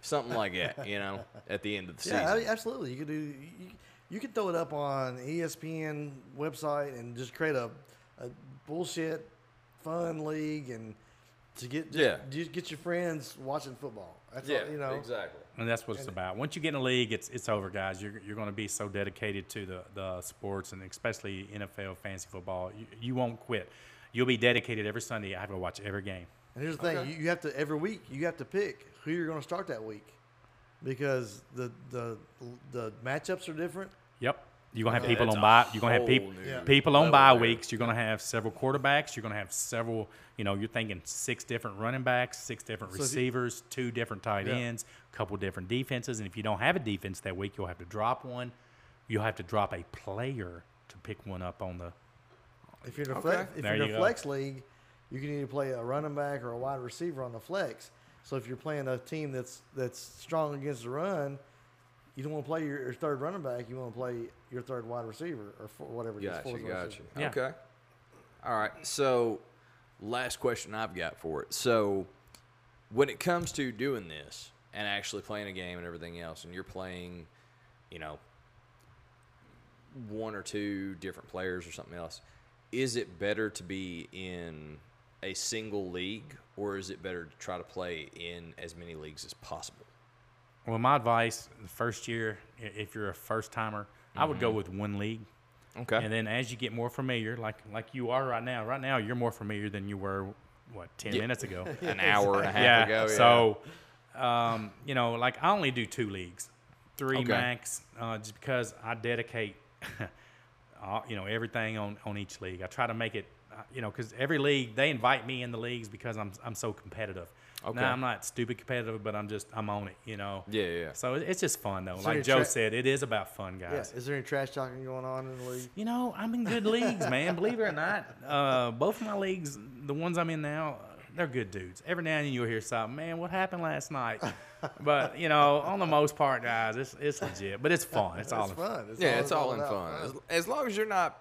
[SPEAKER 2] something like that you know at the end of the
[SPEAKER 1] yeah,
[SPEAKER 2] season
[SPEAKER 1] I- absolutely. You could do. You, you could throw it up on E ESPN website and just create a, a bullshit fun league and to get just,
[SPEAKER 2] Yeah.
[SPEAKER 1] just get your friends watching football. That's all, you know.
[SPEAKER 2] exactly
[SPEAKER 4] And that's what it's about. Once you get in a league, it's it's over, guys. You're, you're going to be so dedicated to the, the sports and especially NFL fantasy football. You, you won't quit. You'll be dedicated every Sunday. I have to watch every game.
[SPEAKER 1] And here's the thing: you, you have to every week you have to pick who you're going to start that week. because the the the matchups are different.
[SPEAKER 4] Yep. You're gonna have
[SPEAKER 2] Yeah,
[SPEAKER 4] people
[SPEAKER 2] it's
[SPEAKER 4] on
[SPEAKER 2] a
[SPEAKER 4] bye. You're gonna have
[SPEAKER 2] whole
[SPEAKER 4] people
[SPEAKER 2] new
[SPEAKER 4] people on
[SPEAKER 2] level
[SPEAKER 4] bye
[SPEAKER 2] there.
[SPEAKER 4] weeks. You're gonna have several quarterbacks. You're gonna have several. You know, you're thinking six different running backs, six different
[SPEAKER 1] if you-
[SPEAKER 4] receivers, two different tight
[SPEAKER 1] Yeah.
[SPEAKER 4] ends, a couple different defenses. And if you don't have a defense that week, you'll have to drop one. You'll have to drop a player to pick one up on the.
[SPEAKER 1] If you're in a flex, if
[SPEAKER 4] There
[SPEAKER 1] you're in
[SPEAKER 4] you
[SPEAKER 1] a
[SPEAKER 4] go.
[SPEAKER 1] flex league, you can either play a running back or a wide receiver on the flex. So if you're playing a team that's that's strong against the run, you don't want to play your, your third running back. You want to play your third wide receiver or four, whatever. it is,
[SPEAKER 2] Gotcha,
[SPEAKER 1] fourth wide
[SPEAKER 2] gotcha.
[SPEAKER 1] receiver.
[SPEAKER 4] Yeah.
[SPEAKER 2] Okay. All right. So, last question I've got for it. So, when it comes to doing this and actually playing a game and everything else, and you're playing, you know, one or two different players or something else, is it better to be in a single league or is it better to try to play in as many leagues as possible?
[SPEAKER 4] Well, my advice: the first year, i- if you're a first timer, I would go with one league.
[SPEAKER 2] Okay.
[SPEAKER 4] And then as you get more familiar, like like you are right now, right now you're more familiar than you were what ten minutes ago.
[SPEAKER 2] An hour
[SPEAKER 4] (laughs)
[SPEAKER 2] and a half
[SPEAKER 4] yeah.
[SPEAKER 2] ago.
[SPEAKER 4] So, um, you know, like I only do two leagues, three
[SPEAKER 2] Okay.
[SPEAKER 4] max, uh, just because I dedicate, (laughs) all, you know, everything on on each league. I try to make it, uh, you know, because every league they invite me in the leagues because I'm I'm so competitive.
[SPEAKER 2] Okay.
[SPEAKER 4] Now I'm not stupid competitive, but I'm just I'm on it, you know.
[SPEAKER 2] Yeah, yeah, yeah.
[SPEAKER 4] So it- it's just fun though.
[SPEAKER 1] So
[SPEAKER 4] like
[SPEAKER 1] you're
[SPEAKER 4] Joe
[SPEAKER 1] tra-
[SPEAKER 4] said, it is about fun, guys
[SPEAKER 1] Yeah. Is there any trash talking going on in the league?
[SPEAKER 4] you know, I'm in good leagues, man. Believe it or not, uh, both of my leagues, the ones I'm in now, they're good dudes. Every now and then you'll hear something, man, what happened last night? But, you know, on the most part, guys, it's, it's legit, but it's fun. It's all
[SPEAKER 1] It's fun.
[SPEAKER 2] Yeah, it's all in
[SPEAKER 1] about
[SPEAKER 2] fun. As, as long as you're not,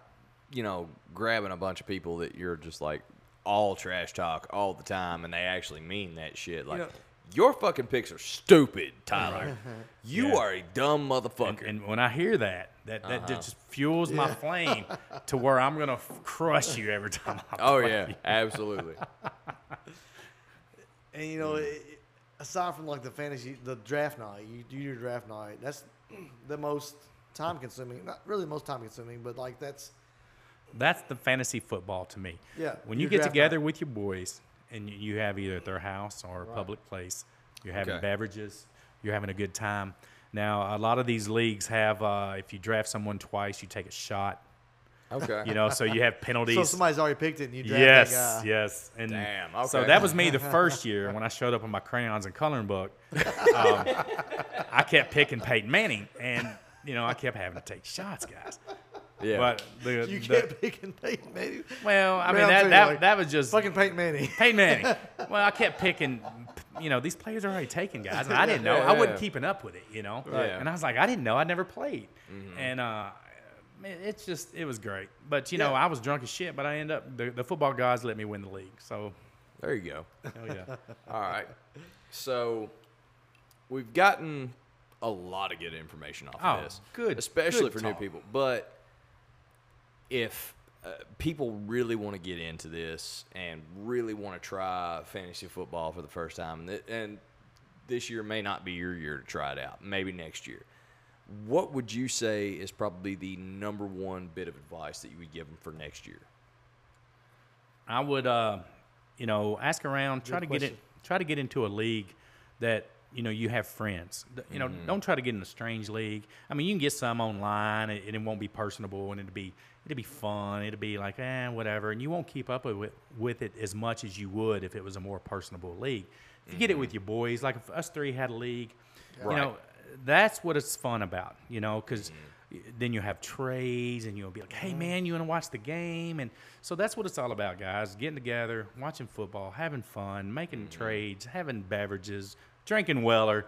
[SPEAKER 2] you know, grabbing a bunch of people that you're just like all trash talk all the time and they actually mean that shit. Like,
[SPEAKER 1] know-
[SPEAKER 2] your fucking picks are stupid, Tyler. (laughs) you
[SPEAKER 4] Yeah.
[SPEAKER 2] are a dumb motherfucker.
[SPEAKER 4] And when I hear that, that, that just fuels my flame to where I'm going to crush you every time I (laughs)
[SPEAKER 2] oh, yeah, absolutely.
[SPEAKER 1] And
[SPEAKER 4] Mm.
[SPEAKER 1] you know, it, aside from like the fantasy, the draft night, you do your draft night. That's (clears throat) the most time consuming. Not really the most time consuming, but like that's
[SPEAKER 4] That's the fantasy football to me.
[SPEAKER 1] Yeah,
[SPEAKER 4] When you
[SPEAKER 1] your
[SPEAKER 4] get
[SPEAKER 1] draft
[SPEAKER 4] together with your boys and you- you have either at their house or a public place, you're having
[SPEAKER 2] Okay.
[SPEAKER 4] beverages, you're having a good time. Now, a lot of these leagues have, uh, if you draft someone twice, you take a shot,
[SPEAKER 2] (laughs) Okay.
[SPEAKER 4] you know, so you
[SPEAKER 1] (laughs)
[SPEAKER 4] have penalties.
[SPEAKER 1] so somebody's already picked it and you draft
[SPEAKER 4] yes,
[SPEAKER 1] that guy.
[SPEAKER 4] yes. And
[SPEAKER 2] Damn,
[SPEAKER 4] So
[SPEAKER 2] okay.
[SPEAKER 4] that was
[SPEAKER 1] (laughs)
[SPEAKER 4] me the first year when I showed up with my crayons and coloring book. Um, I kept picking Peyton Manning, and, you know, I kept having to take shots, guys.
[SPEAKER 2] yeah.
[SPEAKER 4] But the,
[SPEAKER 1] You
[SPEAKER 4] the-
[SPEAKER 1] can't pick and Peyton Manning.
[SPEAKER 4] well, I mean,
[SPEAKER 1] Round
[SPEAKER 4] that,
[SPEAKER 1] two,
[SPEAKER 4] that,
[SPEAKER 1] like,
[SPEAKER 4] that was just (laughs)
[SPEAKER 1] Fucking Peyton
[SPEAKER 2] (laughs)
[SPEAKER 1] Manning.
[SPEAKER 4] Peyton Manning. well, I kept picking. You know, these players are already taken, guys, and I didn't know.
[SPEAKER 2] Yeah,
[SPEAKER 4] I
[SPEAKER 2] yeah,
[SPEAKER 4] wasn't
[SPEAKER 2] yeah.
[SPEAKER 4] keeping up with it, you know.
[SPEAKER 2] Right. Mm-hmm.
[SPEAKER 4] And I was like, I didn't know. I never played, and uh, man, it's just it was great. But you know, I was drunk as shit. But I end up the, the football guys let me win the league. So
[SPEAKER 2] there you go. (laughs)
[SPEAKER 4] hell yeah.
[SPEAKER 2] All right. So we've gotten a lot of good information off
[SPEAKER 4] Oh,
[SPEAKER 2] of this.
[SPEAKER 4] good-
[SPEAKER 2] Especially
[SPEAKER 4] good
[SPEAKER 2] for
[SPEAKER 4] talk.
[SPEAKER 2] new people. But if uh, people really want to get into this and really want to try fantasy football for the first time, and, th- and this year may not be your year to try it out, maybe next year. What would you say is probably the number one bit of advice that you would give them for next year?
[SPEAKER 4] I would, uh, you know, ask around, try to get it, try to get into a league that you know you have friends. Th- You know, don't try to get in a strange league. I mean, you can get some online, and and it won't be personable, and it'll be it'll be fun. It'll be like eh, whatever, and you won't keep up with it- with it as much as you would if it was a more personable league. If you get it with your boys, like if us three had a league, you know, that's what it's fun about, you know, because
[SPEAKER 1] Mm.
[SPEAKER 4] then you have trays and you'll be like, hey, man, you want to watch the game? And so that's what it's all about, guys getting together, watching football, having fun, making
[SPEAKER 1] Mm-hmm.
[SPEAKER 4] trades, having beverages,
[SPEAKER 1] (laughs)
[SPEAKER 4] drinking Weller,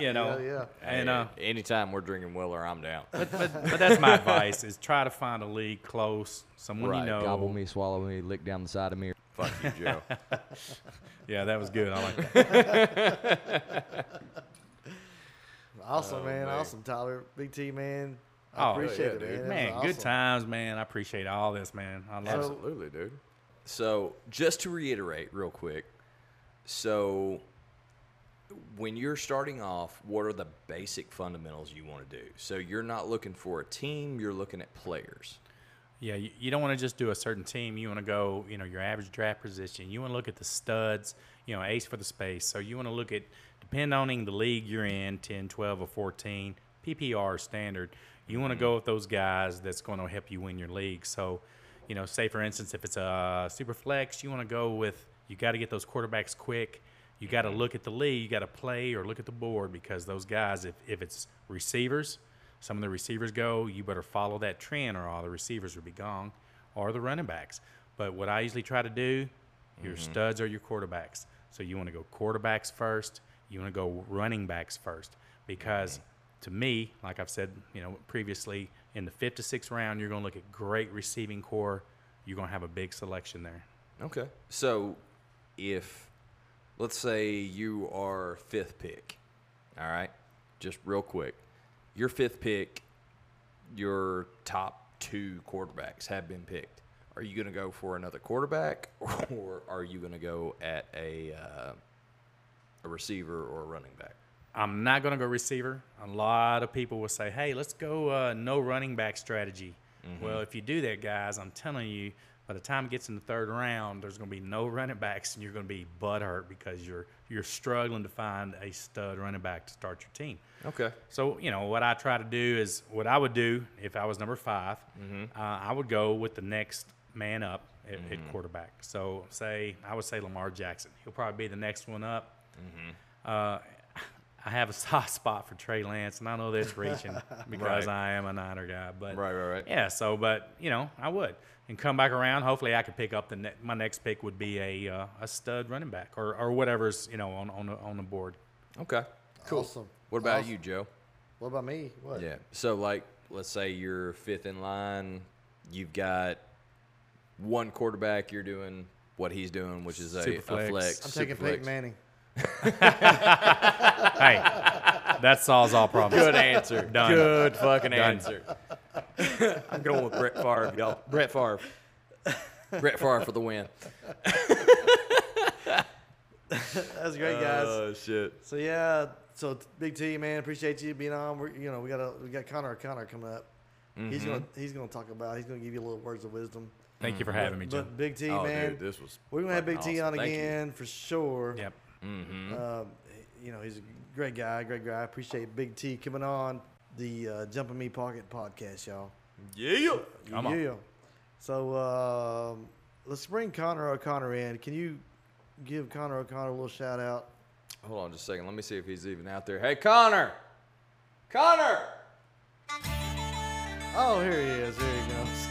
[SPEAKER 4] you know.
[SPEAKER 1] yeah.
[SPEAKER 4] And, uh,
[SPEAKER 2] Hey, anytime we're drinking Weller, I'm down.
[SPEAKER 4] but, but that's my advice is try to find a league close, someone you know.
[SPEAKER 2] swallow me, lick down the side of me. Fuck you, Joe. (laughs)
[SPEAKER 4] Yeah, that was good. I like that.
[SPEAKER 1] (laughs) Awesome, man. Awesome, Tyler. Big T, man. I
[SPEAKER 4] Oh,
[SPEAKER 1] appreciate
[SPEAKER 2] Oh, yeah,
[SPEAKER 1] it,
[SPEAKER 2] dude.
[SPEAKER 1] man.
[SPEAKER 4] Man,
[SPEAKER 1] That was
[SPEAKER 4] good
[SPEAKER 1] awesome.
[SPEAKER 4] times, man. I appreciate all this, man. I love it.
[SPEAKER 2] Absolutely, dude. So, just to reiterate real quick, so when you're starting off, what are the basic fundamentals you want to do? So, you're not looking for a team, you're looking at players.
[SPEAKER 4] Yeah, you, you don't want to just do a certain team. You want to go, you know, your average draft position. You want to look at the studs, you know, ace for the space. So you want to look at depending on the league you're in 10, 12, or 14, PPR standard, you want to go with those guys that's going to help you win your league. So, you know, say for instance, if it's a super flex, you want to go with, you got to get those quarterbacks quick. You got to look at the league, you got to play or look at the board because those guys, if, if it's receivers, some of the receivers go, you better follow that trend or all the receivers will be gone or the running backs. But what I usually try to do, your studs are your quarterbacks. So you want to go quarterbacks first, you want to go running backs first because to me, like I've said, you know, previously in the 5th to 6th round, you're going to look at great receiving core. You're going to have a big selection there.
[SPEAKER 2] Okay. So if let's say you are fifth pick, all right, just real quick, your fifth pick, your top two quarterbacks have been picked. Are you going to go for another quarterback, (laughs) or are you going to go at a uh, a receiver or a running back?
[SPEAKER 4] I'm not going to go receiver. A lot of people will say, hey, let's go uh, no running back strategy. Well, if you do that, guys, I'm telling you, by the time it gets in the third round, there's going to be no running backs, and you're going to be butthurt because you're you're struggling to find a stud running back to start your team.
[SPEAKER 2] Okay.
[SPEAKER 4] So you know what I try to do is what I would do if I was number 5
[SPEAKER 2] Mm-hmm.
[SPEAKER 4] Uh, I would go with the next man up at,
[SPEAKER 2] Mm-hmm.
[SPEAKER 4] at quarterback. So say I would say Lamar Jackson. He'll probably be the next one up.
[SPEAKER 2] Mm-hmm.
[SPEAKER 4] Uh, (laughs) I have a soft spot for Trey Lance, and I know that's reaching
[SPEAKER 2] (laughs)
[SPEAKER 4] because
[SPEAKER 2] Right.
[SPEAKER 4] I am a Niner guy. But
[SPEAKER 2] Right, right, right.
[SPEAKER 4] yeah. So, but you know, I would and come back around. Hopefully, I could pick up the ne- my next pick would be a uh, a stud running back or, or whatever's you know on on the, on the board.
[SPEAKER 2] Okay. Cool.
[SPEAKER 1] Awesome.
[SPEAKER 2] What about
[SPEAKER 1] Awesome.
[SPEAKER 2] you, Joe?
[SPEAKER 1] What about me? What?
[SPEAKER 2] Yeah. So, like, let's say you're fifth in line. You've got one quarterback. You're doing what he's doing, which is a, a
[SPEAKER 4] Superflex.
[SPEAKER 2] flex.
[SPEAKER 1] I'm taking
[SPEAKER 2] superflex.
[SPEAKER 1] Peyton Manning.
[SPEAKER 4] Hey, that solves all problems.
[SPEAKER 2] Good answer.
[SPEAKER 4] Done.
[SPEAKER 2] Good fucking answer. I'm going with Brett Favre, y'all. (laughs) Brett Favre. Brett Favre for
[SPEAKER 1] (laughs)
[SPEAKER 2] the win.
[SPEAKER 1] That was great, guys.
[SPEAKER 2] Uh, Oh, shit.
[SPEAKER 1] so yeah, so t- Big T, man, appreciate you being on. We're, you know, we got a, we got Connor Connor coming up. He's gonna
[SPEAKER 2] Mm-hmm.
[SPEAKER 1] he's gonna talk about. He's gonna give you a little words of wisdom.
[SPEAKER 4] Thank you for having me, Jim.
[SPEAKER 1] But Big T,
[SPEAKER 2] Oh,
[SPEAKER 1] man,
[SPEAKER 2] dude, this was.
[SPEAKER 1] we're gonna have Big
[SPEAKER 2] fucking
[SPEAKER 1] T on
[SPEAKER 2] awesome. Thank you.
[SPEAKER 1] again for sure.
[SPEAKER 4] Yep.
[SPEAKER 1] Um, you know, he's a great guy, great guy. I appreciate Big T coming on the uh, Jumping Me Pocket podcast, y'all.
[SPEAKER 6] Yeah.
[SPEAKER 4] Come on.
[SPEAKER 1] Yeah. So um, let's bring Connor O'Connor in. Can you give Connor O'Connor a little shout out?
[SPEAKER 2] Hold on just a second. Let me see if he's even out there. Hey, Connor. Connor.
[SPEAKER 1] Oh, here he is. Here he goes.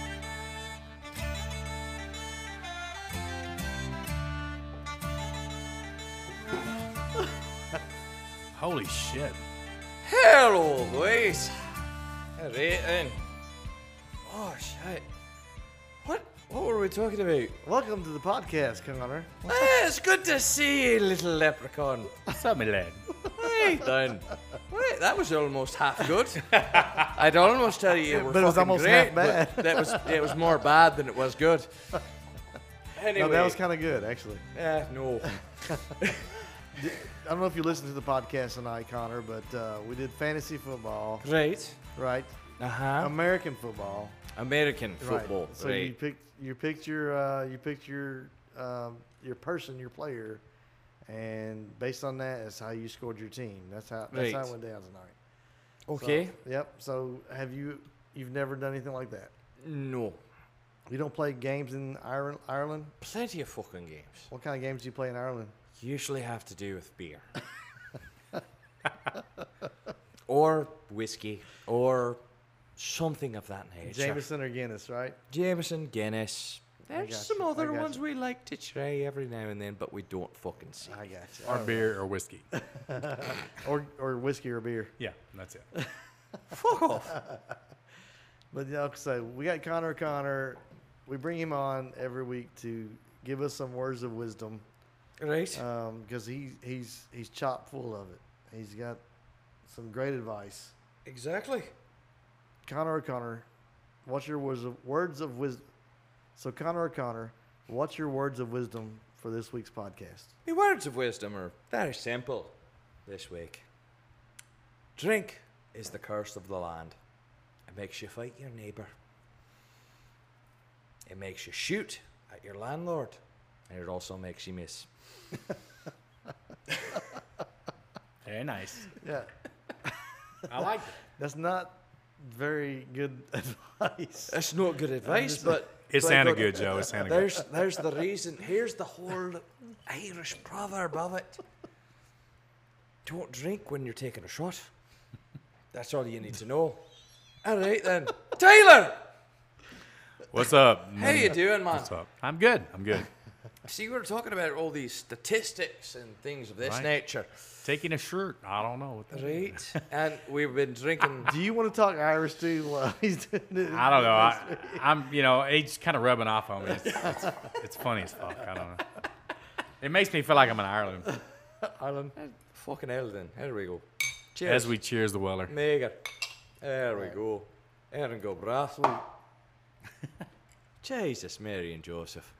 [SPEAKER 4] Holy shit.
[SPEAKER 2] Hello, boys. How's it then? Oh, shit. What? What were we talking about?
[SPEAKER 1] Welcome to the podcast, Connor.
[SPEAKER 2] Ah, it's good to see you, little leprechaun.
[SPEAKER 4] What's up, my lad?
[SPEAKER 2] Hey, then. Wait, that was almost half good. I'd almost tell you you were
[SPEAKER 1] But it was
[SPEAKER 2] fucking
[SPEAKER 1] almost
[SPEAKER 2] great,
[SPEAKER 1] half
[SPEAKER 2] but
[SPEAKER 1] bad.
[SPEAKER 2] That was it was more bad than it
[SPEAKER 1] (laughs)
[SPEAKER 2] was good. Anyway,
[SPEAKER 1] No, that was kind of good, actually.
[SPEAKER 2] eh, no.
[SPEAKER 1] I don't know if you listened to the podcast tonight, Connor, but uh, we did fantasy football,
[SPEAKER 2] Great.
[SPEAKER 1] right? Uh-huh.
[SPEAKER 2] Uh huh.
[SPEAKER 1] American football.
[SPEAKER 2] American football.
[SPEAKER 1] Um, Right. So you
[SPEAKER 2] Great.
[SPEAKER 1] picked you picked your uh, you picked your um, your person, your player, and based on that is how you scored your team. That's how that's how
[SPEAKER 2] Right.
[SPEAKER 1] it went down tonight. So-
[SPEAKER 2] okay.
[SPEAKER 1] yep. So have you you've never done anything like that?
[SPEAKER 2] No.
[SPEAKER 1] You don't play games in Ireland. Ireland.
[SPEAKER 2] Plenty of fucking games.
[SPEAKER 1] What kind of games do you play in Ireland?
[SPEAKER 2] Usually have to do with beer. or whiskey. Or something of that nature.
[SPEAKER 1] Jameson or Guinness, right?
[SPEAKER 2] Jameson, Guinness. There's
[SPEAKER 1] gotcha,
[SPEAKER 2] some
[SPEAKER 1] I
[SPEAKER 2] other
[SPEAKER 1] gotcha.
[SPEAKER 2] ones we like to try every now and then, but we don't fucking see.
[SPEAKER 1] I got you.
[SPEAKER 4] Or beer or whiskey.
[SPEAKER 1] Or or whiskey or beer.
[SPEAKER 4] Yeah, that's it.
[SPEAKER 2] Fuck off.
[SPEAKER 1] But yeah, like I say, we got Connor Connor. We bring him on every week to give us some words of wisdom.
[SPEAKER 2] Right?
[SPEAKER 1] because Um, he he's he's chock full of it. He's got some great advice.
[SPEAKER 2] exactly.
[SPEAKER 1] Connor O'Connor, what's your words of words of wisdom? So Connor O'Connor, what's your words of wisdom for this week's podcast?
[SPEAKER 2] The words of wisdom are very simple this week. Drink is the curse of the land. It makes you fight your neighbour. It makes you shoot at your landlord. And it also makes you miss.
[SPEAKER 8] Very nice.
[SPEAKER 1] Yeah,
[SPEAKER 8] I like that.
[SPEAKER 1] that's not very good (laughs) advice.
[SPEAKER 9] That's not good advice, but
[SPEAKER 4] It
[SPEAKER 9] but
[SPEAKER 4] sounded
[SPEAKER 9] look,
[SPEAKER 4] good, Joe. It sounded good.
[SPEAKER 9] There's there's the reason. Here's the whole Irish proverb of it. Don't drink when you're taking a shot. That's all you need to know. All right then, Taylor.
[SPEAKER 4] What's up?
[SPEAKER 9] How you doing, man?
[SPEAKER 4] What's up? I'm good. I'm good.
[SPEAKER 9] See, we were talking about all these statistics and things of this
[SPEAKER 4] Right.
[SPEAKER 9] nature,
[SPEAKER 4] Taking a shirt. I don't know. What that is.
[SPEAKER 9] right? (laughs) and we've been (laughs) drinking.
[SPEAKER 1] Do you want to talk Irish too while (laughs) he's doing it?
[SPEAKER 4] I don't know. I, I'm, you know, it's kind of rubbing off on me. It's, it's, it's funny as fuck. I don't know. It makes me feel like I'm in Ireland
[SPEAKER 9] Ireland. Fucking hell, then. Here we go. Cheers.
[SPEAKER 4] as we cheers the Weller.
[SPEAKER 9] Mega. There we go. Aaron go (laughs) Brathwaite. Jesus, Mary and Joseph.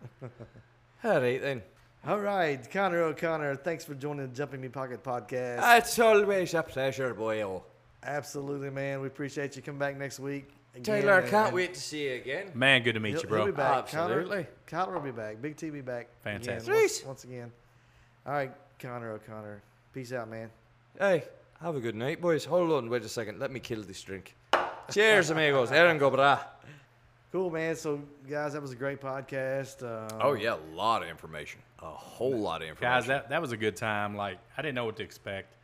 [SPEAKER 9] (laughs) All right then.
[SPEAKER 1] All right, Connor O'Connor, thanks for joining the Jumping Me Pocket podcast.
[SPEAKER 9] It's always a pleasure, Oh. boyo.
[SPEAKER 1] Absolutely, man. We appreciate you. Come back next week. Again,
[SPEAKER 9] Taylor, I
[SPEAKER 1] and-
[SPEAKER 9] can't
[SPEAKER 1] and
[SPEAKER 9] wait to see you again.
[SPEAKER 4] Man, good to meet
[SPEAKER 1] He'll,
[SPEAKER 4] you,
[SPEAKER 1] he'll be
[SPEAKER 4] bro.
[SPEAKER 1] back.
[SPEAKER 9] Absolutely.
[SPEAKER 1] Connor, Connor will be back. Big T be back. again,
[SPEAKER 4] Fantastic.
[SPEAKER 1] once, once again. All right, Connor O'Connor. Peace out, man.
[SPEAKER 9] Hey, have a good night, boys. Hold on, wait a second. Let me kill this (laughs) drink. Cheers, amigos. Aaron go bra.
[SPEAKER 1] Cool, man. So, guys, that was a great podcast. Um,
[SPEAKER 4] (laughs)
[SPEAKER 2] Oh yeah, a lot of information, a whole lot of information.
[SPEAKER 4] Guys, that, that was a good time. Like, I didn't know what to expect.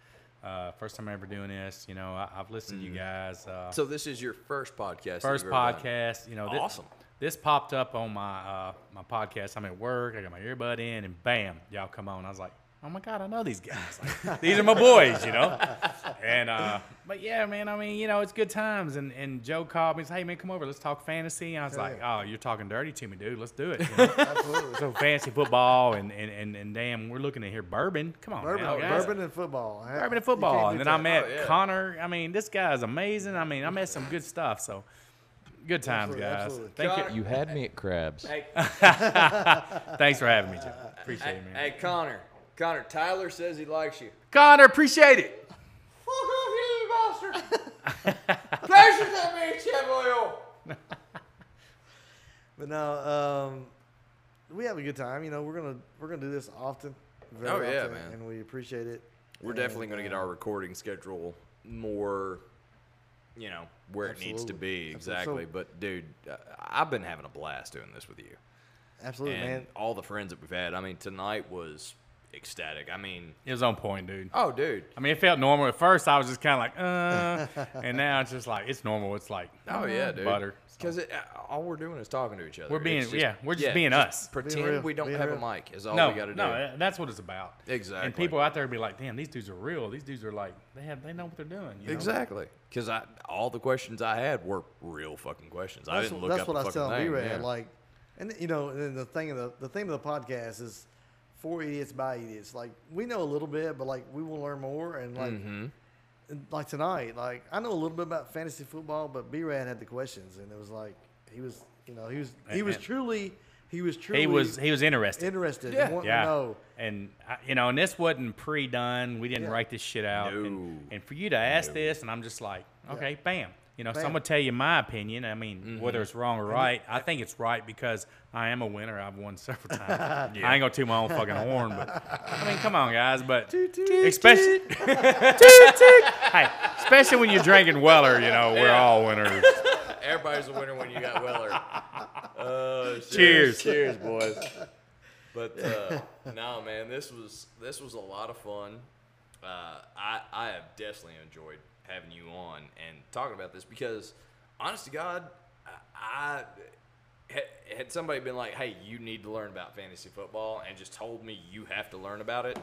[SPEAKER 4] Uh, first time ever doing this. You know, I, I've listened to you guys. Uh,
[SPEAKER 2] so this is your first podcast. that
[SPEAKER 4] first
[SPEAKER 2] you've ever done.
[SPEAKER 4] podcast. You know, thi-
[SPEAKER 2] Awesome.
[SPEAKER 4] This popped up on my uh, my podcast. I'm at work. I got my earbud in, and bam, y'all come on. I was like, oh my god, I know these guys. Like, these are my boys, you know. And uh, but yeah, man. I mean, you know, it's good times. And and Joe called me. He's, hey man, come over. Let's talk fantasy. And I was like, oh, you're talking dirty to me, dude. Let's do it. you know? so fantasy football and, and and and damn, we're looking to hear bourbon. Come on,
[SPEAKER 1] bourbon,
[SPEAKER 4] now, guys.
[SPEAKER 1] bourbon and football. Huh?
[SPEAKER 4] Urban
[SPEAKER 1] You
[SPEAKER 4] and football.
[SPEAKER 1] can't
[SPEAKER 4] And
[SPEAKER 1] do
[SPEAKER 4] then I
[SPEAKER 1] that.
[SPEAKER 4] met
[SPEAKER 2] Oh, yeah.
[SPEAKER 4] Connor. I mean, this guy is amazing. I mean, I met some good stuff. So good times,
[SPEAKER 1] Absolutely,
[SPEAKER 4] guys.
[SPEAKER 1] absolutely.
[SPEAKER 4] Thank you.
[SPEAKER 10] You had me at crabs.
[SPEAKER 4] (laughs) Thanks for
[SPEAKER 2] (laughs)
[SPEAKER 4] having me, Jim. Appreciate it, man.
[SPEAKER 9] Hey, Connor. Connor, Tyler says he likes
[SPEAKER 2] (laughs)
[SPEAKER 9] you.
[SPEAKER 4] Connor, appreciate it.
[SPEAKER 9] Fuck off, you little
[SPEAKER 2] (laughs)
[SPEAKER 4] (laughs)
[SPEAKER 9] bastard. pleasure to meet you, boyo.
[SPEAKER 1] But no, um, we have a good time. You know, we're gonna we're gonna do this often. Very
[SPEAKER 2] Oh, yeah,
[SPEAKER 1] often,
[SPEAKER 2] man.
[SPEAKER 1] And we appreciate it.
[SPEAKER 2] We're definitely going to get our recording schedule more, you know, where it needs to be
[SPEAKER 1] Absolutely.
[SPEAKER 2] exactly.
[SPEAKER 1] Absolutely.
[SPEAKER 2] But dude, I- I've been having a blast doing this with you
[SPEAKER 1] Absolutely,
[SPEAKER 2] and
[SPEAKER 1] man.
[SPEAKER 2] all the friends that we've had. I mean, tonight was ecstatic. I mean,
[SPEAKER 4] It was on point, dude.
[SPEAKER 2] oh, dude,
[SPEAKER 4] I mean, it felt normal at first. I was just kind of like, uh, and now it's just like it's normal. It's like,
[SPEAKER 2] oh yeah,
[SPEAKER 4] uh,
[SPEAKER 2] dude,
[SPEAKER 4] butter. So,
[SPEAKER 2] Because all we're doing is talking to each other.
[SPEAKER 4] We're
[SPEAKER 2] It's
[SPEAKER 4] being-
[SPEAKER 2] just-
[SPEAKER 4] yeah, we're just being us.
[SPEAKER 2] Pretend
[SPEAKER 1] real,
[SPEAKER 2] we don't
[SPEAKER 1] being
[SPEAKER 2] have
[SPEAKER 1] real.
[SPEAKER 2] a mic is all
[SPEAKER 4] no,
[SPEAKER 2] we got to do.
[SPEAKER 4] no, that's what it's about.
[SPEAKER 2] Exactly.
[SPEAKER 4] And people out there be like, damn, these dudes are real. These dudes are like, they have, they know what they're doing. you know?
[SPEAKER 2] Exactly, because I all the questions I had were real fucking questions. I
[SPEAKER 1] That's,
[SPEAKER 2] didn't
[SPEAKER 1] wh-
[SPEAKER 2] look
[SPEAKER 1] that's
[SPEAKER 2] up
[SPEAKER 1] what
[SPEAKER 2] the
[SPEAKER 1] I was
[SPEAKER 2] fucking
[SPEAKER 1] telling
[SPEAKER 2] thing.
[SPEAKER 1] B-Rad.
[SPEAKER 2] yeah.
[SPEAKER 1] Like, and you know, and the thing of the the theme of the podcast is for idiots by idiots. Like, we know a little bit, but like we will learn more. And like,
[SPEAKER 2] Mm-hmm.
[SPEAKER 1] and, like tonight, like I know a little bit about fantasy football, but B-Rad had the questions, and it was like he was, you know, he was he was
[SPEAKER 4] And-
[SPEAKER 1] truly he was truly
[SPEAKER 4] He was, he was interested.
[SPEAKER 1] interested.
[SPEAKER 2] Yeah.
[SPEAKER 1] Yeah, wanting
[SPEAKER 4] Yeah.
[SPEAKER 1] to know.
[SPEAKER 4] And I- you know, and this wasn't pre-done. We didn't
[SPEAKER 1] Yeah.
[SPEAKER 4] write this shit out. And,
[SPEAKER 2] No.
[SPEAKER 4] and for you to ask this, and I'm just like, okay, bam. You know, so I'm
[SPEAKER 1] Bam.
[SPEAKER 4] gonna tell you my opinion. I mean,
[SPEAKER 2] Mm-hmm.
[SPEAKER 4] whether it's wrong or right, I think it's right because I am a winner. I've won several
[SPEAKER 1] (laughs)
[SPEAKER 4] times. I ain't gonna toot my own fucking horn, but I mean, come on, guys. But especially, (laughs) hey, especially when you're drinking Weller, you know, we're all winners.
[SPEAKER 2] Everybody's a winner when you got Weller. Uh,
[SPEAKER 4] Cheers.
[SPEAKER 2] cheers, boys. But uh, no, man, this was this was a lot of fun. Uh, I I have definitely enjoyed having you on and talking about this because, honest to God, I, I had, had somebody been like, "Hey, you need to learn about fantasy football," and just told me you have to learn about it,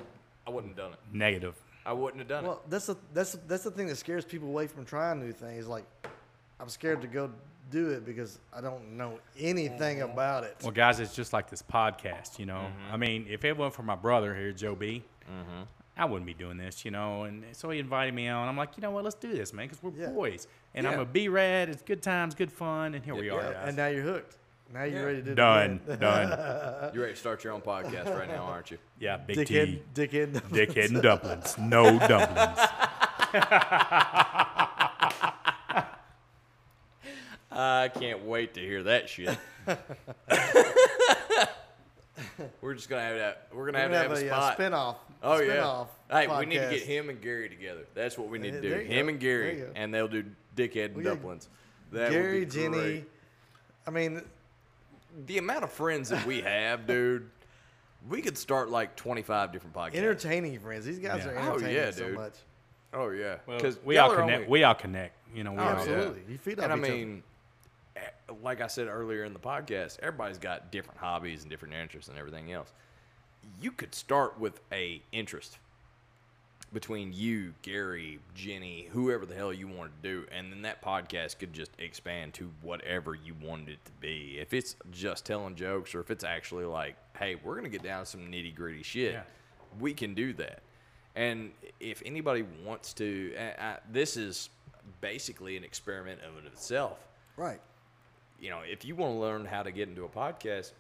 [SPEAKER 2] I wouldn't have done it.
[SPEAKER 4] Negative.
[SPEAKER 2] I wouldn't have done it.
[SPEAKER 1] Well, that's the that's the- that's the thing that scares people away from trying new things. Like, I'm scared to go do it because I don't know anything
[SPEAKER 2] Mm-hmm.
[SPEAKER 1] about it.
[SPEAKER 4] Well, guys, it's just like this podcast, you know. I mean, if it weren't for my brother here, Joe B,
[SPEAKER 2] Mm-hmm.
[SPEAKER 4] I wouldn't be doing this, you know. And so he invited me on. I'm like, you know what? Let's do this, man, because we're
[SPEAKER 1] Yeah.
[SPEAKER 4] boys. And I'm
[SPEAKER 2] Yeah.
[SPEAKER 4] a B Rad. It's good times, good fun, and here we are,
[SPEAKER 2] Yeah,
[SPEAKER 4] guys.
[SPEAKER 1] And now you're hooked. Now you're ready to do it (laughs)
[SPEAKER 4] done,
[SPEAKER 1] again.
[SPEAKER 4] done.
[SPEAKER 2] You're ready to start your own podcast right now, aren't you?
[SPEAKER 4] Yeah, big
[SPEAKER 1] Dickhead,
[SPEAKER 4] T,
[SPEAKER 1] (laughs) dickhead.
[SPEAKER 4] dickhead and dumplings.
[SPEAKER 1] (laughs)
[SPEAKER 4] No dumplings.
[SPEAKER 1] (laughs)
[SPEAKER 2] I can't wait to hear that shit. We're just gonna have that. We're gonna
[SPEAKER 1] We're
[SPEAKER 2] have
[SPEAKER 1] gonna
[SPEAKER 2] to have,
[SPEAKER 1] uh,
[SPEAKER 2] a, spot.
[SPEAKER 1] spinoff.
[SPEAKER 2] Oh
[SPEAKER 1] spinoff
[SPEAKER 2] yeah. Hey, we need to
[SPEAKER 1] podcast.
[SPEAKER 2] get him and Gary together. That's what we need to do.
[SPEAKER 1] There you
[SPEAKER 2] Him
[SPEAKER 1] go.
[SPEAKER 2] and
[SPEAKER 1] There you
[SPEAKER 2] Gary,
[SPEAKER 1] go.
[SPEAKER 2] and they'll do dickhead and
[SPEAKER 1] We got
[SPEAKER 2] duplins. That
[SPEAKER 1] Gary,
[SPEAKER 2] would be
[SPEAKER 1] Jenny.
[SPEAKER 2] great.
[SPEAKER 1] I mean,
[SPEAKER 2] The amount of friends that we have, dude. We could start like twenty-five different podcasts.
[SPEAKER 1] entertaining friends. These guys are
[SPEAKER 2] Oh,
[SPEAKER 1] entertaining
[SPEAKER 2] yeah,
[SPEAKER 1] so
[SPEAKER 2] dude.
[SPEAKER 1] much.
[SPEAKER 2] oh yeah,
[SPEAKER 5] Because
[SPEAKER 2] because
[SPEAKER 5] we all connect. We all connect. You know, we
[SPEAKER 2] Oh,
[SPEAKER 5] all,
[SPEAKER 1] Absolutely, you feed off
[SPEAKER 2] and I
[SPEAKER 1] each other.
[SPEAKER 2] mean, eh, like I said earlier in the podcast, everybody's got different hobbies and different interests and everything else. You could start with a interest between you, Gary, Jenny, whoever the hell you want to do, and then that podcast could just expand to whatever you wanted it to be. If it's just telling jokes, or if it's actually like, hey, we're gonna get down to some nitty gritty shit, we can do that. And if anybody wants to, I, I, this is basically an experiment of it itself.
[SPEAKER 1] right.
[SPEAKER 2] You know, if you want to learn how to get into a podcast,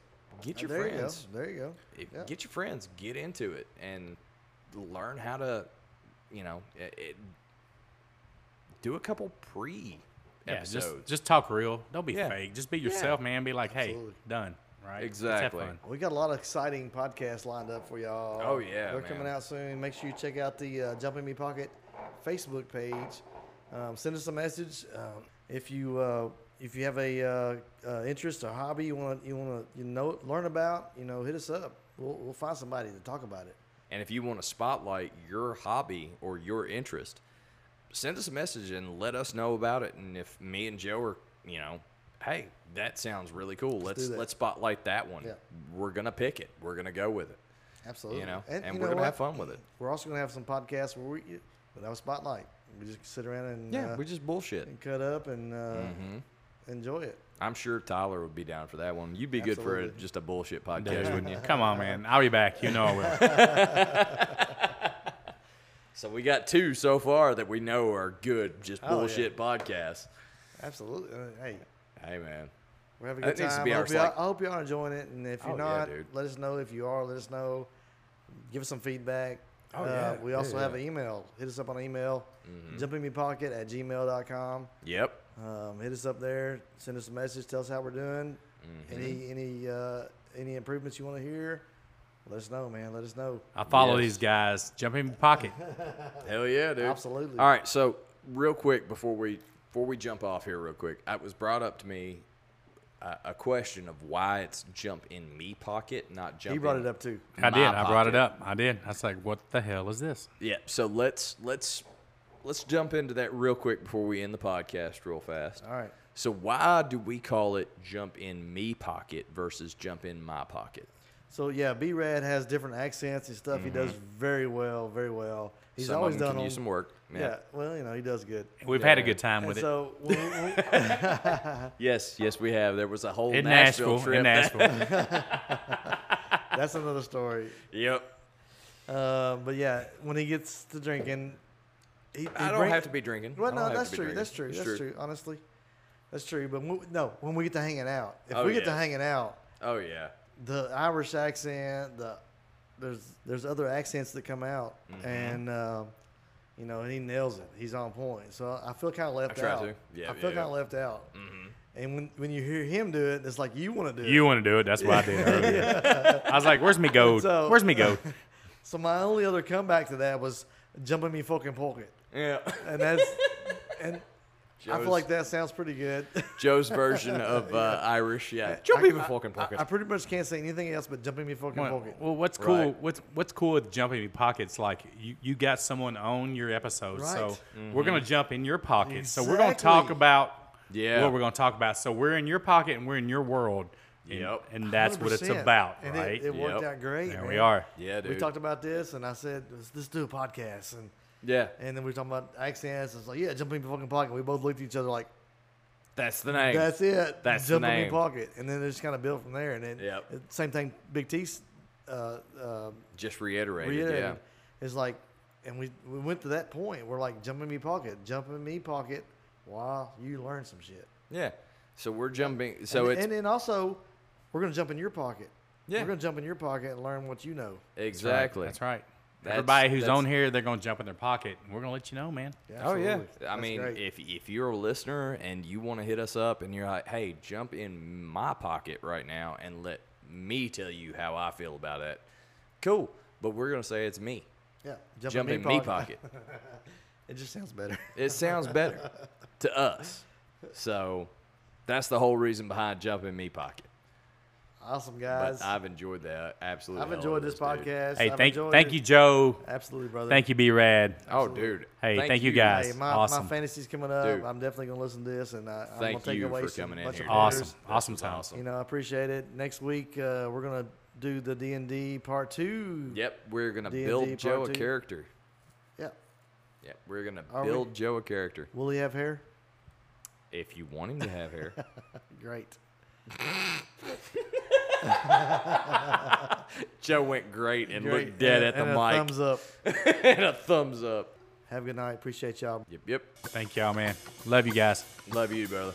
[SPEAKER 2] get your
[SPEAKER 1] Oh, there
[SPEAKER 2] friends
[SPEAKER 1] you go. There you go.
[SPEAKER 2] if,
[SPEAKER 1] Yeah.
[SPEAKER 2] get your friends, get into it, and learn how to, you know, it, it, do a couple pre
[SPEAKER 5] Yeah,
[SPEAKER 2] episodes.
[SPEAKER 5] just just talk real. Don't be
[SPEAKER 2] Yeah.
[SPEAKER 5] fake. Just be yourself, man. Be like, hey,
[SPEAKER 1] Absolutely.
[SPEAKER 5] done. Right. Let's have
[SPEAKER 2] Exactly.
[SPEAKER 5] fun.
[SPEAKER 1] We got a lot of exciting podcasts lined up for y'all.
[SPEAKER 2] Oh, yeah,
[SPEAKER 1] they're
[SPEAKER 2] man.
[SPEAKER 1] coming out soon. Make sure you check out the uh, Jump in Me Pocket Facebook page. Um, send us a message um, if you uh, if you have a uh, uh, interest or hobby you want you want to you know learn about. You know, hit us up. We'll, we'll find somebody to talk about it.
[SPEAKER 2] And if you want to spotlight your hobby or your interest, send us a message and let us know about it. And if me and Joe are, you know, hey, that sounds really cool. Let's
[SPEAKER 1] do
[SPEAKER 2] let's,
[SPEAKER 1] that.
[SPEAKER 2] spotlight that one.
[SPEAKER 1] Yeah.
[SPEAKER 2] We're gonna pick it. We're gonna go with it.
[SPEAKER 1] Absolutely.
[SPEAKER 2] You know, and, we're gonna
[SPEAKER 1] what?
[SPEAKER 2] have fun with it.
[SPEAKER 1] We're also gonna have some podcasts where we without a spotlight. We just sit around and
[SPEAKER 2] Yeah,
[SPEAKER 1] uh,
[SPEAKER 2] we Mm-hmm. just bullshit.
[SPEAKER 1] and cut up and uh, enjoy it.
[SPEAKER 2] I'm sure Tyler would be down for that one. You'd be good for a,
[SPEAKER 1] Absolutely.
[SPEAKER 2] just a bullshit podcast, wouldn't
[SPEAKER 4] (laughs)
[SPEAKER 2] you?
[SPEAKER 5] Come on, man. I'll be back. You know I will.
[SPEAKER 2] So we got two so far that we know are good, just
[SPEAKER 1] Oh, yeah.
[SPEAKER 2] bullshit podcasts.
[SPEAKER 1] Absolutely. Uh, hey,
[SPEAKER 2] Hey man,
[SPEAKER 1] we're having a
[SPEAKER 2] That
[SPEAKER 1] good
[SPEAKER 2] needs to
[SPEAKER 1] time.
[SPEAKER 2] be
[SPEAKER 1] I
[SPEAKER 2] our
[SPEAKER 1] hope, y'all,
[SPEAKER 2] slack.
[SPEAKER 1] I hope y'all are enjoying it, and if you're
[SPEAKER 2] Oh, yeah,
[SPEAKER 1] not,
[SPEAKER 2] dude.
[SPEAKER 1] let us know. If you are, let us know. Give us some feedback. Oh,
[SPEAKER 2] yeah.
[SPEAKER 1] we
[SPEAKER 2] Yeah,
[SPEAKER 1] also have
[SPEAKER 2] yeah. Mm-hmm.
[SPEAKER 1] an email. Hit us up on email, jumpinmepocket at gmail.com.
[SPEAKER 2] yep,
[SPEAKER 1] Um, hit us up there. Send us a message. Tell us how we're doing.
[SPEAKER 2] Mm-hmm.
[SPEAKER 1] Any any uh, any improvements you want to hear, let us know, man. Let us know.
[SPEAKER 5] I follow
[SPEAKER 2] Yes.
[SPEAKER 5] these guys. Jump in my pocket.
[SPEAKER 2] hell yeah, dude.
[SPEAKER 1] Absolutely.
[SPEAKER 2] All right, so real quick before we before we jump off here, real quick, it was brought up to me uh, a question of why it's jump in me pocket, not jump.
[SPEAKER 1] He brought
[SPEAKER 2] in
[SPEAKER 1] it up too.
[SPEAKER 2] my
[SPEAKER 5] I did. I brought it
[SPEAKER 2] pocket.
[SPEAKER 5] up. I did. I was like, what the hell is this?
[SPEAKER 2] Yeah. So let's let's let's jump into that real quick before we end the podcast real fast.
[SPEAKER 1] All right.
[SPEAKER 2] So why do we call it jump in me pocket versus jump in my pocket?
[SPEAKER 1] So yeah, B Rad has different accents and stuff. He does very well, very well. He's
[SPEAKER 2] Mm-hmm. Some of
[SPEAKER 1] always
[SPEAKER 2] them
[SPEAKER 1] done
[SPEAKER 2] can
[SPEAKER 1] on,
[SPEAKER 2] use some work.
[SPEAKER 1] Yeah. well, you know, he does good.
[SPEAKER 5] We've had a good time
[SPEAKER 1] And
[SPEAKER 5] with
[SPEAKER 1] so when
[SPEAKER 2] (laughs)
[SPEAKER 1] we- when-
[SPEAKER 2] Yes, yes, we have. There was a whole
[SPEAKER 5] it. In
[SPEAKER 2] Nashville,
[SPEAKER 5] Nashville.
[SPEAKER 2] trip.
[SPEAKER 5] In Nashville.
[SPEAKER 1] that's another story.
[SPEAKER 2] (laughs) Yep.
[SPEAKER 1] Uh, but yeah, when he gets to drinking, he, he
[SPEAKER 2] I don't
[SPEAKER 1] bring-
[SPEAKER 2] have to be drinking.
[SPEAKER 1] Well,
[SPEAKER 2] I don't
[SPEAKER 1] no,
[SPEAKER 2] have
[SPEAKER 1] that's
[SPEAKER 2] to be
[SPEAKER 1] true.
[SPEAKER 2] drinking.
[SPEAKER 1] That's true.
[SPEAKER 2] It's
[SPEAKER 1] That's true. Honestly, that's true. But when, we- no, when we get to hanging out, if
[SPEAKER 2] Oh,
[SPEAKER 1] we get to
[SPEAKER 2] yeah.
[SPEAKER 1] hanging out,
[SPEAKER 2] Oh yeah.
[SPEAKER 1] the Irish accent, the there's there's other accents that come out,
[SPEAKER 2] Mm-hmm.
[SPEAKER 1] and uh, you know, and he nails it. He's on point. So I feel kind of left
[SPEAKER 2] try
[SPEAKER 1] out.
[SPEAKER 2] to. Yeah,
[SPEAKER 1] I feel
[SPEAKER 2] yeah.
[SPEAKER 1] kind of left out.
[SPEAKER 2] Mm-hmm.
[SPEAKER 1] And when when you hear him do it, it's like you want to do
[SPEAKER 5] you
[SPEAKER 1] it.
[SPEAKER 5] want to do it. That's what I did earlier. I was like, where's me gold?
[SPEAKER 1] So-
[SPEAKER 5] where's me
[SPEAKER 2] (laughs)
[SPEAKER 5] gold?
[SPEAKER 1] So my only other comeback to that was jumping me fucking pocket,
[SPEAKER 2] Yeah.
[SPEAKER 1] and
[SPEAKER 5] (laughs)
[SPEAKER 1] that's and. (laughs) I
[SPEAKER 2] Joe's-
[SPEAKER 1] feel like that sounds pretty good. (laughs)
[SPEAKER 2] Joe's version of uh, Irish. Yeah. Jump even fucking pocket.
[SPEAKER 1] I pretty much can't say anything else but jumping me fucking
[SPEAKER 5] Well,
[SPEAKER 1] pocket.
[SPEAKER 5] well, what's cool?
[SPEAKER 2] Right.
[SPEAKER 5] What's what's cool with jumping in your pockets? Like you, you got someone on your episode, so
[SPEAKER 1] Right.
[SPEAKER 5] we're gonna jump in your pocket. So we're gonna talk
[SPEAKER 1] Exactly.
[SPEAKER 5] about
[SPEAKER 2] Mm-hmm. Yeah.
[SPEAKER 5] what we're gonna talk about. So we're in your pocket and we're in your world. and-
[SPEAKER 2] Yep.
[SPEAKER 5] And, that's what it's
[SPEAKER 1] 100%.
[SPEAKER 5] about,
[SPEAKER 1] And it-
[SPEAKER 5] right?
[SPEAKER 1] It, worked
[SPEAKER 2] Yep.
[SPEAKER 1] out great.
[SPEAKER 5] There
[SPEAKER 1] man.
[SPEAKER 5] we are.
[SPEAKER 2] yeah, dude.
[SPEAKER 1] We talked about this, and I said, let's, let's do a podcast. And
[SPEAKER 2] yeah.
[SPEAKER 1] And then we were talking about accents. It's like, yeah, jumping in fucking pocket. We both looked at each other like,
[SPEAKER 2] That's the name.
[SPEAKER 1] that's it.
[SPEAKER 2] That's the
[SPEAKER 1] jumping in
[SPEAKER 2] name.
[SPEAKER 1] pocket. And then it just kind of built from there. And then
[SPEAKER 2] Yep.
[SPEAKER 1] it- same thing. Big T's uh, uh,
[SPEAKER 2] Just reiterated.
[SPEAKER 1] reiterated.
[SPEAKER 2] Yeah.
[SPEAKER 1] It's like, and we we went to that point. We're like, jumping me pocket, jumping me pocket. Wow, you learn some shit.
[SPEAKER 2] Yeah. So we're jumping. So
[SPEAKER 1] and,
[SPEAKER 2] it's
[SPEAKER 1] and then also, we're gonna jump in your pocket.
[SPEAKER 2] Yeah.
[SPEAKER 1] We're gonna jump in your pocket and learn what you know.
[SPEAKER 2] exactly.
[SPEAKER 5] That's right.
[SPEAKER 2] That's-
[SPEAKER 5] Everybody who's
[SPEAKER 2] that's-
[SPEAKER 5] on here, they're gonna jump in their pocket. and We're gonna let you know, man.
[SPEAKER 2] Oh
[SPEAKER 1] Absolutely.
[SPEAKER 2] yeah. I
[SPEAKER 1] That's
[SPEAKER 2] mean,
[SPEAKER 1] great.
[SPEAKER 2] if if you're a listener and you want to hit us up and you're like, "Hey, jump in my pocket right now and let me tell you how I feel about that. Cool, but we're gonna say it's me.
[SPEAKER 1] Yeah.
[SPEAKER 2] Jump in me pocket.
[SPEAKER 1] (laughs) It just sounds
[SPEAKER 2] (laughs)
[SPEAKER 1] better.
[SPEAKER 2] It
[SPEAKER 1] (laughs)
[SPEAKER 2] sounds better to us. So that's the whole reason behind jump in me pocket.
[SPEAKER 1] Awesome,
[SPEAKER 2] But
[SPEAKER 1] guys. I've,
[SPEAKER 2] I've enjoyed that absolutely. hell out
[SPEAKER 1] enjoyed
[SPEAKER 2] of
[SPEAKER 1] this
[SPEAKER 2] dude.
[SPEAKER 1] podcast.
[SPEAKER 5] Hey,
[SPEAKER 1] I've
[SPEAKER 5] thank
[SPEAKER 1] enjoyed
[SPEAKER 5] thank
[SPEAKER 1] it.
[SPEAKER 5] you, Joe.
[SPEAKER 1] Absolutely, brother.
[SPEAKER 5] Thank you, B Rad.
[SPEAKER 2] Oh, dude.
[SPEAKER 5] Hey, thank you guys.
[SPEAKER 1] Hey, my,
[SPEAKER 5] Awesome.
[SPEAKER 1] my fantasy's coming up.
[SPEAKER 2] Dude.
[SPEAKER 1] I'm definitely gonna listen to this, and I, I'm gonna
[SPEAKER 2] Thank
[SPEAKER 1] take
[SPEAKER 2] you
[SPEAKER 1] away
[SPEAKER 2] for
[SPEAKER 1] some
[SPEAKER 2] coming in
[SPEAKER 1] bunch of
[SPEAKER 2] here.
[SPEAKER 1] pointers.
[SPEAKER 5] Awesome. Awesome
[SPEAKER 2] This was
[SPEAKER 5] time.
[SPEAKER 2] awesome.
[SPEAKER 1] You know, I appreciate it. Next week uh, we're gonna do the D and D part two.
[SPEAKER 2] Yep, we're gonna
[SPEAKER 1] D&D
[SPEAKER 2] build
[SPEAKER 1] part
[SPEAKER 2] Joe a
[SPEAKER 1] two.
[SPEAKER 2] character.
[SPEAKER 1] Yeah.
[SPEAKER 2] Yep, we're gonna
[SPEAKER 1] Are we-
[SPEAKER 2] build Joe a character.
[SPEAKER 1] Will he have hair?
[SPEAKER 2] If you want him to
[SPEAKER 1] (laughs)
[SPEAKER 2] have hair,
[SPEAKER 1] Great.
[SPEAKER 2] Joe went great and
[SPEAKER 1] Great.
[SPEAKER 2] looked dead
[SPEAKER 1] And-
[SPEAKER 2] at the
[SPEAKER 1] and a
[SPEAKER 2] mic
[SPEAKER 1] Thumbs up.
[SPEAKER 2] (laughs) and a thumbs up.
[SPEAKER 1] Have a good night. Appreciate y'all.
[SPEAKER 2] Yep, yep.
[SPEAKER 5] Thank y'all, man. Love you guys.
[SPEAKER 2] Love you, brother.